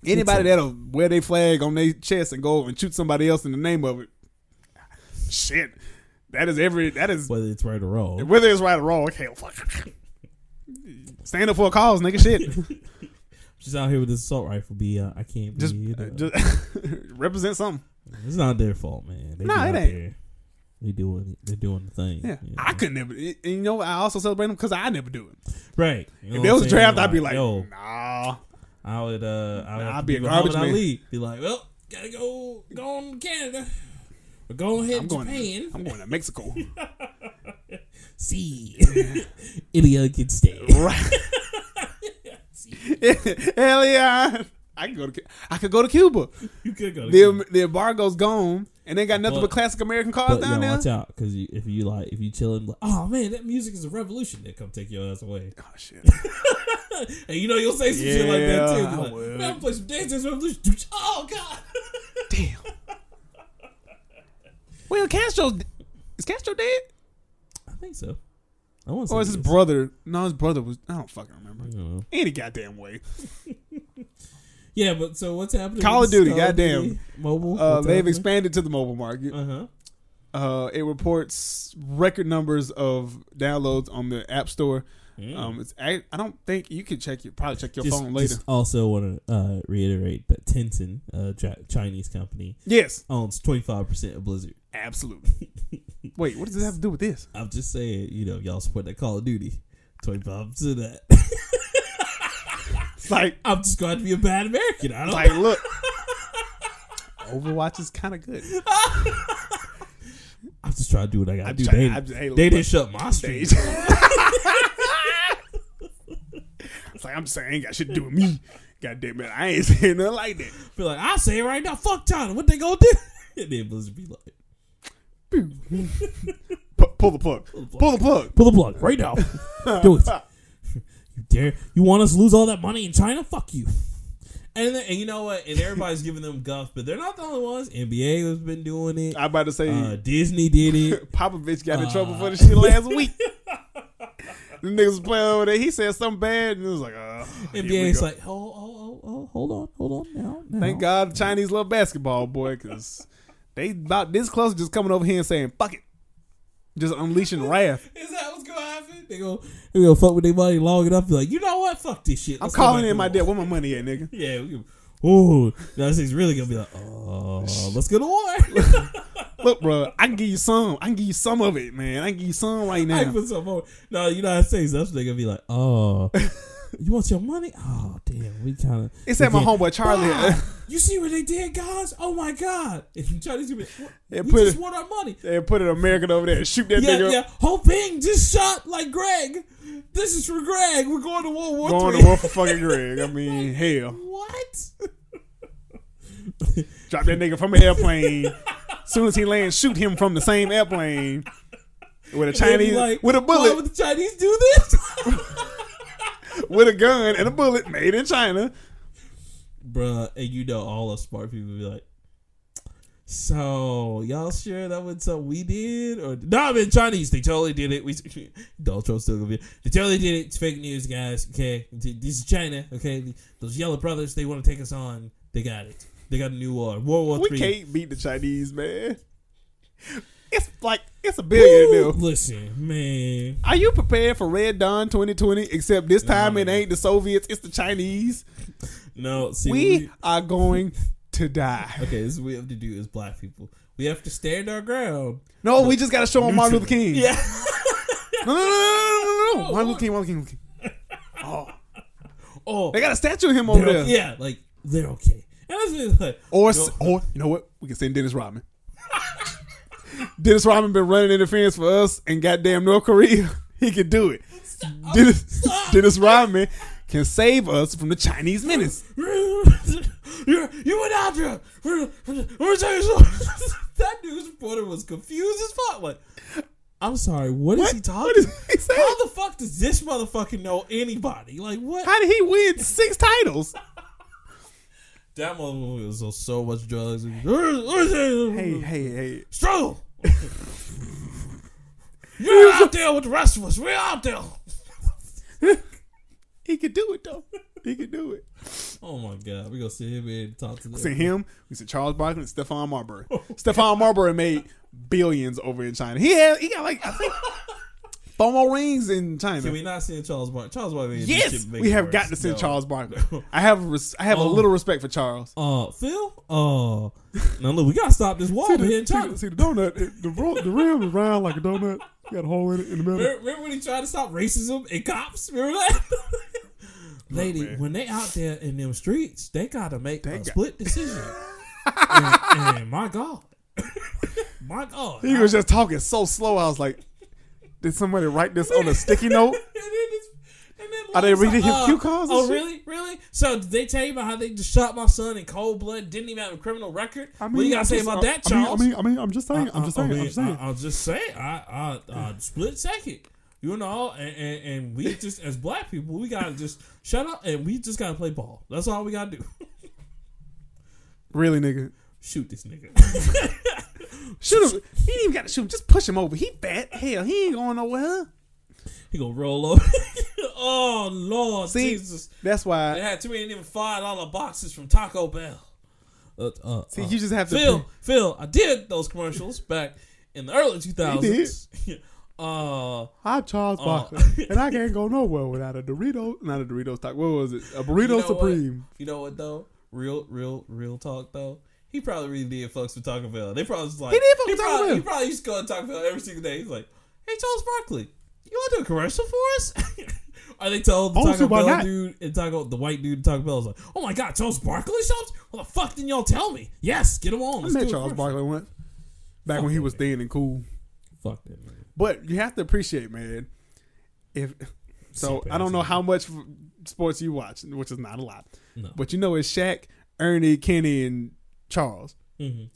S1: Anybody that'll wear their flag on their chest and go and shoot somebody else in the name of it. Shit. That is every that is
S2: Whether it's right or wrong.
S1: whether it's right or wrong, hell fuck. Stand up for a cause, nigga
S2: <laughs>
S1: shit.
S2: She's out here with this assault rifle. Be uh, I can't
S1: Just,
S2: be.
S1: uh, just <laughs> represent something.
S2: It's not their fault, man. They
S1: Nah,
S2: be
S1: it
S2: out
S1: ain't.
S2: There. They doing it. They're doing the thing.
S1: Yeah.
S2: you
S1: I
S2: know?
S1: could never and you know I also celebrate them because I never do it.
S2: right. You know
S1: If
S2: what
S1: there
S2: I'm
S1: was a
S2: saying?
S1: draft, I'd be like,
S2: yo,
S1: nah.
S2: I would. Uh, I would
S1: I'd
S2: have to
S1: be a
S2: Muhammad
S1: garbage man.
S2: Ali. Be like, well, gotta go. Go on to Canada. We're going ahead
S1: I'm
S2: to
S1: going
S2: Japan.
S1: I'm going to
S2: <laughs>
S1: Mexico.
S2: See, <laughs> Ilya can stay.
S1: <laughs> right.
S2: <laughs>
S1: Hell yeah. I can go to Cu- I could go to Cuba.
S2: You could go. To
S1: The the embargo's gone and they got nothing
S2: But-
S1: but, classic American cars
S2: But
S1: down
S2: y'all
S1: there.
S2: watch out, because you, if you like, if you chilling, like, oh man, that music is a revolution. They come take your ass away,
S1: Oh, shit.
S2: and you know you'll say some shit like that too.
S1: Yeah, I
S2: Be Like,
S1: would.
S2: man, I'm play some Dance Dance Revolution. <laughs> Oh god, <laughs>
S1: Damn. Well, Castro's is Castro dead
S2: I think so. I want to.
S1: or is his brother? No, his brother was. I don't fucking remember. Any goddamn
S2: <laughs>
S1: way.
S2: Yeah, but so what's happening?
S1: Call
S2: with
S1: of Duty,
S2: Call
S1: goddamn.
S2: Duty mobile.
S1: Uh, they've expanded to the mobile market.
S2: Uh huh.
S1: Uh, it reports record numbers of downloads on the App Store. Um, it's I, I don't think you can check your probably check your
S2: Just,
S1: phone later.
S2: just also want to uh, reiterate that Tencent, uh, Ch- Chinese company,
S1: yes,
S2: owns twenty five percent of Blizzard. <laughs>
S1: absolutely. Wait, what does this have to do with this?
S2: I'm just saying, you know, y'all support that Call of Duty. Twenty five percent of that. <laughs>
S1: It's like
S2: I'm just going to be a bad American. I don't. <laughs>
S1: like look, Overwatch is kind of good.
S2: I'm just trying to do what I got to
S1: I'm
S2: do.
S1: trying-
S2: they
S1: I'm just- hey,
S2: they
S1: look,
S2: didn't shut my stream.
S1: stage. <laughs> it's like I'm saying, I ain't got shit to do with me. God damn it, I ain't saying nothing like that.
S2: <laughs> Be like, I say it right now. Fuck China. What they gonna do? <laughs> And then Blizzard be like,
S1: Pu- pull the plug. Pull the plug.
S2: pull the plug
S1: <laughs>
S2: right now. do it. You dare? You want us to lose all that money in China? Fuck you. And, then, and you know what? And everybody's giving them guff, but they're not the only ones. NBA has been doing it.
S1: I'm about to say
S2: Uh,
S1: <laughs>
S2: Disney did it.
S1: Popovich got in trouble for this shit
S2: <laughs>
S1: last week. the niggas was playing over there. He said something bad, and it was like, uh, here we
S2: NBA's
S1: go.
S2: like, oh, oh, oh, oh, hold on, hold on now. now.
S1: thank God the Chinese love basketball, boy, because they about this close to just coming over here and saying, fuck it. Just unleashing wrath.
S2: Is that what's gonna happen? They go, they gonna fuck with their money long enough. Be like, you know what? Fuck this shit.
S1: I'm
S2: Let's go
S1: calling
S2: back
S1: in
S2: to
S1: my
S2: war."
S1: debt. Where my money at, nigga?
S2: Yeah. We, can- ooh, now this is really gonna be like, oh, let's go
S1: <laughs>
S2: to war.
S1: Look, bro, I can give you some. I can give you some of it, man. I can give you some
S2: <laughs>
S1: right
S2: I
S1: now.
S2: put some more. No, United States. That's what they gonna be like.
S1: <laughs>
S2: Oh, you want your money? Oh, damn. We kind of.
S1: It's at my
S2: <laughs>
S1: homeboy Charlie.
S2: you see what they did, guys? Oh my god! <laughs> And Chinese gonna be like, "What?
S1: They
S2: we
S1: put
S2: just
S1: it-
S2: want our money.
S1: <laughs> they put an American over there and shoot <laughs> that
S2: Yeah,
S1: nigga.
S2: yeah. Hoping just shot like Greg. This is for Greg. We're going to World War
S1: Going
S2: Three. <laughs>
S1: to war for fucking Greg. I mean, hell.
S2: What?
S1: Drop that nigga from an airplane. Soon as he lands, shoot him from the same airplane. With a
S2: They'd be
S1: Chinese, with a bullet,
S2: Why would the Chinese do this?
S1: with a gun and a bullet made in China.
S2: Bruh, and you know all us smart people be like, so y'all sure that was something we did? Or no, I mean Chinese, they totally did it. We <laughs> Donald Trump's still gonna be they totally did it. It's fake news, guys. Okay. This is China, okay? Those yellow brothers, they wanna take us on. They got it. They got a new war. World War
S1: We
S2: Three.
S1: can't beat the Chinese, man. It's like it's a
S2: Woo!
S1: billion deal.
S2: Listen, man.
S1: Are you prepared for Red Dawn 2020? Except this time it ain't the Soviets, it's the Chinese.
S2: No, see what
S1: We are going to die.
S2: <laughs> Okay, this is what we have to do as black people. We have to stand our ground.
S1: No, we just got to show them Martin Luther King.
S2: Yeah.
S1: No, no, no, no, no, no, Martin Luther King, Martin Luther King. Oh,
S2: Oh,
S1: they got a statue of him over
S2: they're
S1: there.
S2: okay. yeah, like they're okay. And that's just like,
S1: Or, s or you know what? We can send Dennis Rodman. <laughs> Dennis Rodman been running interference for us in goddamn North Korea. <laughs> He can do it. Dennis, Dennis Rodman can save us from the Chinese menace.
S2: you you went out there. Let me tell you something. <laughs> that news reporter was confused as fuck. Like, I'm sorry. what is he talking?
S1: What is he saying?
S2: How the fuck does this motherfucker know anybody? Like what?
S1: How did he win six titles?
S2: That motherfucker was on so much drugs. Hey,
S1: Hey,
S2: Mm-hmm.
S1: hey, hey. <laughs>
S2: struggle. You're out there with the rest of us. We're out there.
S1: He could do it though. He could do it.
S2: Oh my god, we gonna sit here and talk to them.
S1: We seen him. We seen Charles Barkley and Stephon Marbury.
S2: Oh.
S1: Stephon Marbury made billions over in China. He had he got like I think four more rings in China.
S2: Can we not send Charles Barkley? Charles Barkley. made this
S1: Yes,
S2: shit make
S1: we
S2: it
S1: have
S2: worse.
S1: got to send
S2: No. Oh.
S1: Charles Barkley. I have res- I have a little respect for Charles.
S2: Uh, Phil. Uh, now look, we gotta stop this wall over here in China.
S1: the donut, the, the rim is round like a donut. Got a hole in it in the middle.
S2: Remember, remember when he tried to stop racism and cops? Remember that? <laughs> Lady,
S1: man.
S2: when they out there in them streets, they gotta make a
S1: got- <laughs>
S2: split decision. and, and my God, <laughs> my God,
S1: He was just talking so slow. I was like, did somebody write this on a sticky note?
S2: <laughs> And then it's- and then
S1: Are they
S2: Lola's
S1: reading his
S2: uh,
S1: cue cards and
S2: Oh,
S1: shit?
S2: really? Really? So, did they tell you about how they just shot my son in cold blood, didn't even have a criminal record? what do you got to say about that, Charles?
S1: uh,
S2: Uh, oh,
S1: I mean, I'm just saying.
S2: I, I, am just saying. I, I, I split second. You know, and, and,
S1: <laughs>
S2: and we just, as black people, we got to just shut up and we just got to play ball. That's all we got to do. <laughs>
S1: Really, nigga.
S2: Shoot this nigga. <laughs>
S1: Shoot him. He ain't even got to shoot him. Just push him over. He fat. Hell, he ain't going nowhere.
S2: He going to roll over. <laughs> oh, Lord
S1: See,
S2: Jesus.
S1: that's
S2: They
S1: why.
S2: had too many of them $5 boxes from Taco Bell. Uh, uh,
S1: See,
S2: uh.
S1: you just have to.
S2: Phil, Phil, I did those commercials back in the early 2000s. <laughs> uh,
S1: I'm Charles
S2: Oh.
S1: Barkley, and I can't go nowhere without a Dorito, not a Dorito stock. What was it? A burrito
S2: you know what?
S1: supreme.
S2: You know what though? Real, real, real talk though. He probably really did fucks with Taco Bell. They probably was like
S1: He did fuck with Taco
S2: probably,
S1: Bell.
S2: He probably used to go to Taco Bell every single day. He's like, "Hey, Charles Barkley, you want to do a commercial for us?" <laughs> Are they told the
S1: Oh,
S2: Taco
S1: so why
S2: Bell
S1: not?
S2: dude and Taco the white dude at Taco Bell is like, "Oh my god, Charles Barkley shops? Well, the fuck didn't y'all tell me? Yes, get him on.
S1: I
S2: Let's do
S1: met
S2: a
S1: Charles
S2: commercial."
S1: Barkley once, back when he was thin and cool.
S2: Fuck that man.
S1: But you have to appreciate, man. If so,
S2: Super
S1: I don't know
S2: easy.
S1: how much sports you watch, which is not a lot.
S2: No.
S1: But you know, it's Shaq, Ernie, Kenny, and Charles.
S2: Mhm.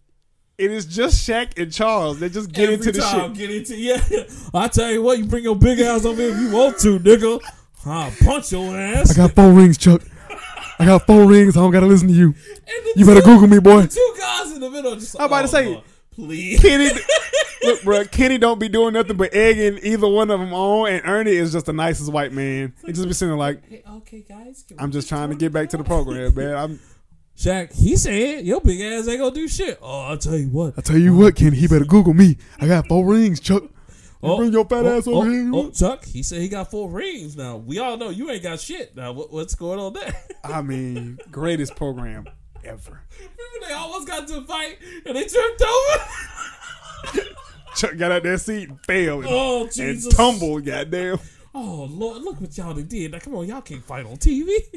S1: It is just Shaq and Charles. They just get
S2: Every
S1: into the shit.
S2: time, Get into <laughs> yeah. I tell you what, you bring your big ass over here if you want to, nigga. I'll punch your ass.
S1: I got four rings, Chuck. I got four rings. I don't gotta listen to you.
S2: And the
S1: You better
S2: two-
S1: Google me, boy.
S2: the Two guys in the middle. Just like,
S1: I'm about to
S2: oh,
S1: say-
S2: Lord, please.
S1: Kenny, look, bro. Kenny don't be doing nothing but egging either one of them on, and Ernie is just the nicest white man. He just be sitting like,
S2: Hey, okay, guys. can we
S1: I'm just trying to
S2: talk
S1: get back to the
S2: about-
S1: program, man. I'm,
S2: Shaq, he said your big ass ain't gonna do shit. Oh, I'll tell you what.
S1: I tell you what, Kenny, he better Google me. I got four rings, Chuck. You
S2: Oh,
S1: bring your fat
S2: oh,
S1: ass over
S2: oh,
S1: here. you
S2: Oh,
S1: want-
S2: Chuck, he said he got four rings. Now we all know you ain't got shit. Now what, what's going on there? <laughs>
S1: I mean, greatest program ever.
S2: Remember they almost got to a fight and they tripped over.
S1: Chuck got out that seat and fell and,
S2: <laughs> oh
S1: and
S2: Jesus!
S1: tumbled, goddamn.
S2: Oh Lord, look what y'all done did! Now come on, y'all can't fight on TV.
S1: <laughs>
S2: <laughs>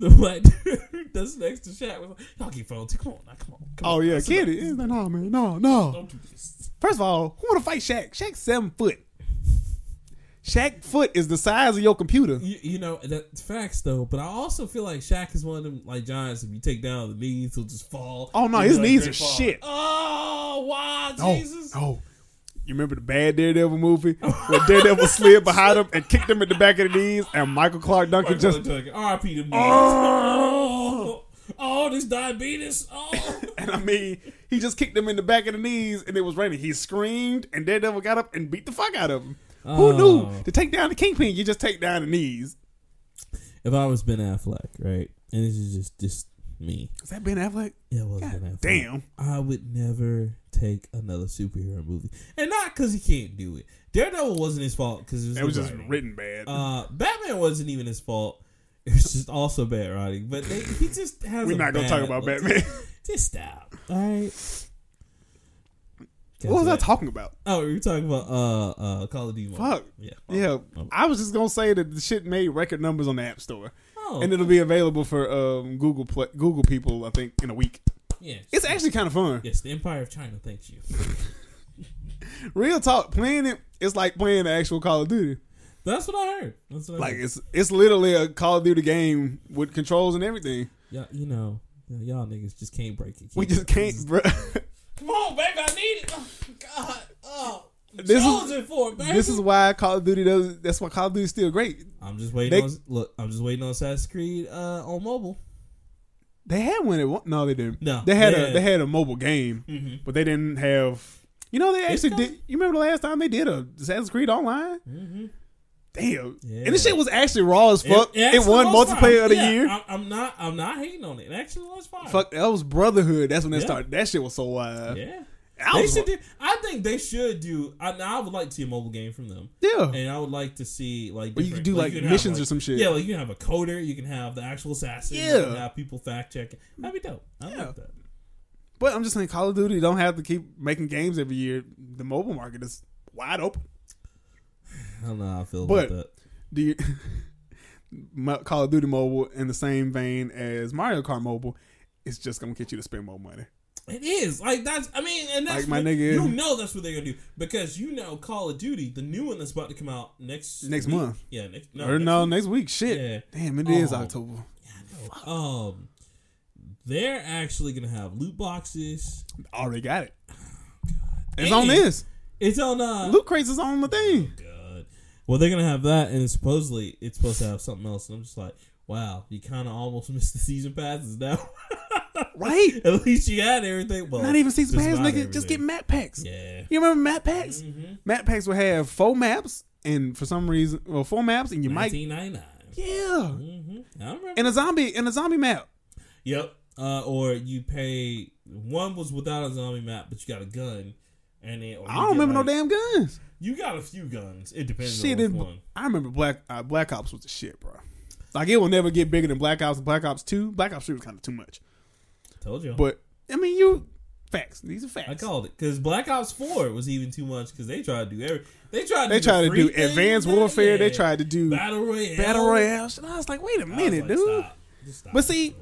S2: the black dude <laughs> that's next to Shaq was like, "Y'all can't fight on TV. Come on, now, come on." Come
S1: Oh,
S2: on,
S1: yeah,
S2: Sit down.
S1: Kenny. It's like, No, man. No, no.
S2: Don't do this.
S1: First of all, who want to fight Shaq? Shaq's seven foot. Shaq foot is the size of your computer.
S2: You, you know that's facts though, but I also feel like Shaq is one of them like giants. If you take down the knees, he'll just fall.
S1: Oh, no,
S2: He'll be
S1: his knees
S2: great
S1: are
S2: fall.
S1: shit.
S2: Oh wow,
S1: Oh,
S2: Jesus!
S1: oh. You remember the bad Daredevil movie where Daredevil slid behind him and kicked him at the back of the knees, and Michael Clark Duncan just
S2: R.I.P. to knees.
S1: <laughs>
S2: Oh, oh, this diabetes. Oh.
S1: and I mean he just kicked him in the back of the knees, and it was raining. He screamed, and Daredevil got up and beat the fuck out of him. Who
S2: Oh.
S1: knew to take down the kingpin? You just take down the knees.
S2: if I was Ben Affleck, right, and this is just just me,
S1: Is that Ben Affleck?
S2: yeah, it was
S1: God
S2: Ben Affleck.
S1: damn.
S2: I would never take another superhero movie, and not because he can't do it. Daredevil wasn't his fault because it was,
S1: It
S2: the
S1: was just
S2: writing.
S1: written bad.
S2: Uh, Batman wasn't even his fault. <laughs> It was just also bad writing, but they, he just has.
S1: We're
S2: a <laughs>
S1: not gonna
S2: bad
S1: talk about
S2: look.
S1: Batman.
S2: Just stop. All right. catch
S1: What was I
S2: that.
S1: talking about?
S2: Oh, we were talking about uh uh Call of Duty. Mobile.
S1: Fuck.
S2: Yeah.
S1: Yeah,
S2: Oh.
S1: I was just gonna say that the shit made record numbers on the App Store,
S2: Oh,
S1: and it'll be available for um, Google Play, Google people, I think, in a week.
S2: yes.
S1: It's actually kind of fun.
S2: yes. The Empire of China thanks you. <laughs>
S1: Real talk, playing it, it's like playing the actual Call of Duty.
S2: That's what I heard. That's what I
S1: Like
S2: heard.
S1: it's it's literally a Call of Duty game with controls and everything.
S2: Y'all, you know, y'all niggas just can't break it.
S1: We just can't. bruh.
S2: Come on, baby. I need it. Oh, God. Oh.
S1: This is-
S2: Chosen for it,
S1: <laughs>
S2: baby.
S1: This is why Call of Duty does. That's why Call of Duty is still great.
S2: I'm just waiting.
S1: They-
S2: on, look, I'm just waiting on Assassin's Creed uh, on mobile.
S1: They had one at one. No, they didn't.
S2: No,
S1: they had
S2: they
S1: a
S2: had-
S1: they had a mobile game, but they didn't have. You know, they actually
S2: kinda-
S1: did. You remember the last time they did a Assassin's Creed Online?
S2: Mm-hmm.
S1: Damn.
S2: Yeah.
S1: And this shit was actually raw as fuck. It,
S2: actually
S1: won
S2: was
S1: multiplayer
S2: fire.
S1: of the
S2: Yeah,
S1: year.
S2: I, I'm not. I'm not hating on it. It actually was fire.
S1: fuck, that was Brotherhood. That's when they
S2: Yeah.
S1: started. That shit was so wild.
S2: Yeah.
S1: I
S2: They
S1: was
S2: should
S1: like,
S2: do, I think they should do. I, I would like to see a mobile game from them,
S1: yeah.
S2: and I would like to see like
S1: Or you could
S2: different-
S1: do like,
S2: you can have,
S1: missions
S2: like-
S1: or some shit.
S2: Yeah, like you can have a coder, you can have the actual assassin, you
S1: Yeah.
S2: can have people fact checking. That'd be dope. I
S1: Yeah.
S2: like that.
S1: But I'm just saying, Call of Duty don't have to keep making games every year. The mobile market is wide open.
S2: I don't know how I feel
S1: But-
S2: about
S1: Do you <laughs> Mo- Call of Duty mobile in the same vein as Mario Kart mobile? It's just gonna get you to spend more money.
S2: that. It is like that's. I mean, and that's
S1: Like my
S2: what-
S1: nigga-
S2: You know that's what they're gonna do because you know Call of Duty, the new one that's about to come out next
S1: Next
S2: week.
S1: month.
S2: Yeah, next
S1: or
S2: next
S1: no,
S2: week.
S1: next week. Shit.
S2: Yeah.
S1: Damn, it is
S2: Oh.
S1: October.
S2: I know. Um, they're actually gonna have loot boxes.
S1: Already got it. It's
S2: And
S1: on this.
S2: It's on uh,
S1: Loot crates is on the thing.
S2: God. Well, they're gonna have that, and supposedly it's supposed to have something else. And I'm just like, wow, you kind of almost <laughs> missed the season passes now. <laughs>
S1: Right.
S2: At least you had everything. Well,
S1: Not even season
S2: just
S1: pass, nigga.
S2: about
S1: Just get
S2: everything.
S1: map packs.
S2: Yeah.
S1: You remember map packs?
S2: Mm-hmm.
S1: Map packs will have four maps, and for some reason, well, four maps, and you might,
S2: 1999.
S1: yeah,
S2: Mm-hmm. I remember.
S1: and a zombie, and a zombie map.
S2: yep. Uh, or you pay. One was without a zombie map, but you got a gun. And then, or
S1: I
S2: you
S1: don't
S2: get,
S1: remember
S2: like-
S1: no damn guns.
S2: You got a few guns. It depends
S1: Shit,
S2: on
S1: it,
S2: which one.
S1: I remember Black uh, Black Ops was the shit, bro. Like it will never get bigger than Black Ops. Black Ops Two, Black Ops Three was kind of too much,
S2: Told you.
S1: but I mean, you facts. These are
S2: I
S1: facts.
S2: called it because Black Ops Four was even too much because they tried to do every. They tried. To
S1: They
S2: do
S1: tried to
S2: free
S1: do
S2: things
S1: advanced
S2: with that,
S1: warfare. They
S2: yeah.
S1: tried to do battle,
S2: battle royale.
S1: royale. And I was like, wait a
S2: I was
S1: minute,
S2: like,
S1: dude.
S2: stop. Just stop.
S1: But see-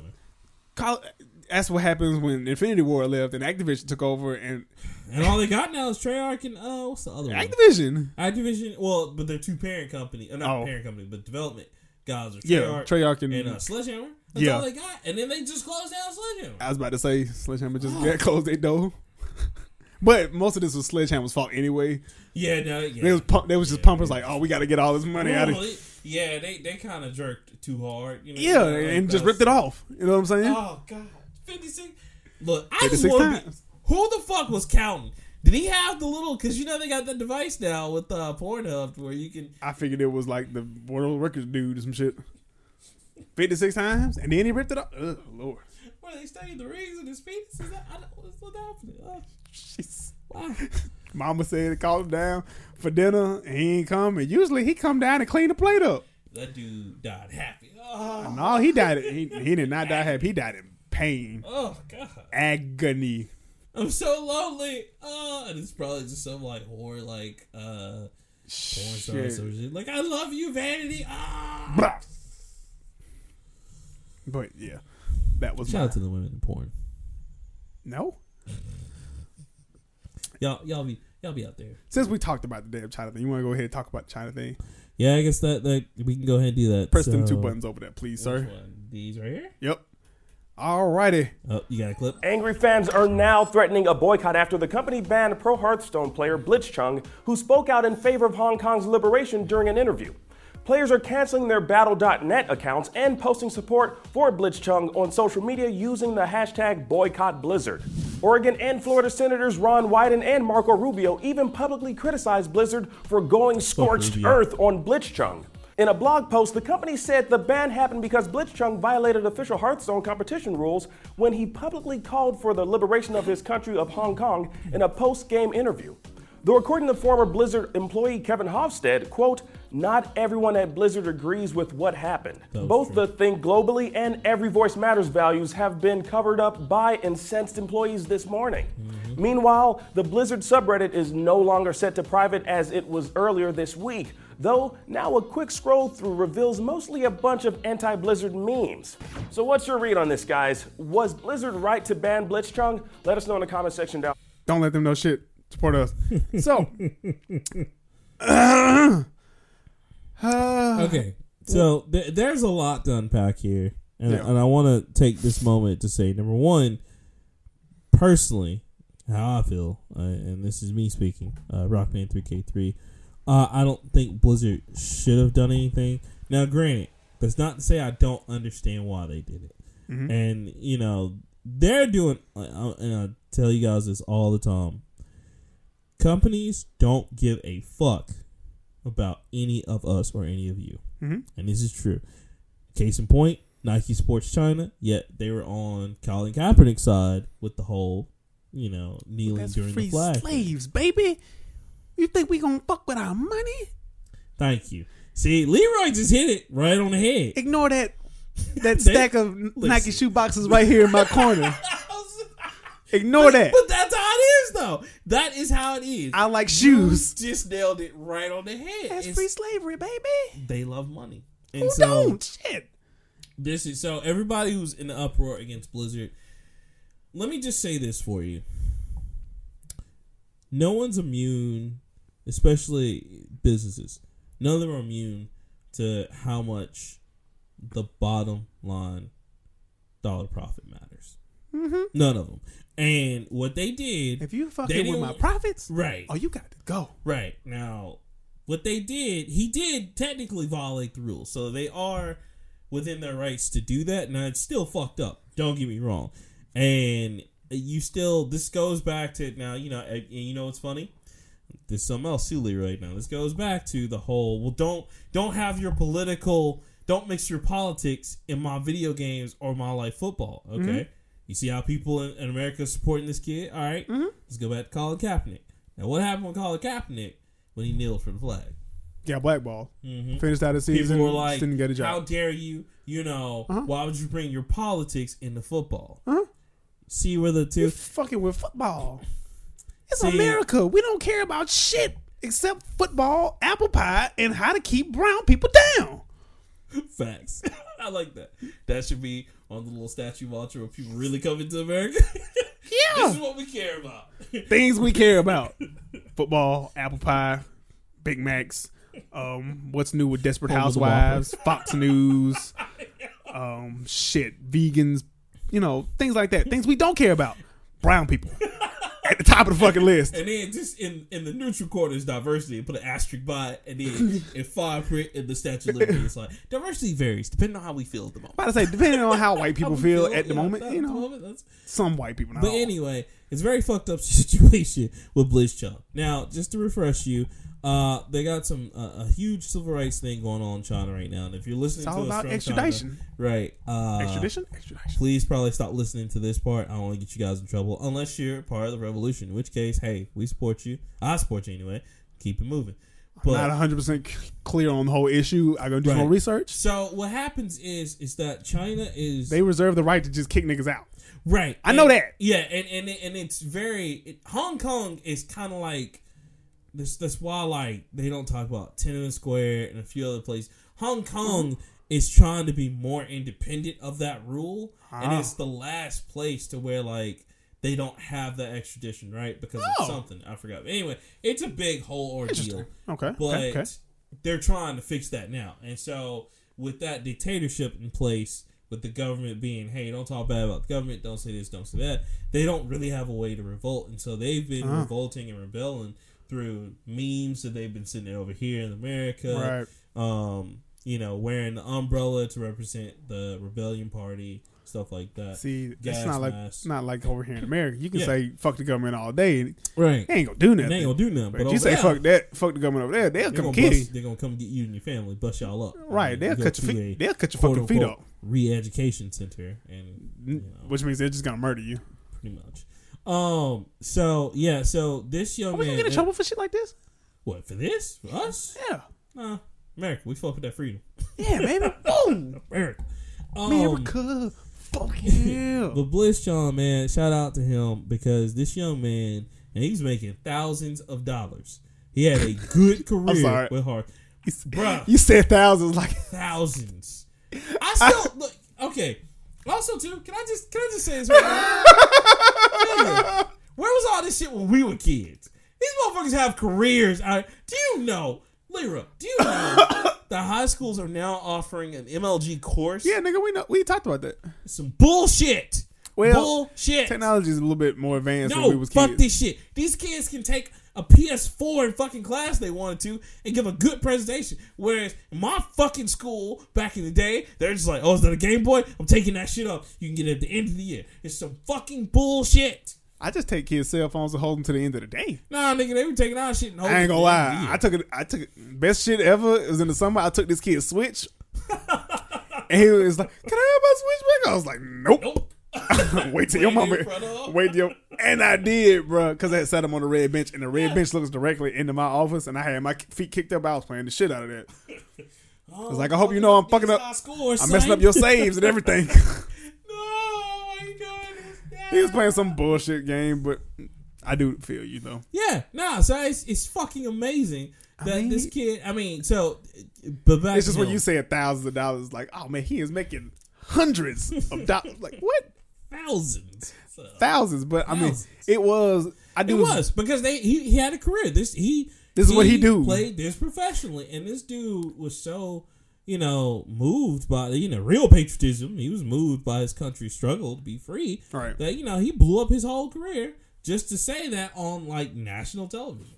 S1: Call, that's what happens when Infinity War left and Activision took over, and
S2: and all they got now is Treyarch and uh, what's the other one?
S1: Activision.
S2: Activision. Well, but their two parent company, uh, not
S1: Oh.
S2: parent company, but development guys are
S1: Yeah,
S2: Treyarch,
S1: Treyarch and,
S2: and uh, Sledgehammer. That's
S1: Yeah.
S2: all they got, and then they just closed down Sledgehammer.
S1: I was about to say Sledgehammer
S2: <gasps>
S1: just got closed their door. <laughs> but most of this was Sledgehammer's fault anyway.
S2: Yeah, no, yeah.
S1: They was pump, they was just
S2: Yeah.
S1: pumpers like, oh, we got to get all this money out of.
S2: Normally- yeah, they they kind of jerked too hard. You know,
S1: Yeah,
S2: like,
S1: and just
S2: that's-
S1: ripped it off. You know what I'm saying?
S2: Oh God, fifty six. Look, I just
S1: 56
S2: want to be.
S1: times.
S2: Who the fuck was counting? Did he have the little? Because you know they got that device now with uh, Pornhub where you can.
S1: I figured it was like the world records dude or some shit. 56 times, and then he ripped it off. Ugh, Lord.
S2: What are they studying the rings and his penis? Is that, I don't, what's what's happening? Oh,
S1: Jeez.
S2: wow.
S1: Mama said to call him down for dinner, and he ain't come. And usually he come down and clean the plate up.
S2: That dude died happy. Oh,
S1: No, he died. He, he did not die happy. He died in pain,
S2: oh God,
S1: agony.
S2: I'm so lonely. Oh, and it's probably just some like horror, like uh, porn star or
S1: Shit.
S2: some shit. Like I love you, vanity. Ah.
S1: Blah. But yeah, that was
S2: Shout
S1: my,
S2: out to the women in porn.
S1: no.
S2: Y'all, y'all be, y'all be out there.
S1: Since we talked about the damn China thing, you want to go ahead and talk about the China thing?
S2: Yeah, I guess that, that we can go ahead and do that.
S1: Press them
S2: So-
S1: two buttons over there, please,
S2: Which
S1: sir.
S2: one? These right here.
S1: Yep. Alrighty.
S2: Oh, you got a clip?
S4: Angry fans are now threatening a boycott after the company banned pro Hearthstone player Blitz Chung, who spoke out in favor of Hong Kong's liberation during an interview. Players are canceling their Battle.net accounts and posting support for Blitz Chung on social media using the hashtag boycottblizzard. Oregon and Florida Senators Ron Wyden and Marco Rubio even publicly criticized Blizzard for going scorched
S2: Rubio.
S4: earth on Blitz Chung. In a blog post, the company said the ban happened because Blitzchung violated official Hearthstone competition rules when he publicly called for the liberation of his country of Hong Kong in a post-game interview. Though according to former Blizzard employee Kevin Hofstad, quote, Not everyone at Blizzard agrees with what happened. Both the Think Globally and Every Voice Matters values have been covered up by incensed employees this morning. Meanwhile, the Blizzard subreddit is no longer set to private as it was earlier this week. Though now a quick scroll through reveals mostly a bunch of anti Blizzard memes. So, what's your read on this, guys? Was Blizzard right to ban Blitzchung? Let us know in the comment section down.
S1: Don't let them know shit. Support
S2: <laughs>
S1: us. So, <coughs> Ah. uh,
S2: Okay, so th- there's a lot to unpack here, and
S1: Yeah.
S2: and I want to take this moment to say number one, personally, how I feel, uh, and this is me speaking, uh, Rockman three K three. uh, I don't think Blizzard should have done anything. Now, granted, that's not to say I don't understand why they did it,
S1: Mm-hmm.
S2: and you know they're doing. uh, And I tell you guys this all the time. Companies don't give a fuck about any of us or any of you.
S1: Mm-hmm.
S2: And this is true. Case in point, Nike Sports China, yet they were on Colin Kaepernick's side with the whole, you know, kneeling
S1: that's
S2: during
S1: free
S2: the flag. thing.
S1: slaves, baby. You think we gonna fuck with our money?
S2: Thank you. See, Leroy just hit it right on the head.
S1: Ignore that
S2: <laughs>
S1: that stack of Nike shoe boxes right here in my corner. Ignore that.
S2: <laughs> But that's how it is, though. That is how it is.
S1: I like shoes.
S2: just nailed it right on the head.
S1: That's
S2: It's-
S1: free slavery, baby.
S2: they love money. And
S1: Who
S2: so,
S1: don't? Shit.
S2: This is so everybody who's in the uproar against Blizzard. Let me just say this for you. No one's immune, especially businesses. None of them are immune to how much the bottom line dollar profit matters. Mm-hmm. None of them. And what they did,
S1: If you
S2: They
S1: fucking with
S2: didn't-
S1: my profits,
S2: right?
S1: oh, you got to go.
S2: Right. Now, what they did, he did technically violate the rules. So they are within their rights to do that. Now, it's still fucked up. Don't get me wrong. And you still, this goes back to now, you know, and and you know what's funny? There's something else silly right now. This goes back to the whole, well, don't, don't have your political, don't mix your politics in my video games or my life football. Okay.
S1: Mm-hmm.
S2: You see how people in, in America supporting this kid? All right.
S1: Mm-hmm.
S2: Let's go back to Colin Kaepernick. Now, what happened with Colin Kaepernick when he kneeled for the flag?
S1: Yeah, blackball.
S2: Mhm.
S1: Finished out the
S2: People
S1: season.
S2: were like,
S1: didn't get a
S2: "How
S1: job. Uh-huh.
S2: dare you? You know, why would you bring your politics into football?" See where the
S1: you
S2: two.
S1: fucking with football. It's
S2: See-
S1: America. We don't care about shit except football, apple pie, and how to keep brown people down.
S2: Facts. <laughs> I like that. That should be on the little statue vulture when people really come into America. <laughs> this is
S1: Yeah.
S2: what we care about. <laughs>
S1: Things we care about. Football, apple pie, Big Macs. Um, what's new with Desperate
S2: Home of the
S1: Housewives, Fox
S2: <laughs>
S1: News, um, shit, vegans, you know, things like that. Things we don't care about. Brown
S2: <laughs>
S1: people at the top of the fucking list.
S2: and then just in, in the neutral corner is diversity. Put an asterisk by it,
S1: <laughs>
S2: and then in fine print in the Statue of Liberty, it's like diversity varies depending on how we feel at the moment.
S1: about to say, depending on how white people
S2: we
S1: feel at the
S2: yeah,
S1: moment,
S2: at
S1: you
S2: the
S1: know,
S2: moment, that's-
S1: some white people. Not
S2: But
S1: all.
S2: anyway, it's a very fucked up <laughs> situation with Blizzchung. Now, just to refresh you, uh, they got some uh, a huge civil rights thing going on in China right now, and if you're listening
S1: It's all
S2: to us
S1: about
S2: from
S1: extradition.
S2: China, right? Uh,
S1: extradition, extradition.
S2: Please probably stop listening to this part. I don't want to get you guys in trouble unless you're part of the revolution. In which case, hey, we support you. I support you anyway. Keep it moving. But
S1: Not 100 percent clear on the whole issue. I gotta do
S2: Right.
S1: more research.
S2: so what happens is is that China is
S1: They reserve the right to just kick niggas out.
S2: Right.
S1: I know
S2: And-
S1: that.
S2: Yeah, and and it- and it's very it, Hong Kong is kind of like this. That's why like they don't talk about Tiananmen Square and a few other places. Hong
S1: Mm-hmm.
S2: Kong is trying to be more independent of that rule, and it's the last place to where like they don't have that extradition, right? Because
S1: Oh.
S2: of something I forgot. But anyway, it's a big whole ordeal.
S1: Okay, okay,
S2: But
S1: okay.
S2: they're trying to fix that now. And so with that dictatorship in place, with the government being, hey, don't talk bad about the government, don't say this, don't say that, they don't really have a way to revolt. And so they've been
S1: Uh-huh.
S2: revolting and rebelling through memes that they've been sending over here in America. Um, you know, wearing the umbrella to represent the rebellion party, stuff like that.
S1: See, it's
S2: Gas
S1: not like
S2: mask.
S1: not like over here in America. You can
S2: Yeah.
S1: say fuck the government all day. And
S2: right.
S1: they ain't gonna do nothing.
S2: They ain't gonna do nothing.
S1: But
S2: But,
S1: if you say
S2: over there,
S1: fuck that, fuck the government over there. They'll
S2: They're
S1: come
S2: gonna,
S1: kill you.
S2: bust- they're gonna come get you and your family, bust y'all up.
S1: Right?
S2: And
S1: They'll
S2: go
S1: cut your
S2: to
S1: feet.
S2: a
S1: They'll cut your
S2: quote
S1: fucking feet
S2: unquote,
S1: off.
S2: Re-education center, and you
S1: N-
S2: know,
S1: Which means they're just gonna murder you.
S2: pretty much. Um. So yeah. So this young
S1: Are we
S2: man.
S1: gonna get in trouble for shit like this?
S2: What for this? For us?
S1: Yeah.
S2: Nah. America, we fuck with that freedom.
S1: <laughs> Yeah, baby. Boom.
S2: America. Um,
S1: America. Fuck
S2: <laughs>
S1: yeah.
S2: But Bliss John, man, shout out to him because this young man, and he's making thousands of dollars. He had a
S1: <laughs>
S2: good career
S1: sorry.
S2: with Hart. Bruh,
S1: you said thousands like <laughs>
S2: thousands. I still look okay. Also, too, can I just can I just say this? Right now?
S1: <laughs>
S2: Nigga, where was all this shit when we were kids? These motherfuckers have careers. I, do you know, Lyra? Do you know
S1: <coughs>
S2: the high schools are now offering an MLG course?
S1: Yeah, nigga, we know we talked about that.
S2: some bullshit.
S1: Well,
S2: bullshit.
S1: Technology is a little bit more advanced
S2: No,
S1: when we was
S2: fuck
S1: kids.
S2: this shit. These kids can take a PS4 in fucking class they wanted to and give a good presentation. Whereas in my fucking school back in the day, they're just like, oh, is that a Game Boy? I'm taking that shit up. You can get it at the end of the year. It's some fucking bullshit.
S1: I just take kids' cell phones and hold them to the end of the day.
S2: Nah, nigga, they were taking our shit. And
S1: I ain't gonna lie. I took it. I took it. Best shit ever. It was in the summer. I took this kid's <laughs> switch, and he was like, "Can I have my switch back?" I was like, "Nope." <laughs>
S2: Nope.
S1: wait till your
S2: Wait
S1: mama.
S2: in front of him.
S1: Wait till your. And I did, bro, because I had sat him on the red bench, and the red bench looks directly into my office, and I had my feet kicked up. I was playing the shit out of <laughs> that. I was like, I hope Oh, you know I'm fucking up.
S2: I scored,
S1: I'm messing up your saves and <laughs> everything.
S2: <laughs> No, my God. it's
S1: he was
S2: bad.
S1: playing some bullshit game, but I do feel you though.
S2: Yeah, nah. So it's, it's fucking amazing that
S1: mean-
S2: this kid. I mean, so but back
S1: It's just
S2: to
S1: when
S2: him.
S1: you said thousands of dollars, like, oh man, he is making hundreds of dollars. <laughs> Like what?
S2: thousands. So,
S1: Thousands, but I mean,
S2: Thousands.
S1: it was. I
S2: it
S1: do.
S2: was because they he, he had a career. This he
S1: This is what he do.
S2: played this professionally, and this dude was so you know moved by you know real patriotism. He was moved by his country's struggle to be free.
S1: Right.
S2: That you know he blew up his whole career just to say that on like national television.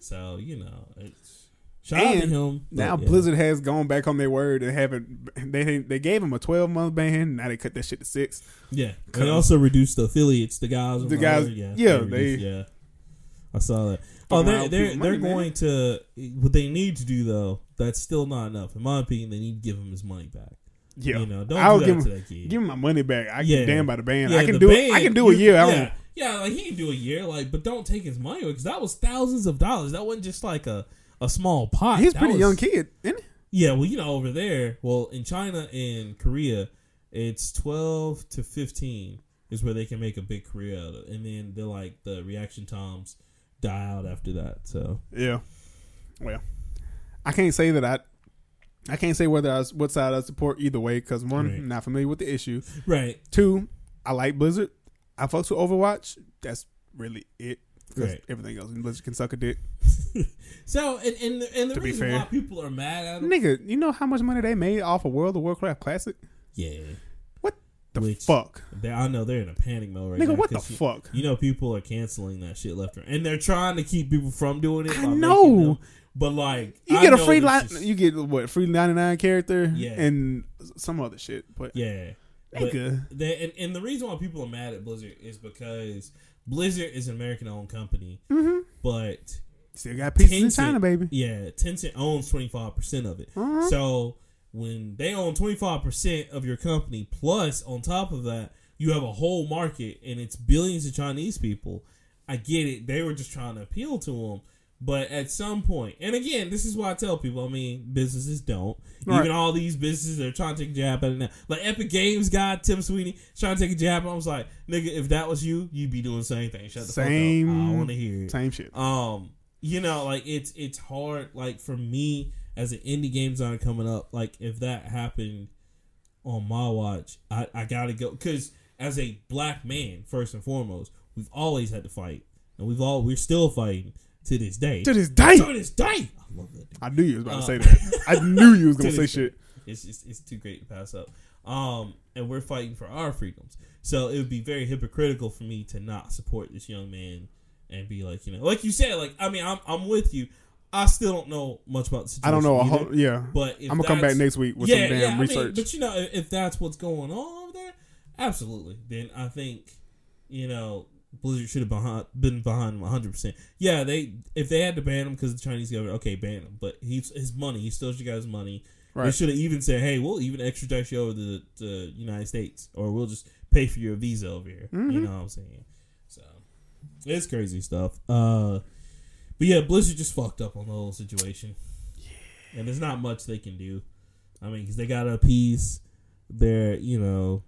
S2: So you know it's shout out to
S1: Mm-hmm. And
S2: him.
S1: now
S2: but, yeah.
S1: Blizzard has gone back on their word and haven't. They they gave him a twelve month ban. Now they cut that shit to six.
S2: Yeah, they also reduced the affiliates. The guys,
S1: The guys-
S2: yeah,
S1: yeah,
S2: reduced-
S1: they-
S2: yeah. I saw that. Oh,
S1: around
S2: they're they're
S1: people
S2: they're
S1: money, man.
S2: going to what they need to do though. That's still not enough, in my opinion. They need to give him his money back.
S1: Yeah,
S2: You know, don't
S1: I'll
S2: do that
S1: give
S2: to
S1: him
S2: that kid.
S1: give him my money back. I
S2: Yeah,
S1: can damn by the ban.
S2: Yeah,
S1: I can
S2: the
S1: do it.
S2: ban,
S1: I can do a
S2: you-
S1: year. I
S2: yeah,
S1: don't.
S2: yeah, like he can do a year, like, but don't take his money because that was thousands of dollars. That wasn't just like a a small pot.
S1: He's a
S2: That
S1: pretty
S2: was-
S1: young kid, isn't he?
S2: Yeah, well, you know, over there, well, in China and Korea, it's twelve to fifteen is where they can make a big career out of, and then they're like the reaction times die out after that. So
S1: Yeah. Well, I can't say that I. I can't say whether I was, what side I support either way because one,
S2: Right.
S1: I'm not familiar with the issue.
S2: right,
S1: Two, I like Blizzard. I fucks with Overwatch. That's really it. 'Cause
S2: Right.
S1: everything else in Blizzard can suck a dick.
S2: so and and the, and the
S1: To be
S2: reason
S1: fair.
S2: why people are mad at them,
S1: Nigga, you know how much money they made off of World of Warcraft Classic?
S2: yeah,
S1: What the
S2: Which-
S1: fuck?
S2: they, I know they're in a panic mode right now.
S1: Nigga, what the
S2: 'cause you-
S1: fuck?
S2: You know, people are canceling that shit left and right. and they're trying to keep people from doing it.
S1: I
S2: by making
S1: know.
S2: them- but like
S1: You
S2: I
S1: get a
S2: know
S1: free
S2: this
S1: line.
S2: is-
S1: You get what free ninety nine character
S2: Yeah.
S1: and some other shit. But
S2: Yeah. But
S1: Nigga.
S2: they, and, and the reason why people are mad at Blizzard is because Blizzard is an American owned company. But
S1: still got pieces in
S2: Tencent-
S1: China, baby. Mm-hmm.
S2: yeah, Tencent owns 25% of it. So when they own 25% of your company, plus on top of that, you have a whole market and it's billions of Chinese people. I get it. They were just trying to appeal to them. But at some point, and again, this is why I tell people. I mean, businesses don't.
S1: Right.
S2: Even all these businesses are trying to take a jab at it now. Like Epic Games guy Tim Sweeney trying to take a jab. at him. I was like, nigga, if that was you, you'd be doing the same thing. Shut the fuck up. I
S1: Same-
S2: want to hear it
S1: Same shit.
S2: um you know like it's it's hard like for me as an indie game designer coming up like if that happened on my watch i i gotta go because as a black man first and foremost we've always had to fight and we've all we're still fighting to this day
S1: to this day,
S2: to this day i love that dude.
S1: I knew you was about to say
S2: Uh,
S1: that. I knew you
S2: <laughs>
S1: was gonna
S2: To
S1: say
S2: this day.
S1: shit.
S2: It's, it's it's too great to pass up. Um, and we're fighting for our freedoms. So it would be very hypocritical for me to not support this young man and be like, you know, like you said, like I mean, I'm I'm with you. I still don't know much about the situation.
S1: I don't know a
S2: either,
S1: whole. Yeah,
S2: but if
S1: I'm gonna come back
S2: that's-
S1: next week with some damn
S2: I mean,
S1: research.
S2: but you know, if, if that's what's going on over there, absolutely. Then I think you know Blizzard should have behind, been behind him 100. percent Yeah, they if they had to ban him because the Chinese government, okay, ban him. But he's his money. He still should got his money. They
S1: Right.
S2: should have even said, hey, we'll even extradite you over to the, the United States, or we'll just pay for your visa over here.
S1: Mm-hmm.
S2: You know what I'm saying? So it's crazy stuff. Uh, but yeah, Blizzard just fucked up on the whole situation. and there's not much they can do. I mean, 'cause they gotta appease their, you know,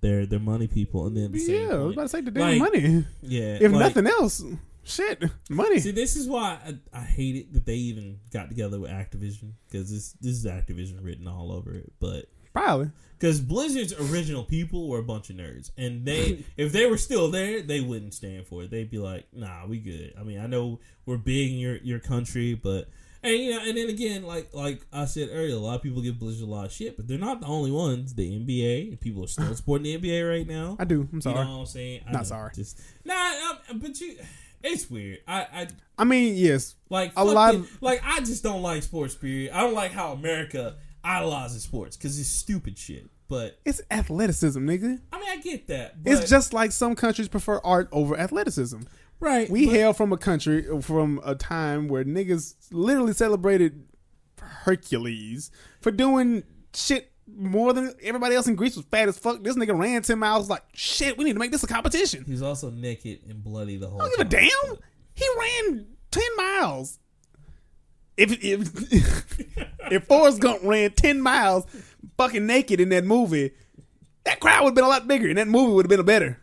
S2: their their money people, and then at the same
S1: yeah, I was
S2: point-
S1: about to say the damn
S2: Like,
S1: money.
S2: yeah.
S1: If
S2: like-
S1: nothing else, shit, money.
S2: See, this is why I, I hate it that they even got together with Activision because this this is Activision written all over it. But
S1: probably.
S2: because Blizzard's original people were a bunch of nerds,
S1: <laughs>
S2: and they if they were still there, they wouldn't stand for it. They'd be like, "Nah, we good." I mean, I know we're big in your your country, but and you know, and then again, like like I said earlier, a lot of people give Blizzard a lot of shit, but they're not the only ones. The NBA people
S1: <sighs>
S2: are still supporting the NBA right now.
S1: I do. I'm sorry.
S2: You know what I'm saying? I
S1: Not
S2: know,
S1: sorry.
S2: Just nah, I, but you. It's weird. I, I
S1: I mean, yes.
S2: like
S1: A
S2: a
S1: lot
S2: lot.
S1: of-
S2: like I just don't like sports. Period. I don't like how America idolizes sports because it's stupid shit. But
S1: It's athleticism, nigga.
S2: I mean, I get that. But,
S1: It's just like some countries prefer art over athleticism.
S2: right.
S1: We
S2: but-
S1: hail from a country from a time where niggas literally celebrated Hercules for doing shit more than everybody else in Greece was fat as fuck. This nigga ran ten miles like shit. We need to make this a competition.
S2: he's also naked and bloody the whole.
S1: I don't give a
S2: time.
S1: damn. He ran ten miles. If if <laughs> if Forrest Gump ran ten miles, fucking naked in that movie, that crowd would have been a lot bigger, and that movie would have been a better.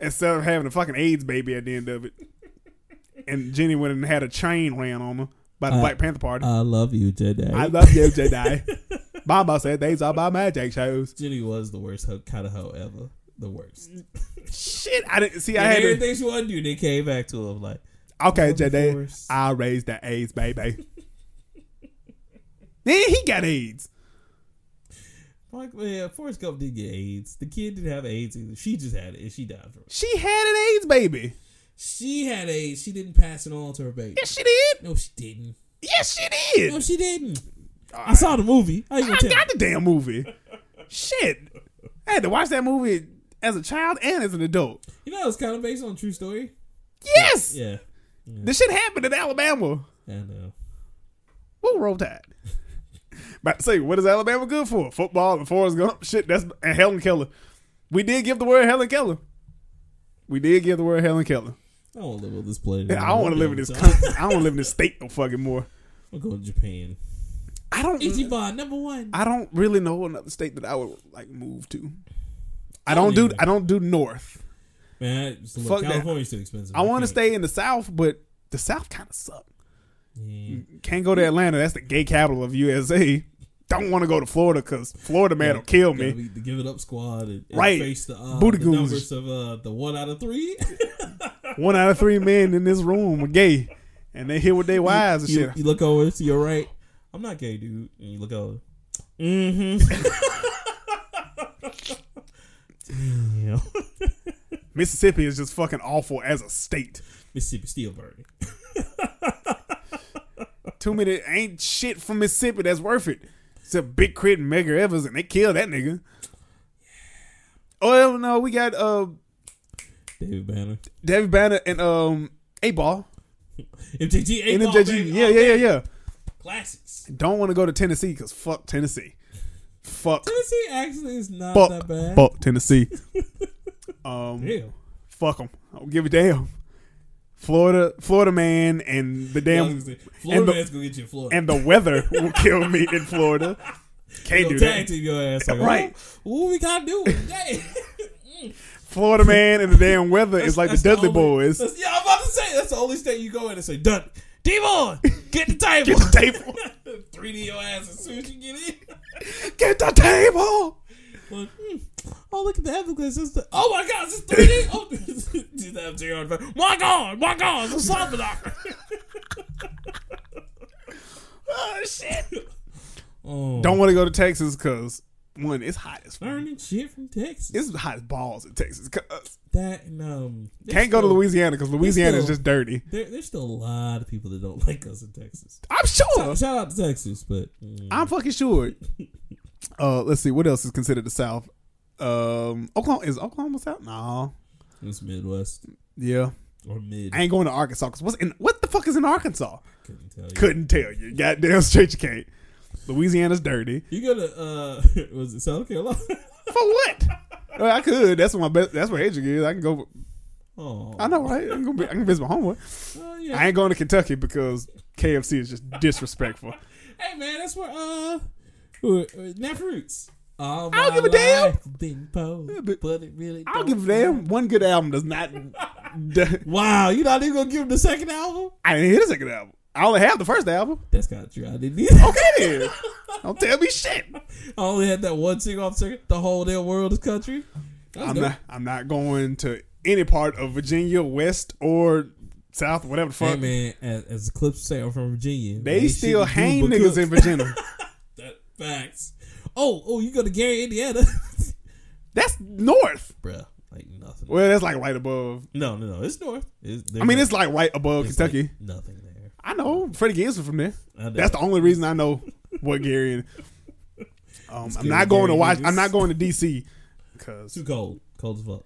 S1: Instead of having a fucking AIDS baby at the end of it, and Jenny went and had a chain ran on her by the Black Panther Party.
S2: I love you, Jedi.
S1: I love you, Jedi. Mama said these are my magic shows.
S2: Jenny was the worst ho- kind of hoe ever. The worst.
S1: Shit, I didn't see. I
S2: And
S1: had to,
S2: everything she wanted to do, they came back to him like,
S1: Okay,
S2: Looking
S1: Jay,
S2: forward.
S1: I raised the AIDS, baby. <laughs> then he got AIDS.
S2: Mike, yeah, Forrest Gump did get AIDS. The kid didn't have AIDS either. She just had it and she died from it.
S1: She had an AIDS, baby.
S2: She had AIDS. She didn't pass it on to her baby.
S1: Yes, she did.
S2: No, she didn't.
S1: Yes, she
S2: No,
S1: did.
S2: she didn't. I saw the movie. How you gonna
S1: I
S2: tell me?
S1: got the damn movie. Shit, I had to watch that movie as a child and as an adult.
S2: You know, it's kind of based on a true story.
S1: Yes,
S2: Yeah,
S1: this shit happened in Alabama.
S2: I know.
S1: Woo, roll tide. But to say, what is Alabama good for? Football and Forrest Gump. Shit, that's and Helen Keller. We did give the word Helen Keller. We did give the word Helen Keller.
S2: I don't want to live on this planet.
S1: I don't want to live in this.
S2: country.
S1: Country. I don't want to live in this state no fucking more.
S2: I'm going to Japan.
S1: I don't.
S2: Ichiban number one.
S1: I don't really know another state that I would like move to. I don't do. I don't do north.
S2: Man, it's- look,
S1: Fuck that.
S2: California's too expensive.
S1: I want to
S2: can't-
S1: stay in the south, but the south kind of suck.
S2: Yeah.
S1: Can't go to Atlanta. That's the gay capital of USA. Don't want to go to Florida because Florida man will kill
S2: Gotta
S1: me.
S2: be the give it up squad and, and
S1: Right.
S2: face the, uh,
S1: Booty
S2: the
S1: goose.
S2: numbers of uh, the one out of three. <laughs>
S1: One out of three men in this room are gay, and they hit with their wives and
S2: you,
S1: shit.
S2: you look over to your right. I'm not gay, dude. And you look over. Mm-hmm. <laughs> Damn.
S1: Mississippi is just fucking awful as a state.
S2: Mississippi still burning.
S1: Too many ain't shit from Mississippi that's worth it. Except Big Crit and Mega Evers, and they killed that nigga. Oh no, we got uh
S2: David Banner.
S1: David Banner and um A Ball
S2: MJG.
S1: and
S2: MJG.
S1: MJG. Yeah, yeah, yeah, yeah.
S2: Classics.
S1: Don't want to go to Tennessee because fuck Tennessee. Fuck,
S2: Tennessee actually is not
S1: fuck,
S2: that bad.
S1: fuck Tennessee. <laughs> um,
S2: Damn.
S1: fuck them. I don't give a damn. Florida, Florida man, and the
S2: Yeah, I
S1: damn
S2: was gonna say, Florida
S1: the-
S2: man's gonna get you in Florida.
S1: and the
S2: <laughs>
S1: weather will kill me in Florida. Can't
S2: They'll
S1: do
S2: tag
S1: that.
S2: team your ass. Like,
S1: Right.
S2: What, what we gotta do <laughs> today?
S1: Florida man and the damn weather is like the
S2: That's
S1: Dudley
S2: only-
S1: Boys.
S2: that's- Yeah, I'm about to say that's the only state you go in and say, "Done, Devon, get the table,
S1: Get the table.
S2: <laughs> three D your ass as soon as you get in."
S1: <laughs>
S2: <laughs>
S1: Get the table.
S2: Like, hmm. Oh, look at the Everglades. It's the- oh my God, is this
S1: <laughs>
S2: 3D? Oh, <laughs> did that MJ on the phone. My God, my God, it's
S1: <laughs>
S2: a Salvador.
S1: Oh shit.
S2: oh,
S1: Don't want to go to Texas because one, it's hot as fuck.
S2: learning shit from Texas.
S1: It's hot as balls in Texas. 'cause- uh,
S2: that and um, there's
S1: Can't go to
S2: still-
S1: Louisiana because Louisiana is
S2: still-
S1: just dirty.
S2: There, there's still a lot of people that don't <laughs> like us in Texas.
S1: I'm sure.
S2: Shout out to Texas, but mm,
S1: I'm fucking <laughs> sure. Uh, let's see what else is considered the South. Um, Oklahoma is Oklahoma South? No.
S2: it's Midwest
S1: Yeah,
S2: or mid.
S1: I
S2: I
S1: ain't going to Arkansas. 'cause what's in what the fuck is in Arkansas?
S2: couldn't tell you.
S1: Couldn't tell you. Goddamn straight you can't. Louisiana's dirty.
S2: You go to uh, <laughs> was it South Carolina?
S1: <laughs> For what? Well, I could. That's my best. That's where Adrian is. I can go
S2: <laughs> Oh,
S1: I know, right? I'm gonna be, I can visit my homeboy.
S2: uh, yeah.
S1: I ain't going to Kentucky because KFC is just disrespectful.
S2: Hey man, that's where uh, who- uh Nat Roots. All
S1: I don't
S2: my
S1: give a damn.
S2: life Didn't pose,
S1: but-
S2: but it really.
S1: I'll
S2: don't.
S1: give them one good album does not. <laughs> I
S2: Wow, you not even gonna give him the second album?
S1: didn't hear the second album. I only have the first album.
S2: That's kind of true. I didn't. Either.
S1: Okay, then. don't tell me shit.
S2: <laughs> I only had that one single off second. The whole damn world is country. That's
S1: I'm
S2: dope.
S1: not. I'm not going to any part of Virginia, West or South, whatever the
S2: Hey
S1: fuck.
S2: man, as, as the clips say, I'm from Virginia.
S1: they
S2: ain't
S1: still
S2: shit to do
S1: hang
S2: but
S1: niggas
S2: cook.
S1: in <laughs> Virginia.
S2: That- Facts. Oh, oh, you go to Gary, Indiana, <laughs>
S1: That's north.
S2: bruh. Like nothing.
S1: Well, that's like right above.
S2: No, no, no. It's north. It's,
S1: I mean, it's like right above
S2: it's
S1: Kentucky.
S2: like nothing there.
S1: I know Freddie Gibbs was from there.
S2: I know.
S1: That's the only reason I know what Gary.
S2: <laughs>
S1: And, um, I'm
S2: Gary
S1: not going to watch.
S2: niggas.
S1: I'm not going to DC because
S2: Too cold. Cold as fuck.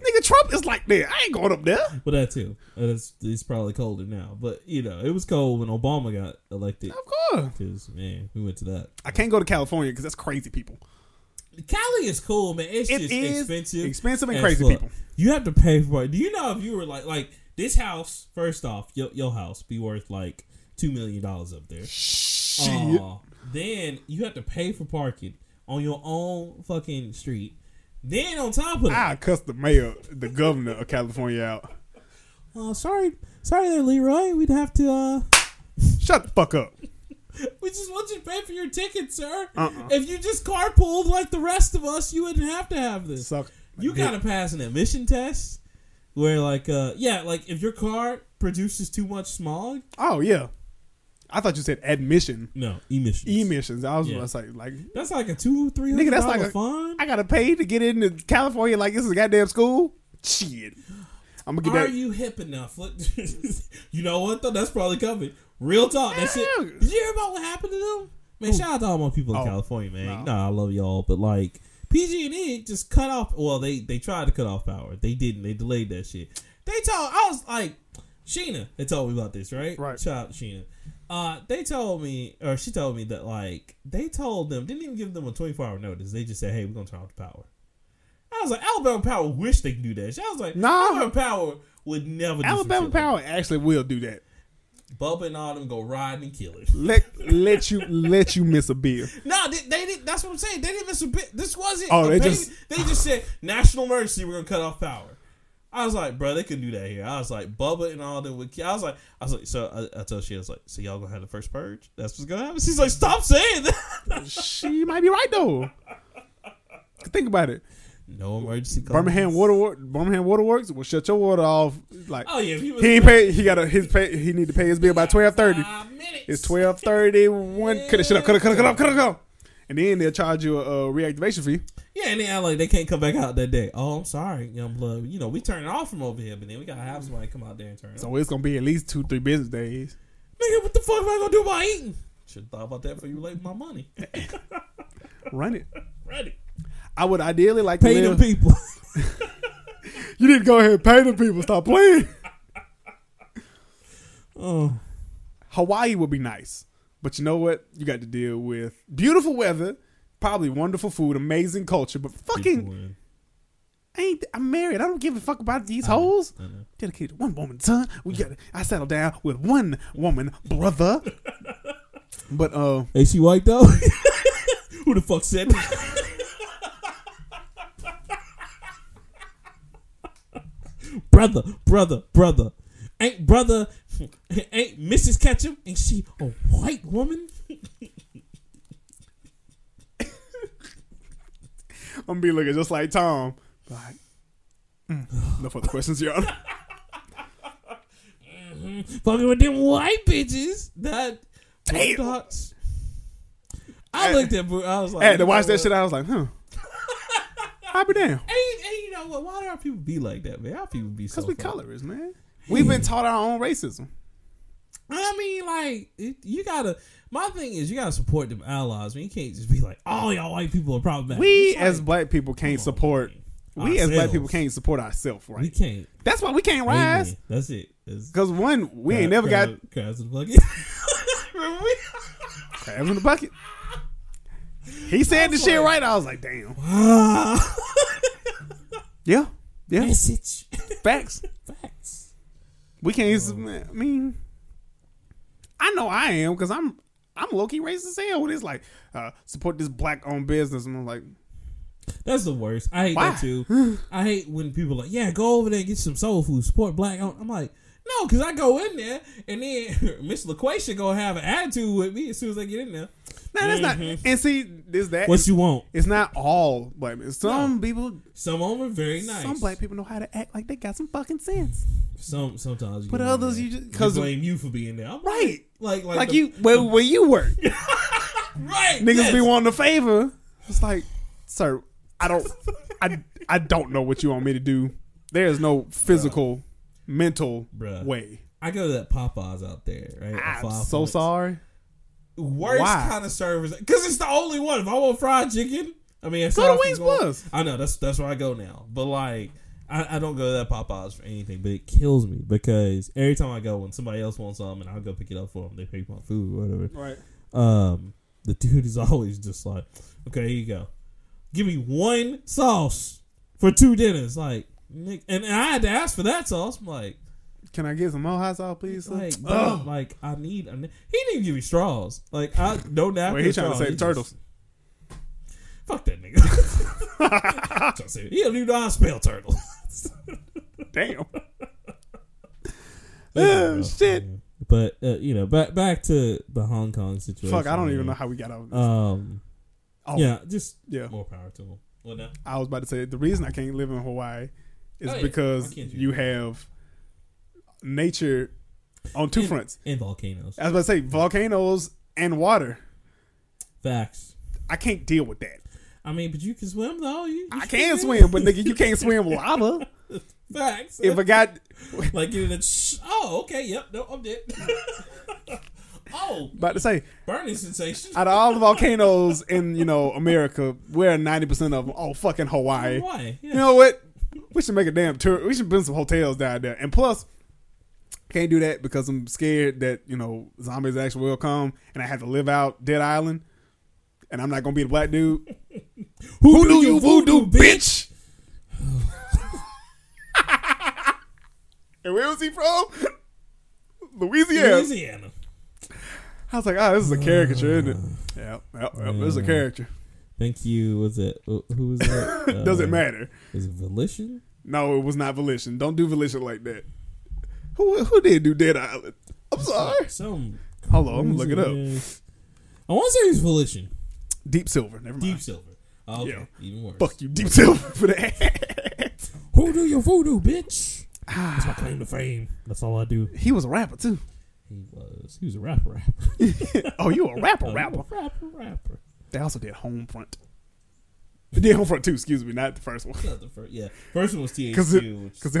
S1: nigga Trump is like there. I ain't going up there.
S2: But that too. Uh, It's, it's probably colder now. But you know, it was cold when Obama got elected.
S1: Of course,
S2: Because man, we went to that.
S1: I can't go to California because that's crazy people.
S2: Cali is cool, man. It's
S1: It
S2: just
S1: is
S2: expensive,
S1: expensive and
S2: as
S1: crazy
S2: fuck.
S1: people.
S2: You have to pay for it. Do you know if you were like like this house? First off, your your house be worth like two million dollars up there.
S1: Shit.
S2: Uh, then you have to pay for parking on your own fucking street. Then on top of that,
S1: I cussed the mayor, the governor of California out.
S2: uh, sorry, sorry there, Leroy. We'd have to. uh
S1: Shut the fuck up.
S2: We just want you to pay for your ticket, sir.
S1: Uh-uh.
S2: If you just carpooled like the rest of us, you wouldn't have to have this.
S1: Suck.
S2: you gotta pass an emission test where like uh yeah like if your car produces too much smog
S1: Oh yeah. I thought you said admission
S2: no emissions
S1: emissions. I was
S2: Yeah.
S1: about to say like
S2: that's like a two three
S1: Nigga,
S2: hundred
S1: that's
S2: dollar
S1: like a-
S2: fine
S1: I gotta pay to get into California like this is a goddamn school. Shit. I'm gonna get
S2: are
S1: that.
S2: you hip enough Look- <laughs> you know what though that's probably coming real talk that shit
S1: Yeah.
S2: did you hear about what happened to them man shout out to all my people in
S1: Oh,
S2: California man
S1: no.
S2: nah I love y'all but like PG and E just cut off well they they tried to cut off power they didn't they delayed that shit they told I was like Sheena had told me about this right
S1: Right.
S2: shout out to Sheena. Uh, they told me, or she told me that like they told them didn't even give them a twenty four hour notice. They just said, "Hey, we're gonna turn off the power." I was like, Alabama Power wish they could do that. shit. I was like,
S1: Nah.
S2: Alabama Power would never. do some
S1: Alabama
S2: shit like
S1: Power actually will do that.
S2: that. Bubba and all them go riding and killing.
S1: <laughs> Let let you let you miss a beer.
S2: No, they, they didn't. That's what I'm saying. They didn't miss a bit. This wasn't.
S1: Oh,
S2: a
S1: they
S2: baby-
S1: just-
S2: they just said national emergency. We're gonna cut off power. I was like, bro, they could do that here. I was like, Bubba and all them would. ki- I was like, I was like, so I, I told she, I was like, so y'all gonna have the first purge? That's what's gonna happen. She's like, stop saying that. <laughs>
S1: She might be right though. Think about it.
S2: no emergency. Calls.
S1: Birmingham Water Wor- Birmingham Waterworks will shut your water off. Like
S2: Oh yeah, if you was
S1: he ain't pay. He got to his pay. He need to pay his bill by twelve thirty.
S2: Five minutes.
S1: It's twelve thirty one. Cut it shut up. Cut it. Cut it. Cut it. Cut it. Cut it. And then they'll charge you a, uh reactivation fee.
S2: Yeah, and then like they can't come back out that day. Oh, I'm sorry, young blood. You know, we turn it off from over here, but then we gotta have somebody come out there and turn it. off.
S1: So it's gonna be at least two, three business days.
S2: Nigga, what the fuck am I gonna do about eating? Should have thought about that before you late my money.
S1: Run it.
S2: <laughs> Ready.
S1: I would ideally like
S2: Pay
S1: to
S2: them
S1: live.
S2: people.
S1: You need to go ahead and pay the people. Stop playing.
S2: <laughs> oh.
S1: Hawaii would be nice, but you know what? You got to deal with beautiful weather, probably wonderful food, amazing culture, but fucking ain't. I'm married. I don't give a fuck about these hoes.
S2: I know.
S1: Dedicated to one woman, son. We got. I settled down with one woman,
S2: <laughs>
S1: brother. but uh,
S2: Ain't she white though? <laughs> Who the fuck said that? <laughs> brother, brother, brother. Ain't brother <laughs> ain't Mrs. Ketchum? Ain't she a white woman?
S1: I'm gonna be looking just like Tom. Like, mm, no further questions, Your Honor.
S2: Fucking with them white bitches. That
S1: Damn.
S2: Boondocks. I looked at Bru- I was
S1: <laughs>
S2: like
S1: I had to watch
S2: you know
S1: that shit. I was like,
S2: <laughs>
S1: huh. I'll be damn.
S2: what? And, and you know what? Why do our people be like that, man? Our people be so
S1: Because we
S2: fucking-
S1: colorists, man. We've been taught our own racism.
S2: I mean, like it, you gotta. My thing is, you gotta support them allies. I mean, you can't just be like, "All y'all white people are problematic."
S1: We
S2: It's like,
S1: as black people can't support. We as black
S2: Ourselves.
S1: people can't support ourselves,
S2: we
S1: right?
S2: can't.
S1: That's why we can't
S2: Amen.
S1: rise.
S2: That's it. It's
S1: Because one, we ain't never got
S2: crab- crabs in the bucket. Remember we-
S1: crabs in the bucket. He said the shit right. I was like, damn.
S2: Ah.
S1: Yeah, yeah.
S2: Message.
S1: Facts.
S2: Facts.
S1: We can't. even I mean, I know I am because I'm I'm low key racist as hell. When it's like uh, support this black owned business, and I'm like,
S2: That's the worst. I hate
S1: Why? <sighs>
S2: that too. I hate when people are like, yeah, go over there and get some soul food, support black. owned." I'm like, no, because I go in there and then <laughs> Miss LaQuasia gonna have an attitude with me as soon as I get in there. Mm-hmm.
S1: nah, that's not. And see, this that.
S2: What you want?
S1: it's not all black. people. Some people,
S2: Some of them are very nice.
S1: some black people know how to act like they got some fucking sense.
S2: Some sometimes, you
S1: But
S2: get
S1: others
S2: in
S1: you
S2: there,
S1: just-
S2: they
S1: 'cause-
S2: blame you for being there, I'm
S1: Right.
S2: Like like,
S1: Like
S2: the-
S1: you, well, where you
S2: <laughs>
S1: work, niggas
S2: right?
S1: be
S2: yes.
S1: wanting a favor. It's like, sir, I don't,
S2: <laughs>
S1: I, I don't know what you want me to do. There is no physical, mental
S2: Bruh.
S1: way.
S2: I go to that Popeyes out there, right? at
S1: I'm
S2: Five
S1: Ah, so
S2: Points.
S1: sorry.
S2: Worst
S1: Why?
S2: kind of service because it's the only one. If I want fried chicken, I mean, it's
S1: Go to
S2: not-
S1: Wings
S2: I'm going-
S1: Plus.
S2: I know that's that's where I go now. But like, I, I don't go to that Popeyes for anything. But it kills me because every time I go, when somebody else wants something, and I'll go pick it up for them. They pay for my food, or whatever.
S1: Right.
S2: um, the dude is <laughs> always just like, okay, here you go. Give me one sauce for two dinners. Like, Nick, and, and I had to ask for that sauce. I'm like,
S1: Can I get some more hot sauce, please? sir?
S2: like, bro,
S1: Ugh.
S2: like I need, I need- He didn't give me straws. Like, I no napkin.
S1: Wait, he's trying to save
S2: straws. He
S1: turtles.
S2: just- Fuck
S1: <laughs>
S2: that nigga. Trying to say- he don't even know how to spell turtle. <laughs>
S1: <laughs> Damn.
S2: Yeah,
S1: Oh, shit.
S2: But uh, you know, back back to the Hong Kong situation.
S1: Fuck, I don't even know how we got out of this.
S2: Um,
S1: Oh.
S2: yeah, just
S1: Yeah.
S2: more power to him. Well, no.
S1: I was about to say the reason I can't live in Hawaii is
S2: Oh, yeah.
S1: because
S2: Why can't you?
S1: you have nature on two
S2: And-
S1: fronts.
S2: and volcanoes.
S1: I was about to say volcanoes and water.
S2: Facts.
S1: I can't deal with that.
S2: I mean, but you can swim though. You, you
S1: I
S2: should
S1: can
S2: do
S1: swim, but nigga, you can't swim lava.
S2: it. Facts.
S1: If I got
S2: like you did. Sh- oh, okay. Yep. No, I'm dead. <laughs> oh,
S1: about to say,
S2: burning sensation.
S1: out of all the volcanoes in you know America, we're ninety percent of them. Oh, fucking Hawaii.
S2: Why? Yeah.
S1: You know what? We should make a damn tour. We should build some hotels down there. And plus, can't do that because I'm scared that you know zombies actually will come, and I have to live out Dead Island, and I'm not gonna be the black dude.
S2: who,
S1: do you voodoo,
S2: bitch?
S1: <laughs> And where was he from? Louisiana.
S2: Louisiana.
S1: I was like, oh, this is a caricature, isn't it? Yeah, yep, yep, this is a character.
S2: Thank you. Was it who who was that?
S1: <laughs>
S2: Uh,
S1: Doesn't matter.
S2: Is it Volition?
S1: No, it was not volition. Don't do volition like that. Who who did do Dead Island? I'm sorry.
S2: Some.
S1: Hold on, I'm gonna look it up.
S2: crazy-ass- I want to say it was Volition.
S1: Deep Silver. Never mind.
S2: Deep Silver. Oh, okay.
S1: Yeah.
S2: Even worse.
S1: Fuck you, Deep Silver, for that. <laughs> Ah,
S2: Who do you voodoo, bitch? That's my claim to fame. That's all I do.
S1: he was a rapper too. <laughs>
S2: He was. He was a rapper. <laughs> Rapper.
S1: Oh, you a rapper,
S2: Oh,
S1: rapper.
S2: Rapper. Rapper.
S1: They also did Homefront. They did Homefront too. Excuse me, not the first one. <laughs>
S2: Not the first, yeah. First one was THQ.
S1: Because
S2: which-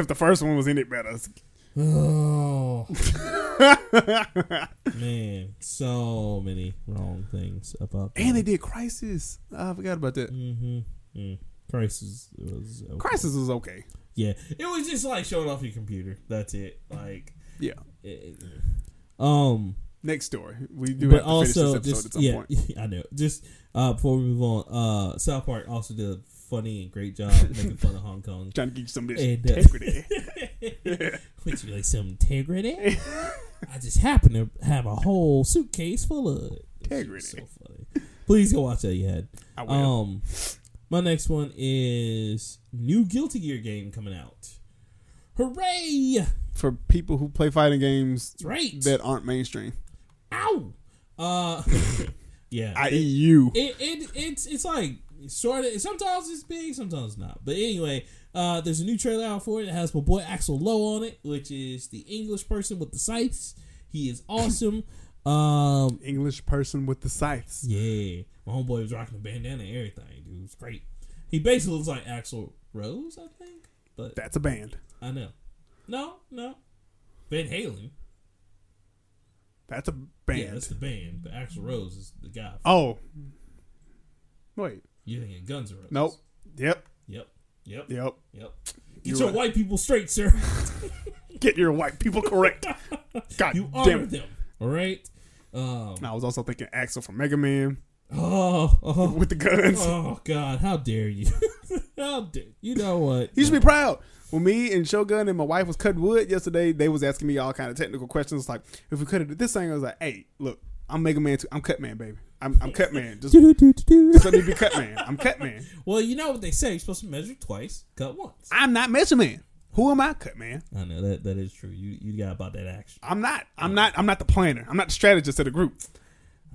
S1: <laughs> if the first one was in it better,
S2: oh man, so many wrong things about that.
S1: and they did Crisis. I forgot about that.
S2: hmm mm. Crisis was okay.
S1: Crisis was okay.
S2: Yeah, it was just like showing off your computer. That's it. Like,
S1: Yeah.
S2: it- it- um,
S1: Next story. We do
S2: but
S1: have to
S2: also
S1: finish this episode
S2: just
S1: at some
S2: <laughs> yeah,
S1: point.
S2: I know. Just uh, before we move on, uh, South Park also did a funny and great
S1: <laughs>
S2: job making fun of Hong Kong.
S1: Trying to get you some of this
S2: And, uh, <laughs>
S1: integrity.
S2: Which you like
S1: <laughs>
S2: some integrity? I just happen to have a whole suitcase full of it. It's
S1: Integrity.
S2: So funny. Please go watch that you had.
S1: I will.
S2: Um my next one is new Guilty Gear game coming out. Hooray!
S1: For people who play fighting games
S2: That's right.
S1: that aren't mainstream,
S2: Ow. Uh <laughs> yeah.
S1: i.e., you.
S2: it, it it's it's like sort of sometimes it's big sometimes not but anyway uh there's a new trailer out for it it has my boy axel lowe on it which is the english person with the scythes he
S1: <laughs>
S2: is awesome um
S1: English person with the scythes.
S2: yeah my homeboy was rocking a bandana and everything dude it was great he basically looks like axel rose i think but
S1: That's a band.
S2: i know no no van halen
S1: That's a
S2: yeah that's
S1: band.
S2: the band but axel rose is the guy
S1: oh. Wait.
S2: you're thinking guns N' roses
S1: Nope. Yep.
S2: yep yep yep,
S1: Yep.
S2: get
S1: You're
S2: your
S1: right.
S2: white people straight sir <laughs>
S1: Get your white people correct. God
S2: You are
S1: damn it.
S2: them. All right. Um,
S1: And I was also thinking Axel from Mega Man <laughs>
S2: oh, oh,
S1: with the guns.
S2: oh, God! <laughs> How dare you? how dare you know what?
S1: <laughs> <laughs> you should be proud. when me and Shogun and my wife was cutting wood yesterday, they was asking me all kind of technical questions. Like, if we could have did this thing, I was like, hey, look, I'm Mega Man. Too. I'm Cut Man, baby. I'm, I'm Cut Man. Just, <laughs> just let me be Cut Man. I'm Cut Man.
S2: Well, you know what they say. You're supposed to measure twice, cut once.
S1: I'm not Measure Man. Who am I, Cut Man?
S2: I know that that is true. You you got about that action.
S1: I'm not. I'm not. I'm not the planner. I'm not the strategist of the group.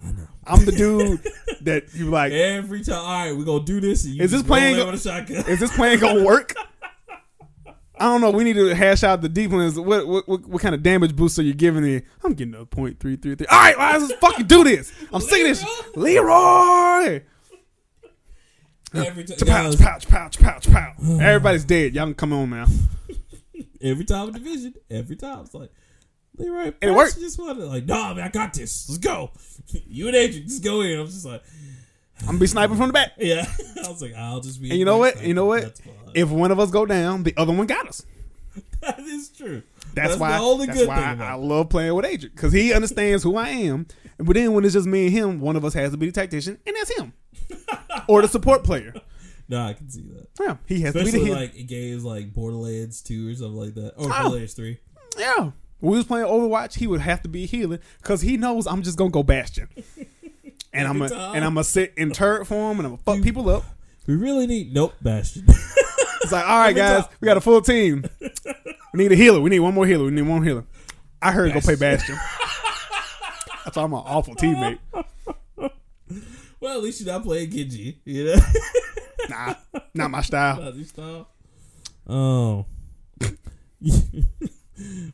S2: I know.
S1: I'm the
S2: <laughs>
S1: dude that you like.
S2: Every time, all right, we're gonna do this. And you
S1: Is this
S2: just roll
S1: playing-
S2: in with a shotgun? <laughs>
S1: Is this plan gonna work? I don't know. We need to hash out the deep ones. What what, what, what kind of damage boost are you giving me? I'm getting a point three three three. All right, well, let's just fucking do this. I'm sick of this, Leroy.
S2: Every time,
S1: Pouch, pouch, pouch, pouch,
S2: <sighs>
S1: pouch. Everybody's dead. Y'all can come on now.
S2: every time a division, every time it's like Leroy. And
S1: worked.
S2: Just wanted like, nah, man, I got this. Let's go. <laughs> you and Adrian, just go in. I'm just like,
S1: I'm gonna be sniping from the back.
S2: yeah. <laughs> I was like, I'll just be.
S1: And you know what?
S2: like,
S1: You know what?
S2: That's fine.
S1: If one of us go down, the other one got us.
S2: <laughs> that is true.
S1: That's, why.
S2: the only
S1: that's
S2: good
S1: why
S2: thing.
S1: I
S2: About it.
S1: love playing with Adrian because he understands who I am. But then when it's just me and him, one of us has to be the tactician, and that's
S2: <laughs>
S1: him, or the support player.
S2: Nah, I can see that.
S1: Yeah, he has to be
S2: Especially
S1: the hit.
S2: like in games like Borderlands Two or something like that, or
S1: Oh.
S2: Borderlands Three.
S1: yeah. When we was playing Overwatch, he would have to be healing because he knows I'm just gonna go
S2: <laughs>
S1: Bastion, and I'm
S2: Every
S1: a,
S2: time.
S1: and I'm gonna sit in turret for him, and I'm gonna fuck people up.
S2: We really need nope, Bastion. <laughs>
S1: It's like, all right,
S2: Every
S1: guys,
S2: time.
S1: we got a full
S2: <laughs>
S1: team. We need a healer. We need one more healer. We need one healer. I heard go play Bastion.
S2: <laughs>
S1: That's why I'm an awful teammate.
S2: well, at least you're not playing Genji. You know. <laughs>
S1: Nah, not my style.
S2: Nazi style. Oh. <laughs>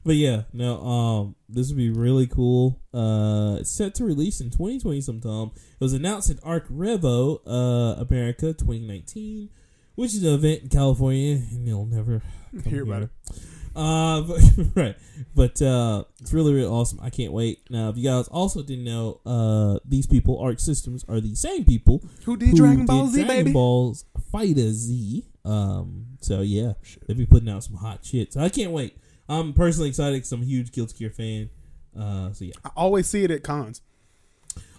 S2: but yeah, no, um, this would be really cool. Uh, it's set to release in 2020 sometime. It was announced at Arc Revo, uh, America 2019, which is an event in California, and they'll never come
S1: Hear about
S2: here.
S1: it.
S2: Uh, <laughs> but, right. But uh, it's really, really awesome. I can't wait. Now, if you guys also didn't know, uh, these people, Arc Systems, are the same people
S1: Who did
S2: who
S1: Dragon Ball Z,
S2: Dragon
S1: baby?
S2: Ball's Fighter Z. Um, so yeah, they'll be putting out some hot shit. So I can't wait. I'm personally excited because I'm a huge Guilty Gear fan. Uh, so yeah.
S1: I always see it at cons.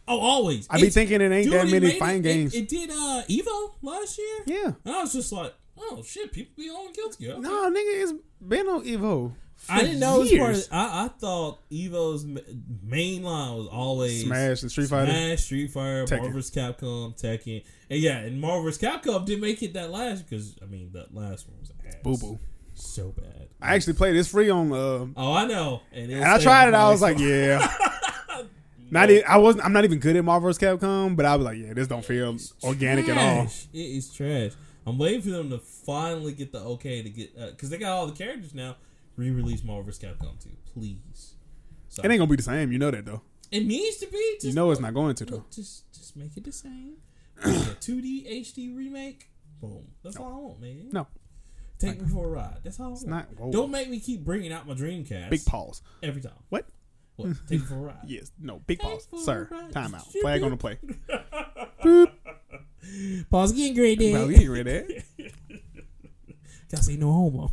S2: Oh, always.
S1: I be
S2: It's-
S1: thinking it ain't
S2: dude,
S1: that
S2: it
S1: many
S2: made it-
S1: fighting
S2: it-
S1: games.
S2: It, did uh Evo last year.
S1: yeah.
S2: And I was just like, oh shit, people be on Guilty Gear.
S1: No, nigga, it's been on Evo. for
S2: I didn't know it was part of.
S1: years.
S2: I, I thought Evo's ma- main line was always
S1: Smash and Street Fighter.
S2: Smash, Street Fighter,
S1: Tekken.
S2: Marvel vs. Capcom, Tekken, and yeah, and Marvel vs. Capcom didn't make it that last because I mean that last one was ass.
S1: Boo boo.
S2: so bad.
S1: I actually played this free on. Uh,
S2: oh, I know, and,
S1: and I tried it. I was like, <laughs> yeah. Not even, I wasn't. I'm not even good at Marvel vs. Capcom, but I was like, yeah, this don't feel organic at all.
S2: It is trash. I'm waiting for them to finally get the okay to get because they got all the characters now. Re-release Marvel vs. Capcom 2, please.
S1: It ain't gonna be the same. You know that though.
S2: It needs to be. Just
S1: You know it's not going to though.
S2: Look, just just make it the same. Two D HD remake. Boom. That's all I want, man.
S1: No,
S2: Take me for a ride. That's all. I want.
S1: not- whoa.
S2: Don't make me keep bringing out my Dreamcast
S1: big pause.
S2: every time.
S1: What? <laughs>
S2: What? Take me for a ride.
S1: Yes, no, big pause,
S2: for
S1: sir.
S2: a ride.
S1: Timeout. Flag on the play.
S2: Pause getting great, dude.
S1: Well, you ain't read <laughs> that.
S2: Gotta say no homo.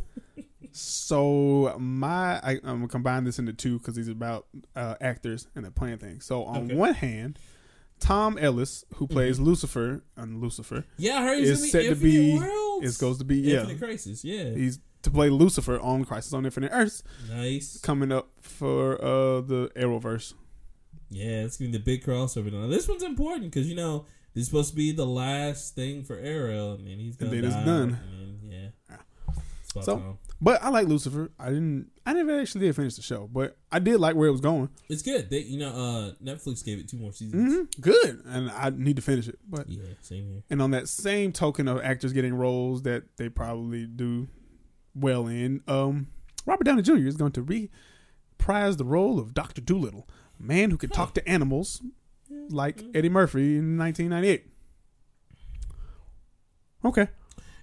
S1: So my, I, I'm gonna combine this into two because these are about uh, actors and they're playing things. So on
S2: Okay. Mm-hmm.
S1: one hand, Tom Ellis, who plays Lucifer on Lucifer,
S2: Yeah, I heard he's
S1: is
S2: gonna
S1: set
S2: be
S1: to
S2: Infinite
S1: be
S2: Worlds.
S1: is goes to be yeah,
S2: Infinite Crisis. Yeah.
S1: he's to play Lucifer on Crisis on Infinite Earths
S2: Nice.
S1: coming up for uh the Arrowverse.
S2: Yeah, it's gonna be the big crossover. Now this one's important because you know this is supposed to be the last thing for Arrow, and then he's gonna
S1: then it's
S2: die,
S1: done. Ah.
S2: And then, yeah. It's about
S1: So-
S2: time.
S1: But I like Lucifer. I didn't. I never actually did finish the show, but I did like where it was going.
S2: It's good. They, you know, uh, Netflix gave it two more seasons.
S1: hmm Good, and I need to finish it. But
S2: Yeah, same here.
S1: And on that same token of actors getting roles that they probably do well in, um, Robert Downey Jr. is going to reprise the role of Doctor Doolittle, a man who can talk to animals, like Eddie Murphy in 1998. Okay,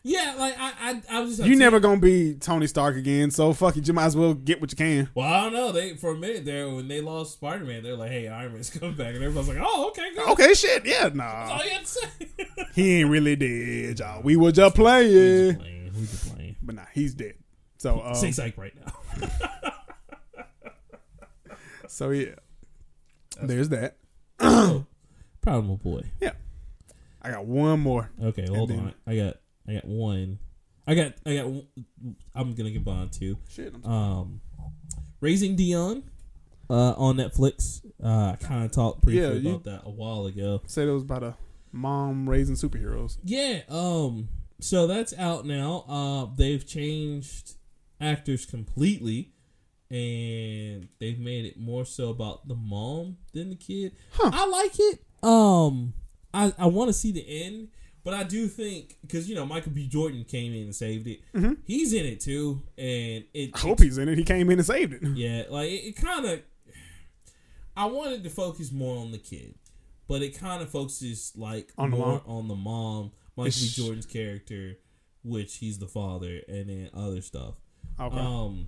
S2: Yeah, like I, I, I was just
S1: you never gonna be Tony Stark again, so fuck it. You might as well get what you can.
S2: Well, I don't know. They for a minute there when they lost Spider Man, they're like, "Hey, Iron Man's <laughs> coming back," and everybody's like, "Oh, okay, good."
S1: Okay, shit, yeah,
S2: That's all
S1: nah,
S2: you had
S1: <laughs>
S2: to say. <laughs>
S1: he ain't really dead, y'all. We were just playing,
S2: playing. Who's just playing?
S1: but nah, he's dead. So, um,
S2: Say psych right now. <laughs>
S1: so yeah, there's that.
S2: Proud of my boy.
S1: I got one more.
S2: Okay, hold
S1: then-
S2: on. I got, I got one. I got I got I'm gonna get on to
S1: Shit, I'm
S2: um Raising Dion uh on Netflix. Uh I kinda talked briefly
S1: Yeah, you-
S2: about that a while ago.
S1: said it was about a mom raising
S2: <laughs>
S1: superheroes.
S2: Yeah, um so that's out now. Uh they've changed actors completely and they've made it more so about the mom than the kid. I like it. Um I I want to see the end, but I do think cuz you know Michael B Jordan came in and saved it. He's in it too and it
S1: I hope he's in it. He came in and saved
S2: <laughs>
S1: it.
S2: yeah, like it, it kind of. I wanted to focus more on the kid, but it kind of focuses like
S1: On the
S2: more
S1: mom?
S2: on the mom, Michael B.
S1: It's-
S2: Jordan's character, which he's the father, and then other stuff.
S1: Okay.
S2: Um,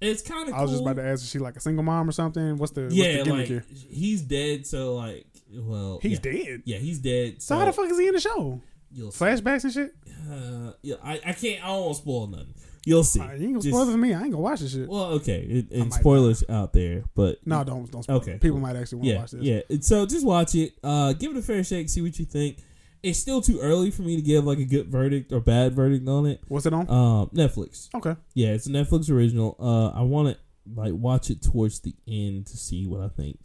S2: it's kind of.
S1: I was just about to ask, is she like a single mom or something? What's the what's
S2: Yeah,
S1: the gimmick
S2: like
S1: here?
S2: he's dead, so like, well,
S1: He's
S2: yeah.
S1: dead.
S2: Yeah, he's dead. So,
S1: So how the fuck is he in the show?
S2: You'll see.
S1: Flashbacks and shit.
S2: Uh, yeah, I, I can't. I don't want to spoil nothing. You'll see.
S1: Uh, you ain't gonna
S2: Just-
S1: spoil it for me. I ain't gonna watch this shit.
S2: well, okay, it, and
S1: might-
S2: spoilers out there, but
S1: no, don't don't. Spoil
S2: Okay,
S1: it. People
S2: cool.
S1: might actually want to
S2: yeah,
S1: watch this.
S2: yeah. And so just watch it. Uh, give it a fair shake. See what you think. It's still too early for me to give like a good verdict or bad verdict on it.
S1: What's it on?
S2: Um, Netflix.
S1: okay.
S2: Yeah, it's a Netflix original. Uh, I want to like watch it towards the end to see what I think.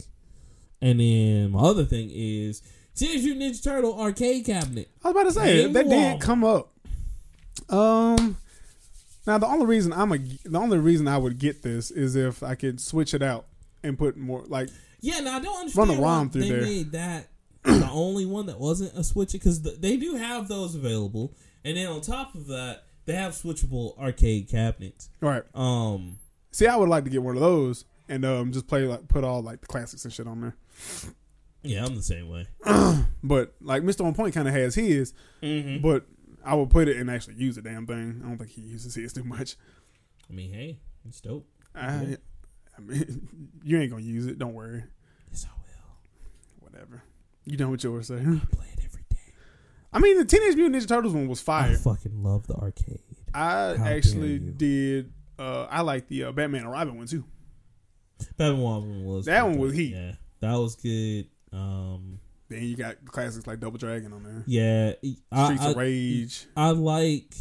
S2: And then my other thing is Teenage Mutant Ninja Turtle arcade cabinet.
S1: I was about to say
S2: Name
S1: that
S2: one.
S1: did come up. Um, now the only reason I'm a the only reason I would get this is if I could switch it out and put more like
S2: Yeah, now I don't understand
S1: Run a
S2: why
S1: ROM through
S2: they
S1: there.
S2: made that
S1: <clears throat>
S2: the only one that wasn't a Switch because th- they do have those available, and then on top of that, they have switchable arcade cabinets.
S1: all right.
S2: Um,
S1: See, I would like to get one of those and um just play like put all like the classics and shit on there.
S2: yeah, I'm the same way.
S1: But like Mr. On Point kind of has his, but I would put it and actually use the damn thing. I don't think he uses his too much.
S2: I mean, hey, it's dope.
S1: I, I mean, <laughs> you ain't gonna use it. Don't worry.
S2: Yes, I will.
S1: Whatever. You done with yours, sir.
S2: Play it every day.
S1: I mean, the Teenage Mutant Ninja Turtles one was
S2: I
S1: fire.
S2: fucking love the arcade.
S1: I
S2: How
S1: actually
S2: dare you.
S1: did. Uh, I like the uh, Batman and Robin one too.
S2: Batman one was
S1: That one
S2: pretty
S1: was
S2: dope.
S1: heat.
S2: Yeah, that was good. Um,
S1: Then you got classics like Double Dragon on there,
S2: yeah, I-
S1: Streets
S2: I,
S1: of Rage.
S2: I like.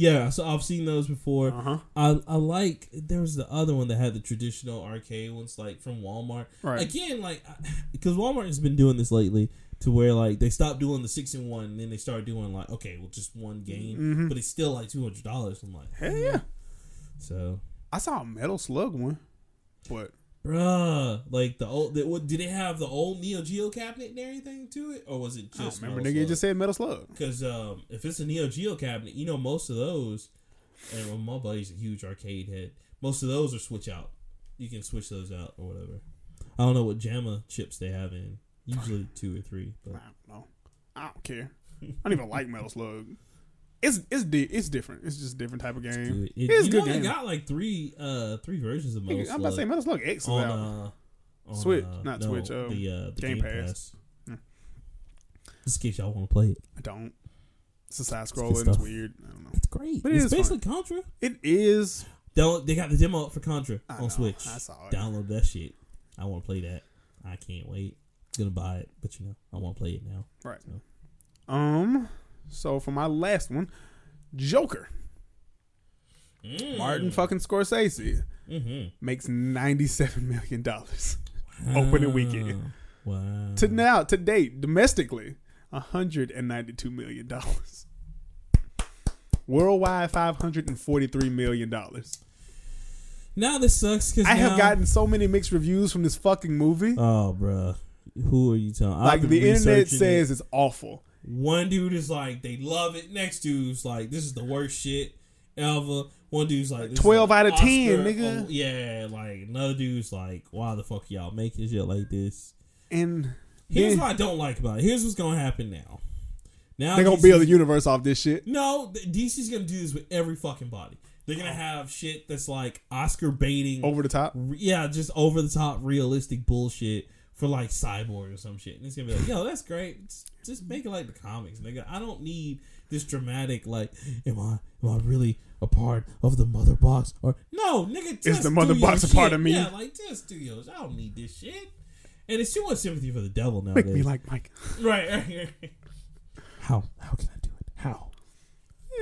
S2: Yeah, so I've seen those before.
S1: Uh huh.
S2: I I like there was the other one that had the traditional arcade ones like from Walmart.
S1: Right.
S2: Again, like because Walmart has been doing this lately to where like they stopped doing the six and one, and then they started doing like okay, well just one game,
S1: Mm-hmm.
S2: but it's still like two hundred dollars. I'm like,
S1: Hell yeah!
S2: so
S1: I saw a Metal Slug one, but
S2: bruh, like the old the, what, did they have the old Neo Geo cabinet and everything to it, or was it
S1: I
S2: just
S1: don't remember. Nigga it just said Metal Slug.
S2: because um, if it's a Neo Geo cabinet, you know most of those, and well, my buddy's a huge arcade head. Most of those are switch out. You can switch those out or whatever. I don't know what JAMA chips they have in. Usually two or three. But
S1: I don't know. I don't care. I don't even like Metal Slug. It's it's di- it's different. It's just a different type of game.
S2: dude, it,
S1: It's
S2: you
S1: good
S2: know they
S1: game.
S2: got like three uh three versions of Metal
S1: Nigga, I'm about to say
S2: Slug
S1: Metal Slug Oh, X is
S2: on,
S1: out.
S2: uh, on,
S1: Switch,
S2: uh,
S1: not
S2: no,
S1: Switch, um,
S2: the, uh, the Game,
S1: Game
S2: Pass.
S1: Pass.
S2: Just in case y'all want to play it,
S1: I don't. It's a side
S2: good
S1: scrolling. It's
S2: stuff.
S1: weird. I don't know.
S2: it's great.
S1: But it
S2: it's
S1: is
S2: basically Contra.
S1: It is.
S2: Don't they got the demo up for Contra on
S1: know,
S2: Switch?
S1: I saw it.
S2: Download that shit. I want to play that. I can't wait. Gonna buy it, but you know, I want to play it now.
S1: Right.
S2: So.
S1: Um. So for my last one, Joker. Martin fucking Scorsese makes ninety-seven million dollars. Opening weekend.
S2: Wow.
S1: To now, to date, domestically, hundred and ninety-two million dollars. Worldwide, five hundred and forty-three million dollars.
S2: Now this sucks because
S1: I have gotten so many mixed reviews from this fucking movie.
S2: Oh, bruh. Who are you telling? I've
S1: like
S2: been
S1: the internet
S2: researching it.
S1: says, it's awful.
S2: One dude is like, they love it. Next dude's like, this is the worst shit ever. One dude's like, this is
S1: 12
S2: an
S1: out of 10,
S2: Oscar-
S1: nigga.
S2: oh, yeah, like another dude's like, why the fuck y'all making shit like this?
S1: And
S2: Here's
S1: then
S2: what I don't like about it. Here's what's gonna happen now. Now
S1: they're gonna
S2: DC
S1: build a universe off this shit.
S2: No, th- DC's gonna do this with every fucking body. They're
S1: Oh.
S2: gonna have shit that's like Oscar baiting.
S1: Over the top.
S2: re- yeah, just over the top realistic bullshit for like Cyborg or some shit. And it's gonna be like, yo, that's great. Just, just make it like the comics, nigga. I don't need this dramatic like, am I am I really a part of the mother box or no, nigga? Just
S1: the
S2: do
S1: mother
S2: your
S1: box a part
S2: shit.
S1: of me?
S2: Yeah, like just do yours. I don't need this shit. And it's too much sympathy for the devil
S1: Make
S2: nowadays.
S1: me like Mike.
S2: right, right, right. How Mm. how can I do it? How?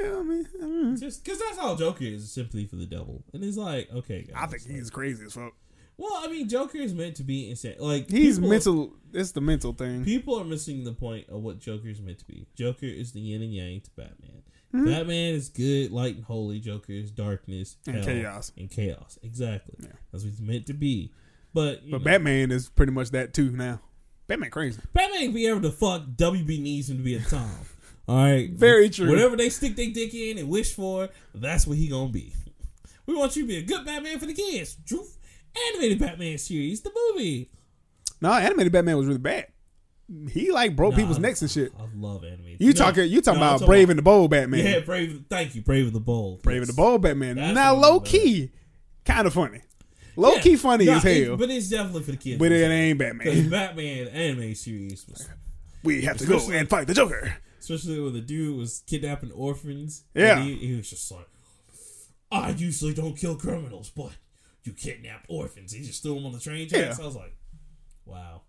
S1: Yeah, I mean, I mean,
S2: Just because that's all Joker is, is sympathy for the devil. And it's like, okay, guys.
S1: I think he's crazy as fuck.
S2: Well, I mean, Joker is meant to be insane. Like
S1: He's
S2: people-
S1: mental. It's the mental thing.
S2: People are missing the point of what Joker is meant to be. Joker is the yin and yang to Batman.
S1: Hmm?
S2: Batman is good, light, and holy. Joker is darkness
S1: And
S2: hell,
S1: chaos.
S2: and chaos. Exactly. That's what he's meant to be. But, you
S1: But
S2: know,
S1: Batman is pretty much that too now. Batman crazy.
S2: Batman can be able to fuck WB needs him to be at the
S1: <laughs>
S2: time. All right.
S1: Very true.
S2: Whatever they stick their dick in and wish for, that's what he gonna be. We want you to be a good Batman for the kids. Drew animated Batman series, the movie.
S1: No, animated Batman was really bad. He like broke
S2: Nah,
S1: people's
S2: I-
S1: necks and shit.
S2: I love animated.
S1: You talking? You talking
S2: no, I'm
S1: about Brave and the Bold
S2: Yeah,
S1: Batman?
S2: brave. Thank you, brave of the bold.
S1: Brave and the Bold Batman.
S2: That's
S1: now
S2: what I'm
S1: low
S2: about.
S1: key, kind of funny. Low key funny as hell, but,
S2: but it's definitely for the kids.
S1: it ain't
S2: Because
S1: Batman.
S2: Batman anime series, was,
S1: We have to go
S2: especially-
S1: and fight the Joker.
S2: especially when the dude was kidnapping orphans.
S1: Yeah.
S2: and he, he was just like, I usually don't kill criminals, but you kidnap orphans. He just threw them on the train tracks.
S1: Yeah.
S2: I was like, wow.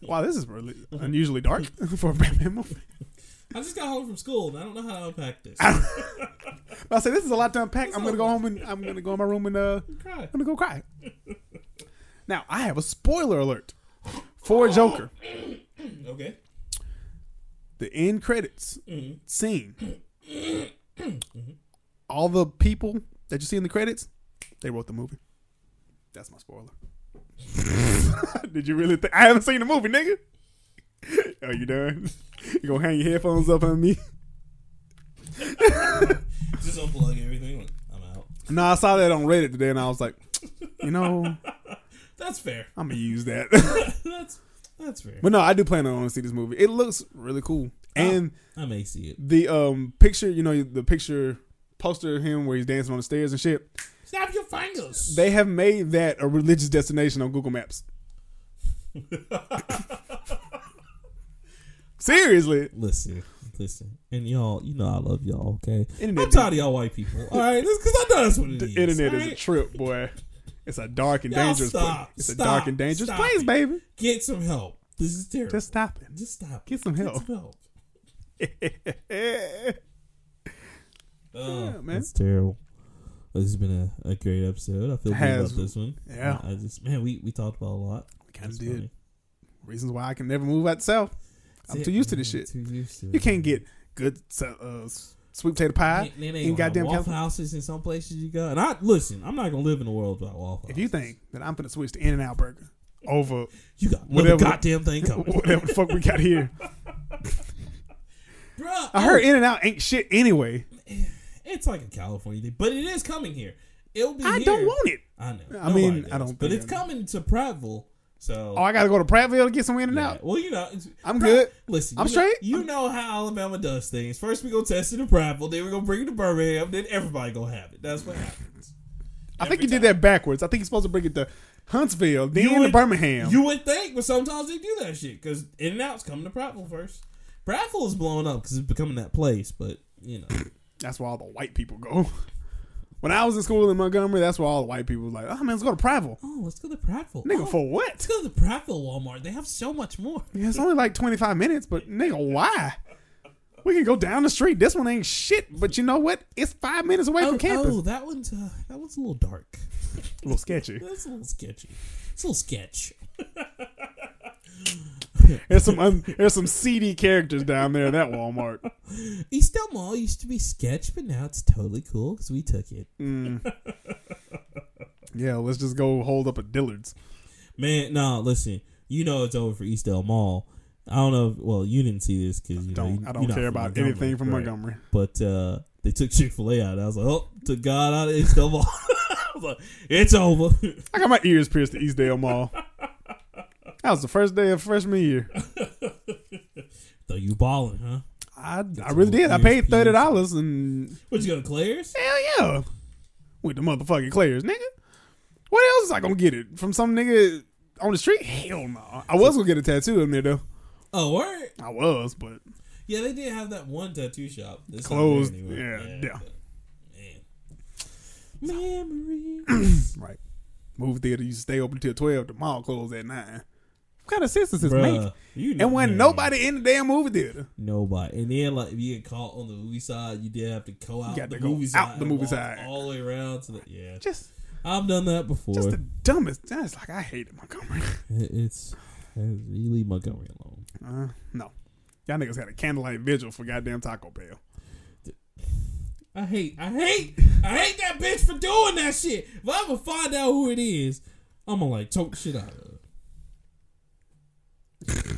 S1: Wow, this is really unusually dark <laughs> for a Batman movie.
S2: I just got home from school and I don't know how to unpack this.
S1: I say this is a lot to unpack. I'm gonna go home and I'm gonna go in my room and uh,
S2: Cry.
S1: I'm gonna go cry. now I have a spoiler alert for Joker.
S2: Okay.
S1: The end credits scene. All the people that you see in the credits, they wrote the movie. That's my spoiler. <laughs> Did you really think I haven't seen the movie, nigga? <laughs> Are you done? <laughs> You gonna hang your headphones up on me? <laughs>
S2: Just unplug everything. Like, I'm out.
S1: No, I saw that on Reddit today, and I was like, you know,
S2: That's fair. <laughs>
S1: I'm gonna use that. <laughs>
S2: that's that's fair.
S1: But no, I do plan on see this movie. It looks really cool, and
S2: I may see it.
S1: the um picture, you know, the picture poster of him where he's dancing on the stairs and shit.
S2: Snap your fingers.
S1: They have made that a religious destination on Google
S2: <laughs>
S1: Maps. Seriously,
S2: Listen, listen, and y'all, you know I love y'all. Okay,
S1: Internet
S2: I'm tired of y'all white people. All right, because I know that's what it is.
S1: internet
S2: all
S1: is a
S2: right?
S1: trip, boy. It's a dark and
S2: Y'all
S1: dangerous. place.
S2: stop,
S1: It's
S2: stop,
S1: a dark and dangerous
S2: stop
S1: place,
S2: it.
S1: baby.
S2: Get some help. This is terrible.
S1: Just
S2: Just,
S1: stop it.
S2: stop.
S1: Get
S2: it.
S1: some help.
S2: Get some help.
S1: Yeah, man.
S2: That's terrible. This has been a, a great episode. I feel good
S1: Has-
S2: about this one.
S1: yeah.
S2: I, I just man, we, we talked about a lot. We
S1: kinda did. Reasons why I can never move out the south. I'm too used to this shit.
S2: Too used to it.
S1: You can't get good uh, sweet potato pie
S2: Then they
S1: in
S2: gonna have
S1: goddamn
S2: waffle
S1: California.
S2: houses in some places you go. And I listen, I'm not gonna live in a world without waffle.
S1: If you
S2: houses.
S1: think that I'm gonna switch to In and Out Burger
S2: <laughs>
S1: over
S2: you got another
S1: whatever-
S2: goddamn thing coming,
S1: <laughs> whatever the fuck we got here,
S2: Bruh,
S1: I heard In and Out ain't shit anyway.
S2: It's like a California thing, but it is coming here. It'll be.
S1: I
S2: here.
S1: don't want it.
S2: I know.
S1: I mean,
S2: Nobody
S1: I
S2: does,
S1: don't
S2: But
S1: think
S2: it's
S1: I-
S2: coming to Prattville, so.
S1: Oh, I gotta go to Prattville to get some In and
S2: yeah.
S1: Out.
S2: Well, you know, it's,
S1: I'm
S2: Pratt-
S1: good.
S2: Listen,
S1: I'm
S2: you know-
S1: straight.
S2: you know how Alabama does things. First, we go test it in Prattville, then we are gonna bring it to Birmingham, then everybody gonna have it. That's what happens.
S1: I think you did that backwards. I think you're supposed to bring it to Huntsville, then
S2: You
S1: to
S2: would-
S1: Birmingham.
S2: You would think, but sometimes they do that shit because In and Out's coming to Prattville first. Prattville is blowing up because it's becoming that place, but
S1: <coughs>
S2: you know,
S1: that's where all the white people go. <laughs> When I was in school in Montgomery, that's where all the white people was like, "Oh man, let's go to Prattville."
S2: oh, let's go to Prattville.
S1: Nigga,
S2: Oh,
S1: for what? <laughs>
S2: let's go to the Prattville Walmart. They have so much more.
S1: Yeah, it's only like 25 minutes, but nigga, why? We can go down the street. This one ain't shit, but you know what? It's five minutes <laughs> away
S2: Oh,
S1: from campus.
S2: oh, that one's uh, that one's a little dark.
S1: A little sketchy.
S2: That's a little sketchy. It's a little sketch.
S1: There's some un- there's some seedy characters down there in that
S2: <laughs>
S1: Walmart.
S2: East Elm Mall used to be sketch, but now it's totally cool because we took it.
S1: Yeah, let's just go hold up at Dillard's.
S2: Man, nah, listen. You know it's over for East Elm Mall. I don't know. If, well, you didn't see this because you
S1: Don't
S2: Know,
S1: I don't care about anything from
S2: Montgomery.
S1: Montgomery.
S2: right? But uh, they took Chick Fil A out. I was like, oh, took God out of East Elm Mall. <laughs> I was like, it's over. <laughs>
S1: I got my ears pierced at Eastdale Mall. That was the first day of freshman year.
S2: Though you balling, huh?
S1: I, I really did. I paid thirty dollars and
S2: What you go to Claire's?
S1: hell yeah, with the motherfucking Claire's, nigga. What else is I gonna get it from some nigga on the street? Hell no. I was gonna get a tattoo in there though.
S2: Oh, word.
S1: I was, but
S2: Yeah, they did have that one tattoo shop. That's not there
S1: Closed,
S2: anymore.
S1: yeah, yeah.
S2: but, Man. Memories.
S1: right. Movie theater used to stay open till twelve. The mall closed at nine. What kind of sense does this
S2: <clears throat> Bruh,
S1: make?
S2: you
S1: And when
S2: man,
S1: nobody in the damn movie theater,
S2: nobody, and then like if you get caught on the movie side, you did have to go out
S1: got
S2: the
S1: to go
S2: movie
S1: out
S2: side,
S1: the
S2: and
S1: movie
S2: walk
S1: side.
S2: all the way around to the yeah.
S1: just
S2: I've done that before.
S1: just the dumbest. That's like I hated Montgomery. <laughs>
S2: It- <laughs> it's, it's you leave Montgomery alone.
S1: Uh, no, y'all niggas had a candlelight vigil for goddamn Taco Bell.
S2: I hate, I hate, I hate that bitch for doing that shit. If I ever find out who it is, I'm gonna like choke the shit <laughs> out of. her.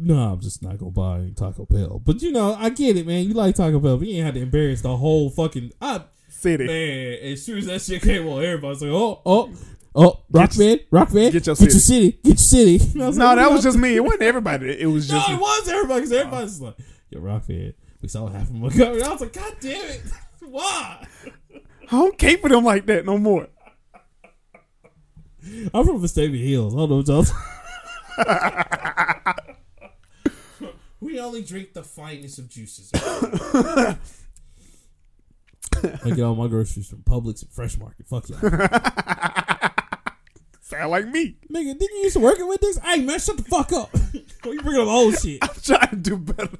S2: no, I'm just not gonna buy any Taco Bell. But you know, I get it, man. You like Taco Bell, but you ain't had to embarrass the whole fucking. I,
S1: City,
S2: man, as soon as that shit came on, everybody's like, oh, oh. Oh, rock
S1: your-
S2: band, rock band,
S1: get your
S2: get your city, get your city. <laughs> And I was
S1: No,
S2: like,
S1: that
S2: "What
S1: was just me. It wasn't everybody. It was
S2: No,
S1: just.
S2: it was everybody. Cause everybody's like, "Yo, Rockhead," because I was half of my cover. And I was like, "God damn it, <laughs> why?"
S1: I don't cape for them like that no more.
S2: I'm from Vestavia Hills. I don't know what y'all. <laughs> we only drink the finest of
S1: <laughs>
S2: juices. I get all my groceries from Publix and Fresh Market. Fuck y'all,
S1: Sound like me.
S2: nigga. Didn't you used to working with this? Hey man, shut the fuck up. <laughs> Why you bringing up old shit,
S1: I'm trying to do better.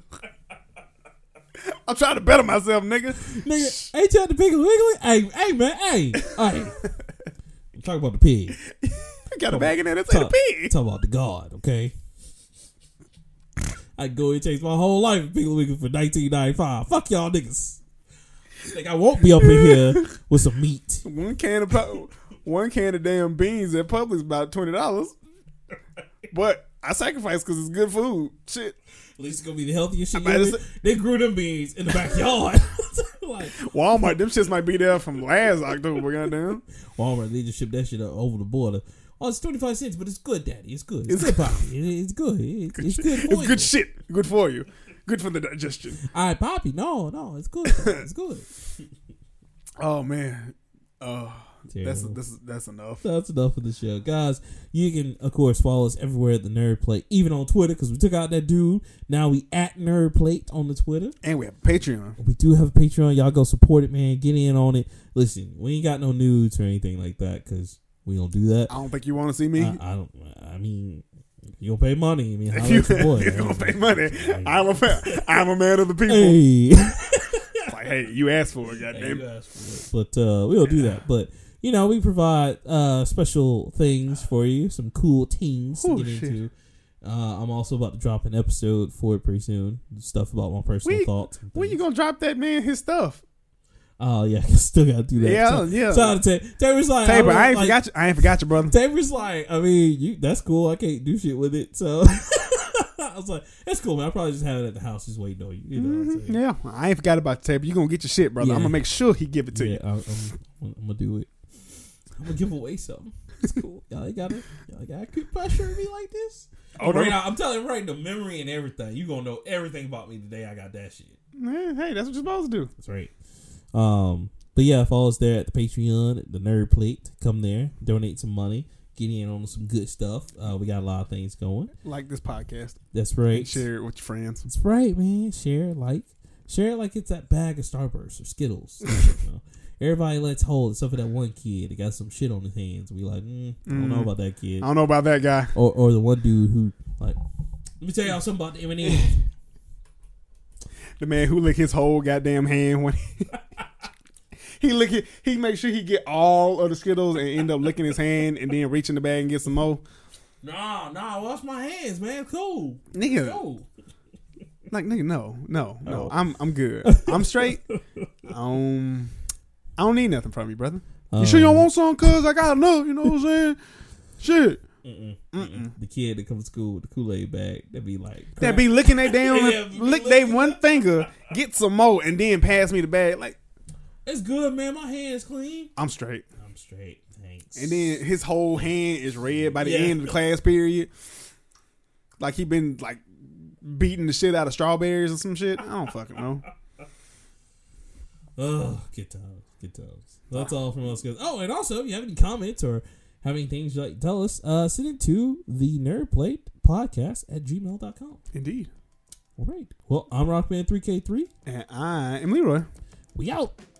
S1: I'm trying to better myself, nigga.
S2: nigga? Ain't you at the Piggly Wiggly? Hey, hey man, hey, hey. Talk about the pig.
S1: You got a bag in there that's ain't a
S2: talk,
S1: pig.
S2: talk about the God, okay? I go and change my whole life in Piggly Wiggly for nineteen ninety five. Fuck y'all niggas. Like I won't be up
S1: <laughs>
S2: in here with some meat.
S1: One can of pu- one can of damn beans at Publix about twenty dollars. But I sacrifice because it's good food. Shit.
S2: At least it's gonna be the healthiest shit.
S1: might
S2: you
S1: as-
S2: ever- They grew them beans in the backyard. <laughs> like
S1: Walmart, them shits might be there from last October. Goddamn.
S2: Walmart leadership that shit up over the border. Oh, it's twenty five cents, but it's good, Daddy. It's good. It's, good, Poppy. It- It's good. It- it's good. For
S1: It's
S2: you.
S1: good shit. Good for you. Good for the digestion.
S2: All right, Poppy. No, no, it's good. though. It's <laughs> good.
S1: Oh man. Oh, that's
S2: Terrible.
S1: that's that's enough.
S2: So that's enough of the show, guys. You can, of course, follow us everywhere at the Nerd Plate, even on Twitter, because we took out that dude. Now we at Nerd Plate on the Twitter.
S1: And we have Patreon.
S2: We do have a Patreon. Y'all go support it, man. Get in on it. Listen, we ain't got no nudes or anything like that, because we don't do that.
S1: I don't think <laughs> you want to see me.
S2: I, I don't. I mean, you gonna pay money. I <laughs> mean, how
S1: if you,
S2: you boy?
S1: if you don't pay money, I'm a fa- I'm a man of the people.
S2: Hey.
S1: It's like, hey, you asked for it,
S2: Yeah,
S1: goddamn.
S2: you asked for it. <laughs> But uh, we don't do that. But you know, we provide uh, special things for you, some cool teams to
S1: Oh,
S2: get
S1: shit.
S2: into. Uh, I'm also about to drop an episode for it pretty soon. Stuff about my personal
S1: We-
S2: thoughts. and
S1: When you
S2: things.
S1: gonna drop that man his stuff?
S2: Oh yeah, <laughs> I still gotta do that.
S1: Yeah,
S2: So-
S1: yeah.
S2: Shout out to Tay. Tabor's like,
S1: Tabor,
S2: was
S1: I ain't
S2: like,
S1: forgot you. I ain't forgot you, brother.
S2: Tabor's like, I mean, you that's cool. I can't do shit with it. So <laughs> I was like, that's cool, man. I probably just have it at the house, just waiting on you. You know what I'm saying?
S1: Yeah, I ain't forgot about you, Tabor. You gonna get your shit, brother.
S2: Yeah.
S1: I'm gonna make sure he give it to
S2: yeah,
S1: you.
S2: I, I'm, I'm, I'm gonna do it. I'm gonna give away something. It's cool. <laughs> y'all ain't gotta, y'all ain't gotta keep pressuring me like this.
S1: Oh,
S2: right
S1: no.
S2: now, I'm telling you right, the memory and everything. You gonna know everything about me the day I got that shit.
S1: Man, hey, that's what you're supposed to do.
S2: That's right. Um, but yeah, follow us there at the Patreon, at the Nerd Plate. Come there, donate some money, get in on some good stuff. Uh, we got a lot of things going.
S1: Like this podcast,
S2: That's right.
S1: share it with your friends.
S2: That's right, man. Share like share it like it's that bag of Starburst
S1: <laughs>
S2: or Skittles. You know? Everybody lets hold except for that one kid that got some shit on his hands. We like, mm, I don't know
S1: Mm.
S2: about that
S1: I
S2: kid,
S1: don't know about that guy.
S2: or or the one dude who like. Let me tell y'all something about the M and M.
S1: <laughs> The man who lick his whole goddamn hand when he, <laughs> he lick it. He make sure he get all of the skittles and end up licking his hand and then reach in the bag and get some more.
S2: Nah, nah, wash my hands, man. Cool,
S1: Nigga,
S2: cool.
S1: Like nigga, no, no, no.
S2: Oh.
S1: I'm I'm good. I'm straight. um, I don't need nothing from you, brother. You sure you
S2: Um,
S1: don't want some? Cause I got enough. You know what I'm saying? Shit.
S2: Mm-mm, mm-mm. The kid that comes to school with the Kool Aid bag, that be like,
S1: That be licking they damn,
S2: <laughs> Yeah, be
S1: lick they one finger, get some more, and then pass me the bag. Like
S2: it's good, man. My hands clean.
S1: I'm straight.
S2: I'm straight, thanks.
S1: And then his whole hand is red by the
S2: Yeah.
S1: end of the class period. Like he been like beating the shit out of strawberries or some shit. I don't fucking know.
S2: Oh, good times, good times. That's all from us, guys. Oh, and also, if you have any comments or have any things you'd like to tell us, uh, send it to the Nerd Plate Podcast at gmail.com.
S1: Indeed.
S2: All right. Well, I'm Rockman3K3.
S1: And I am Leroy.
S2: We out.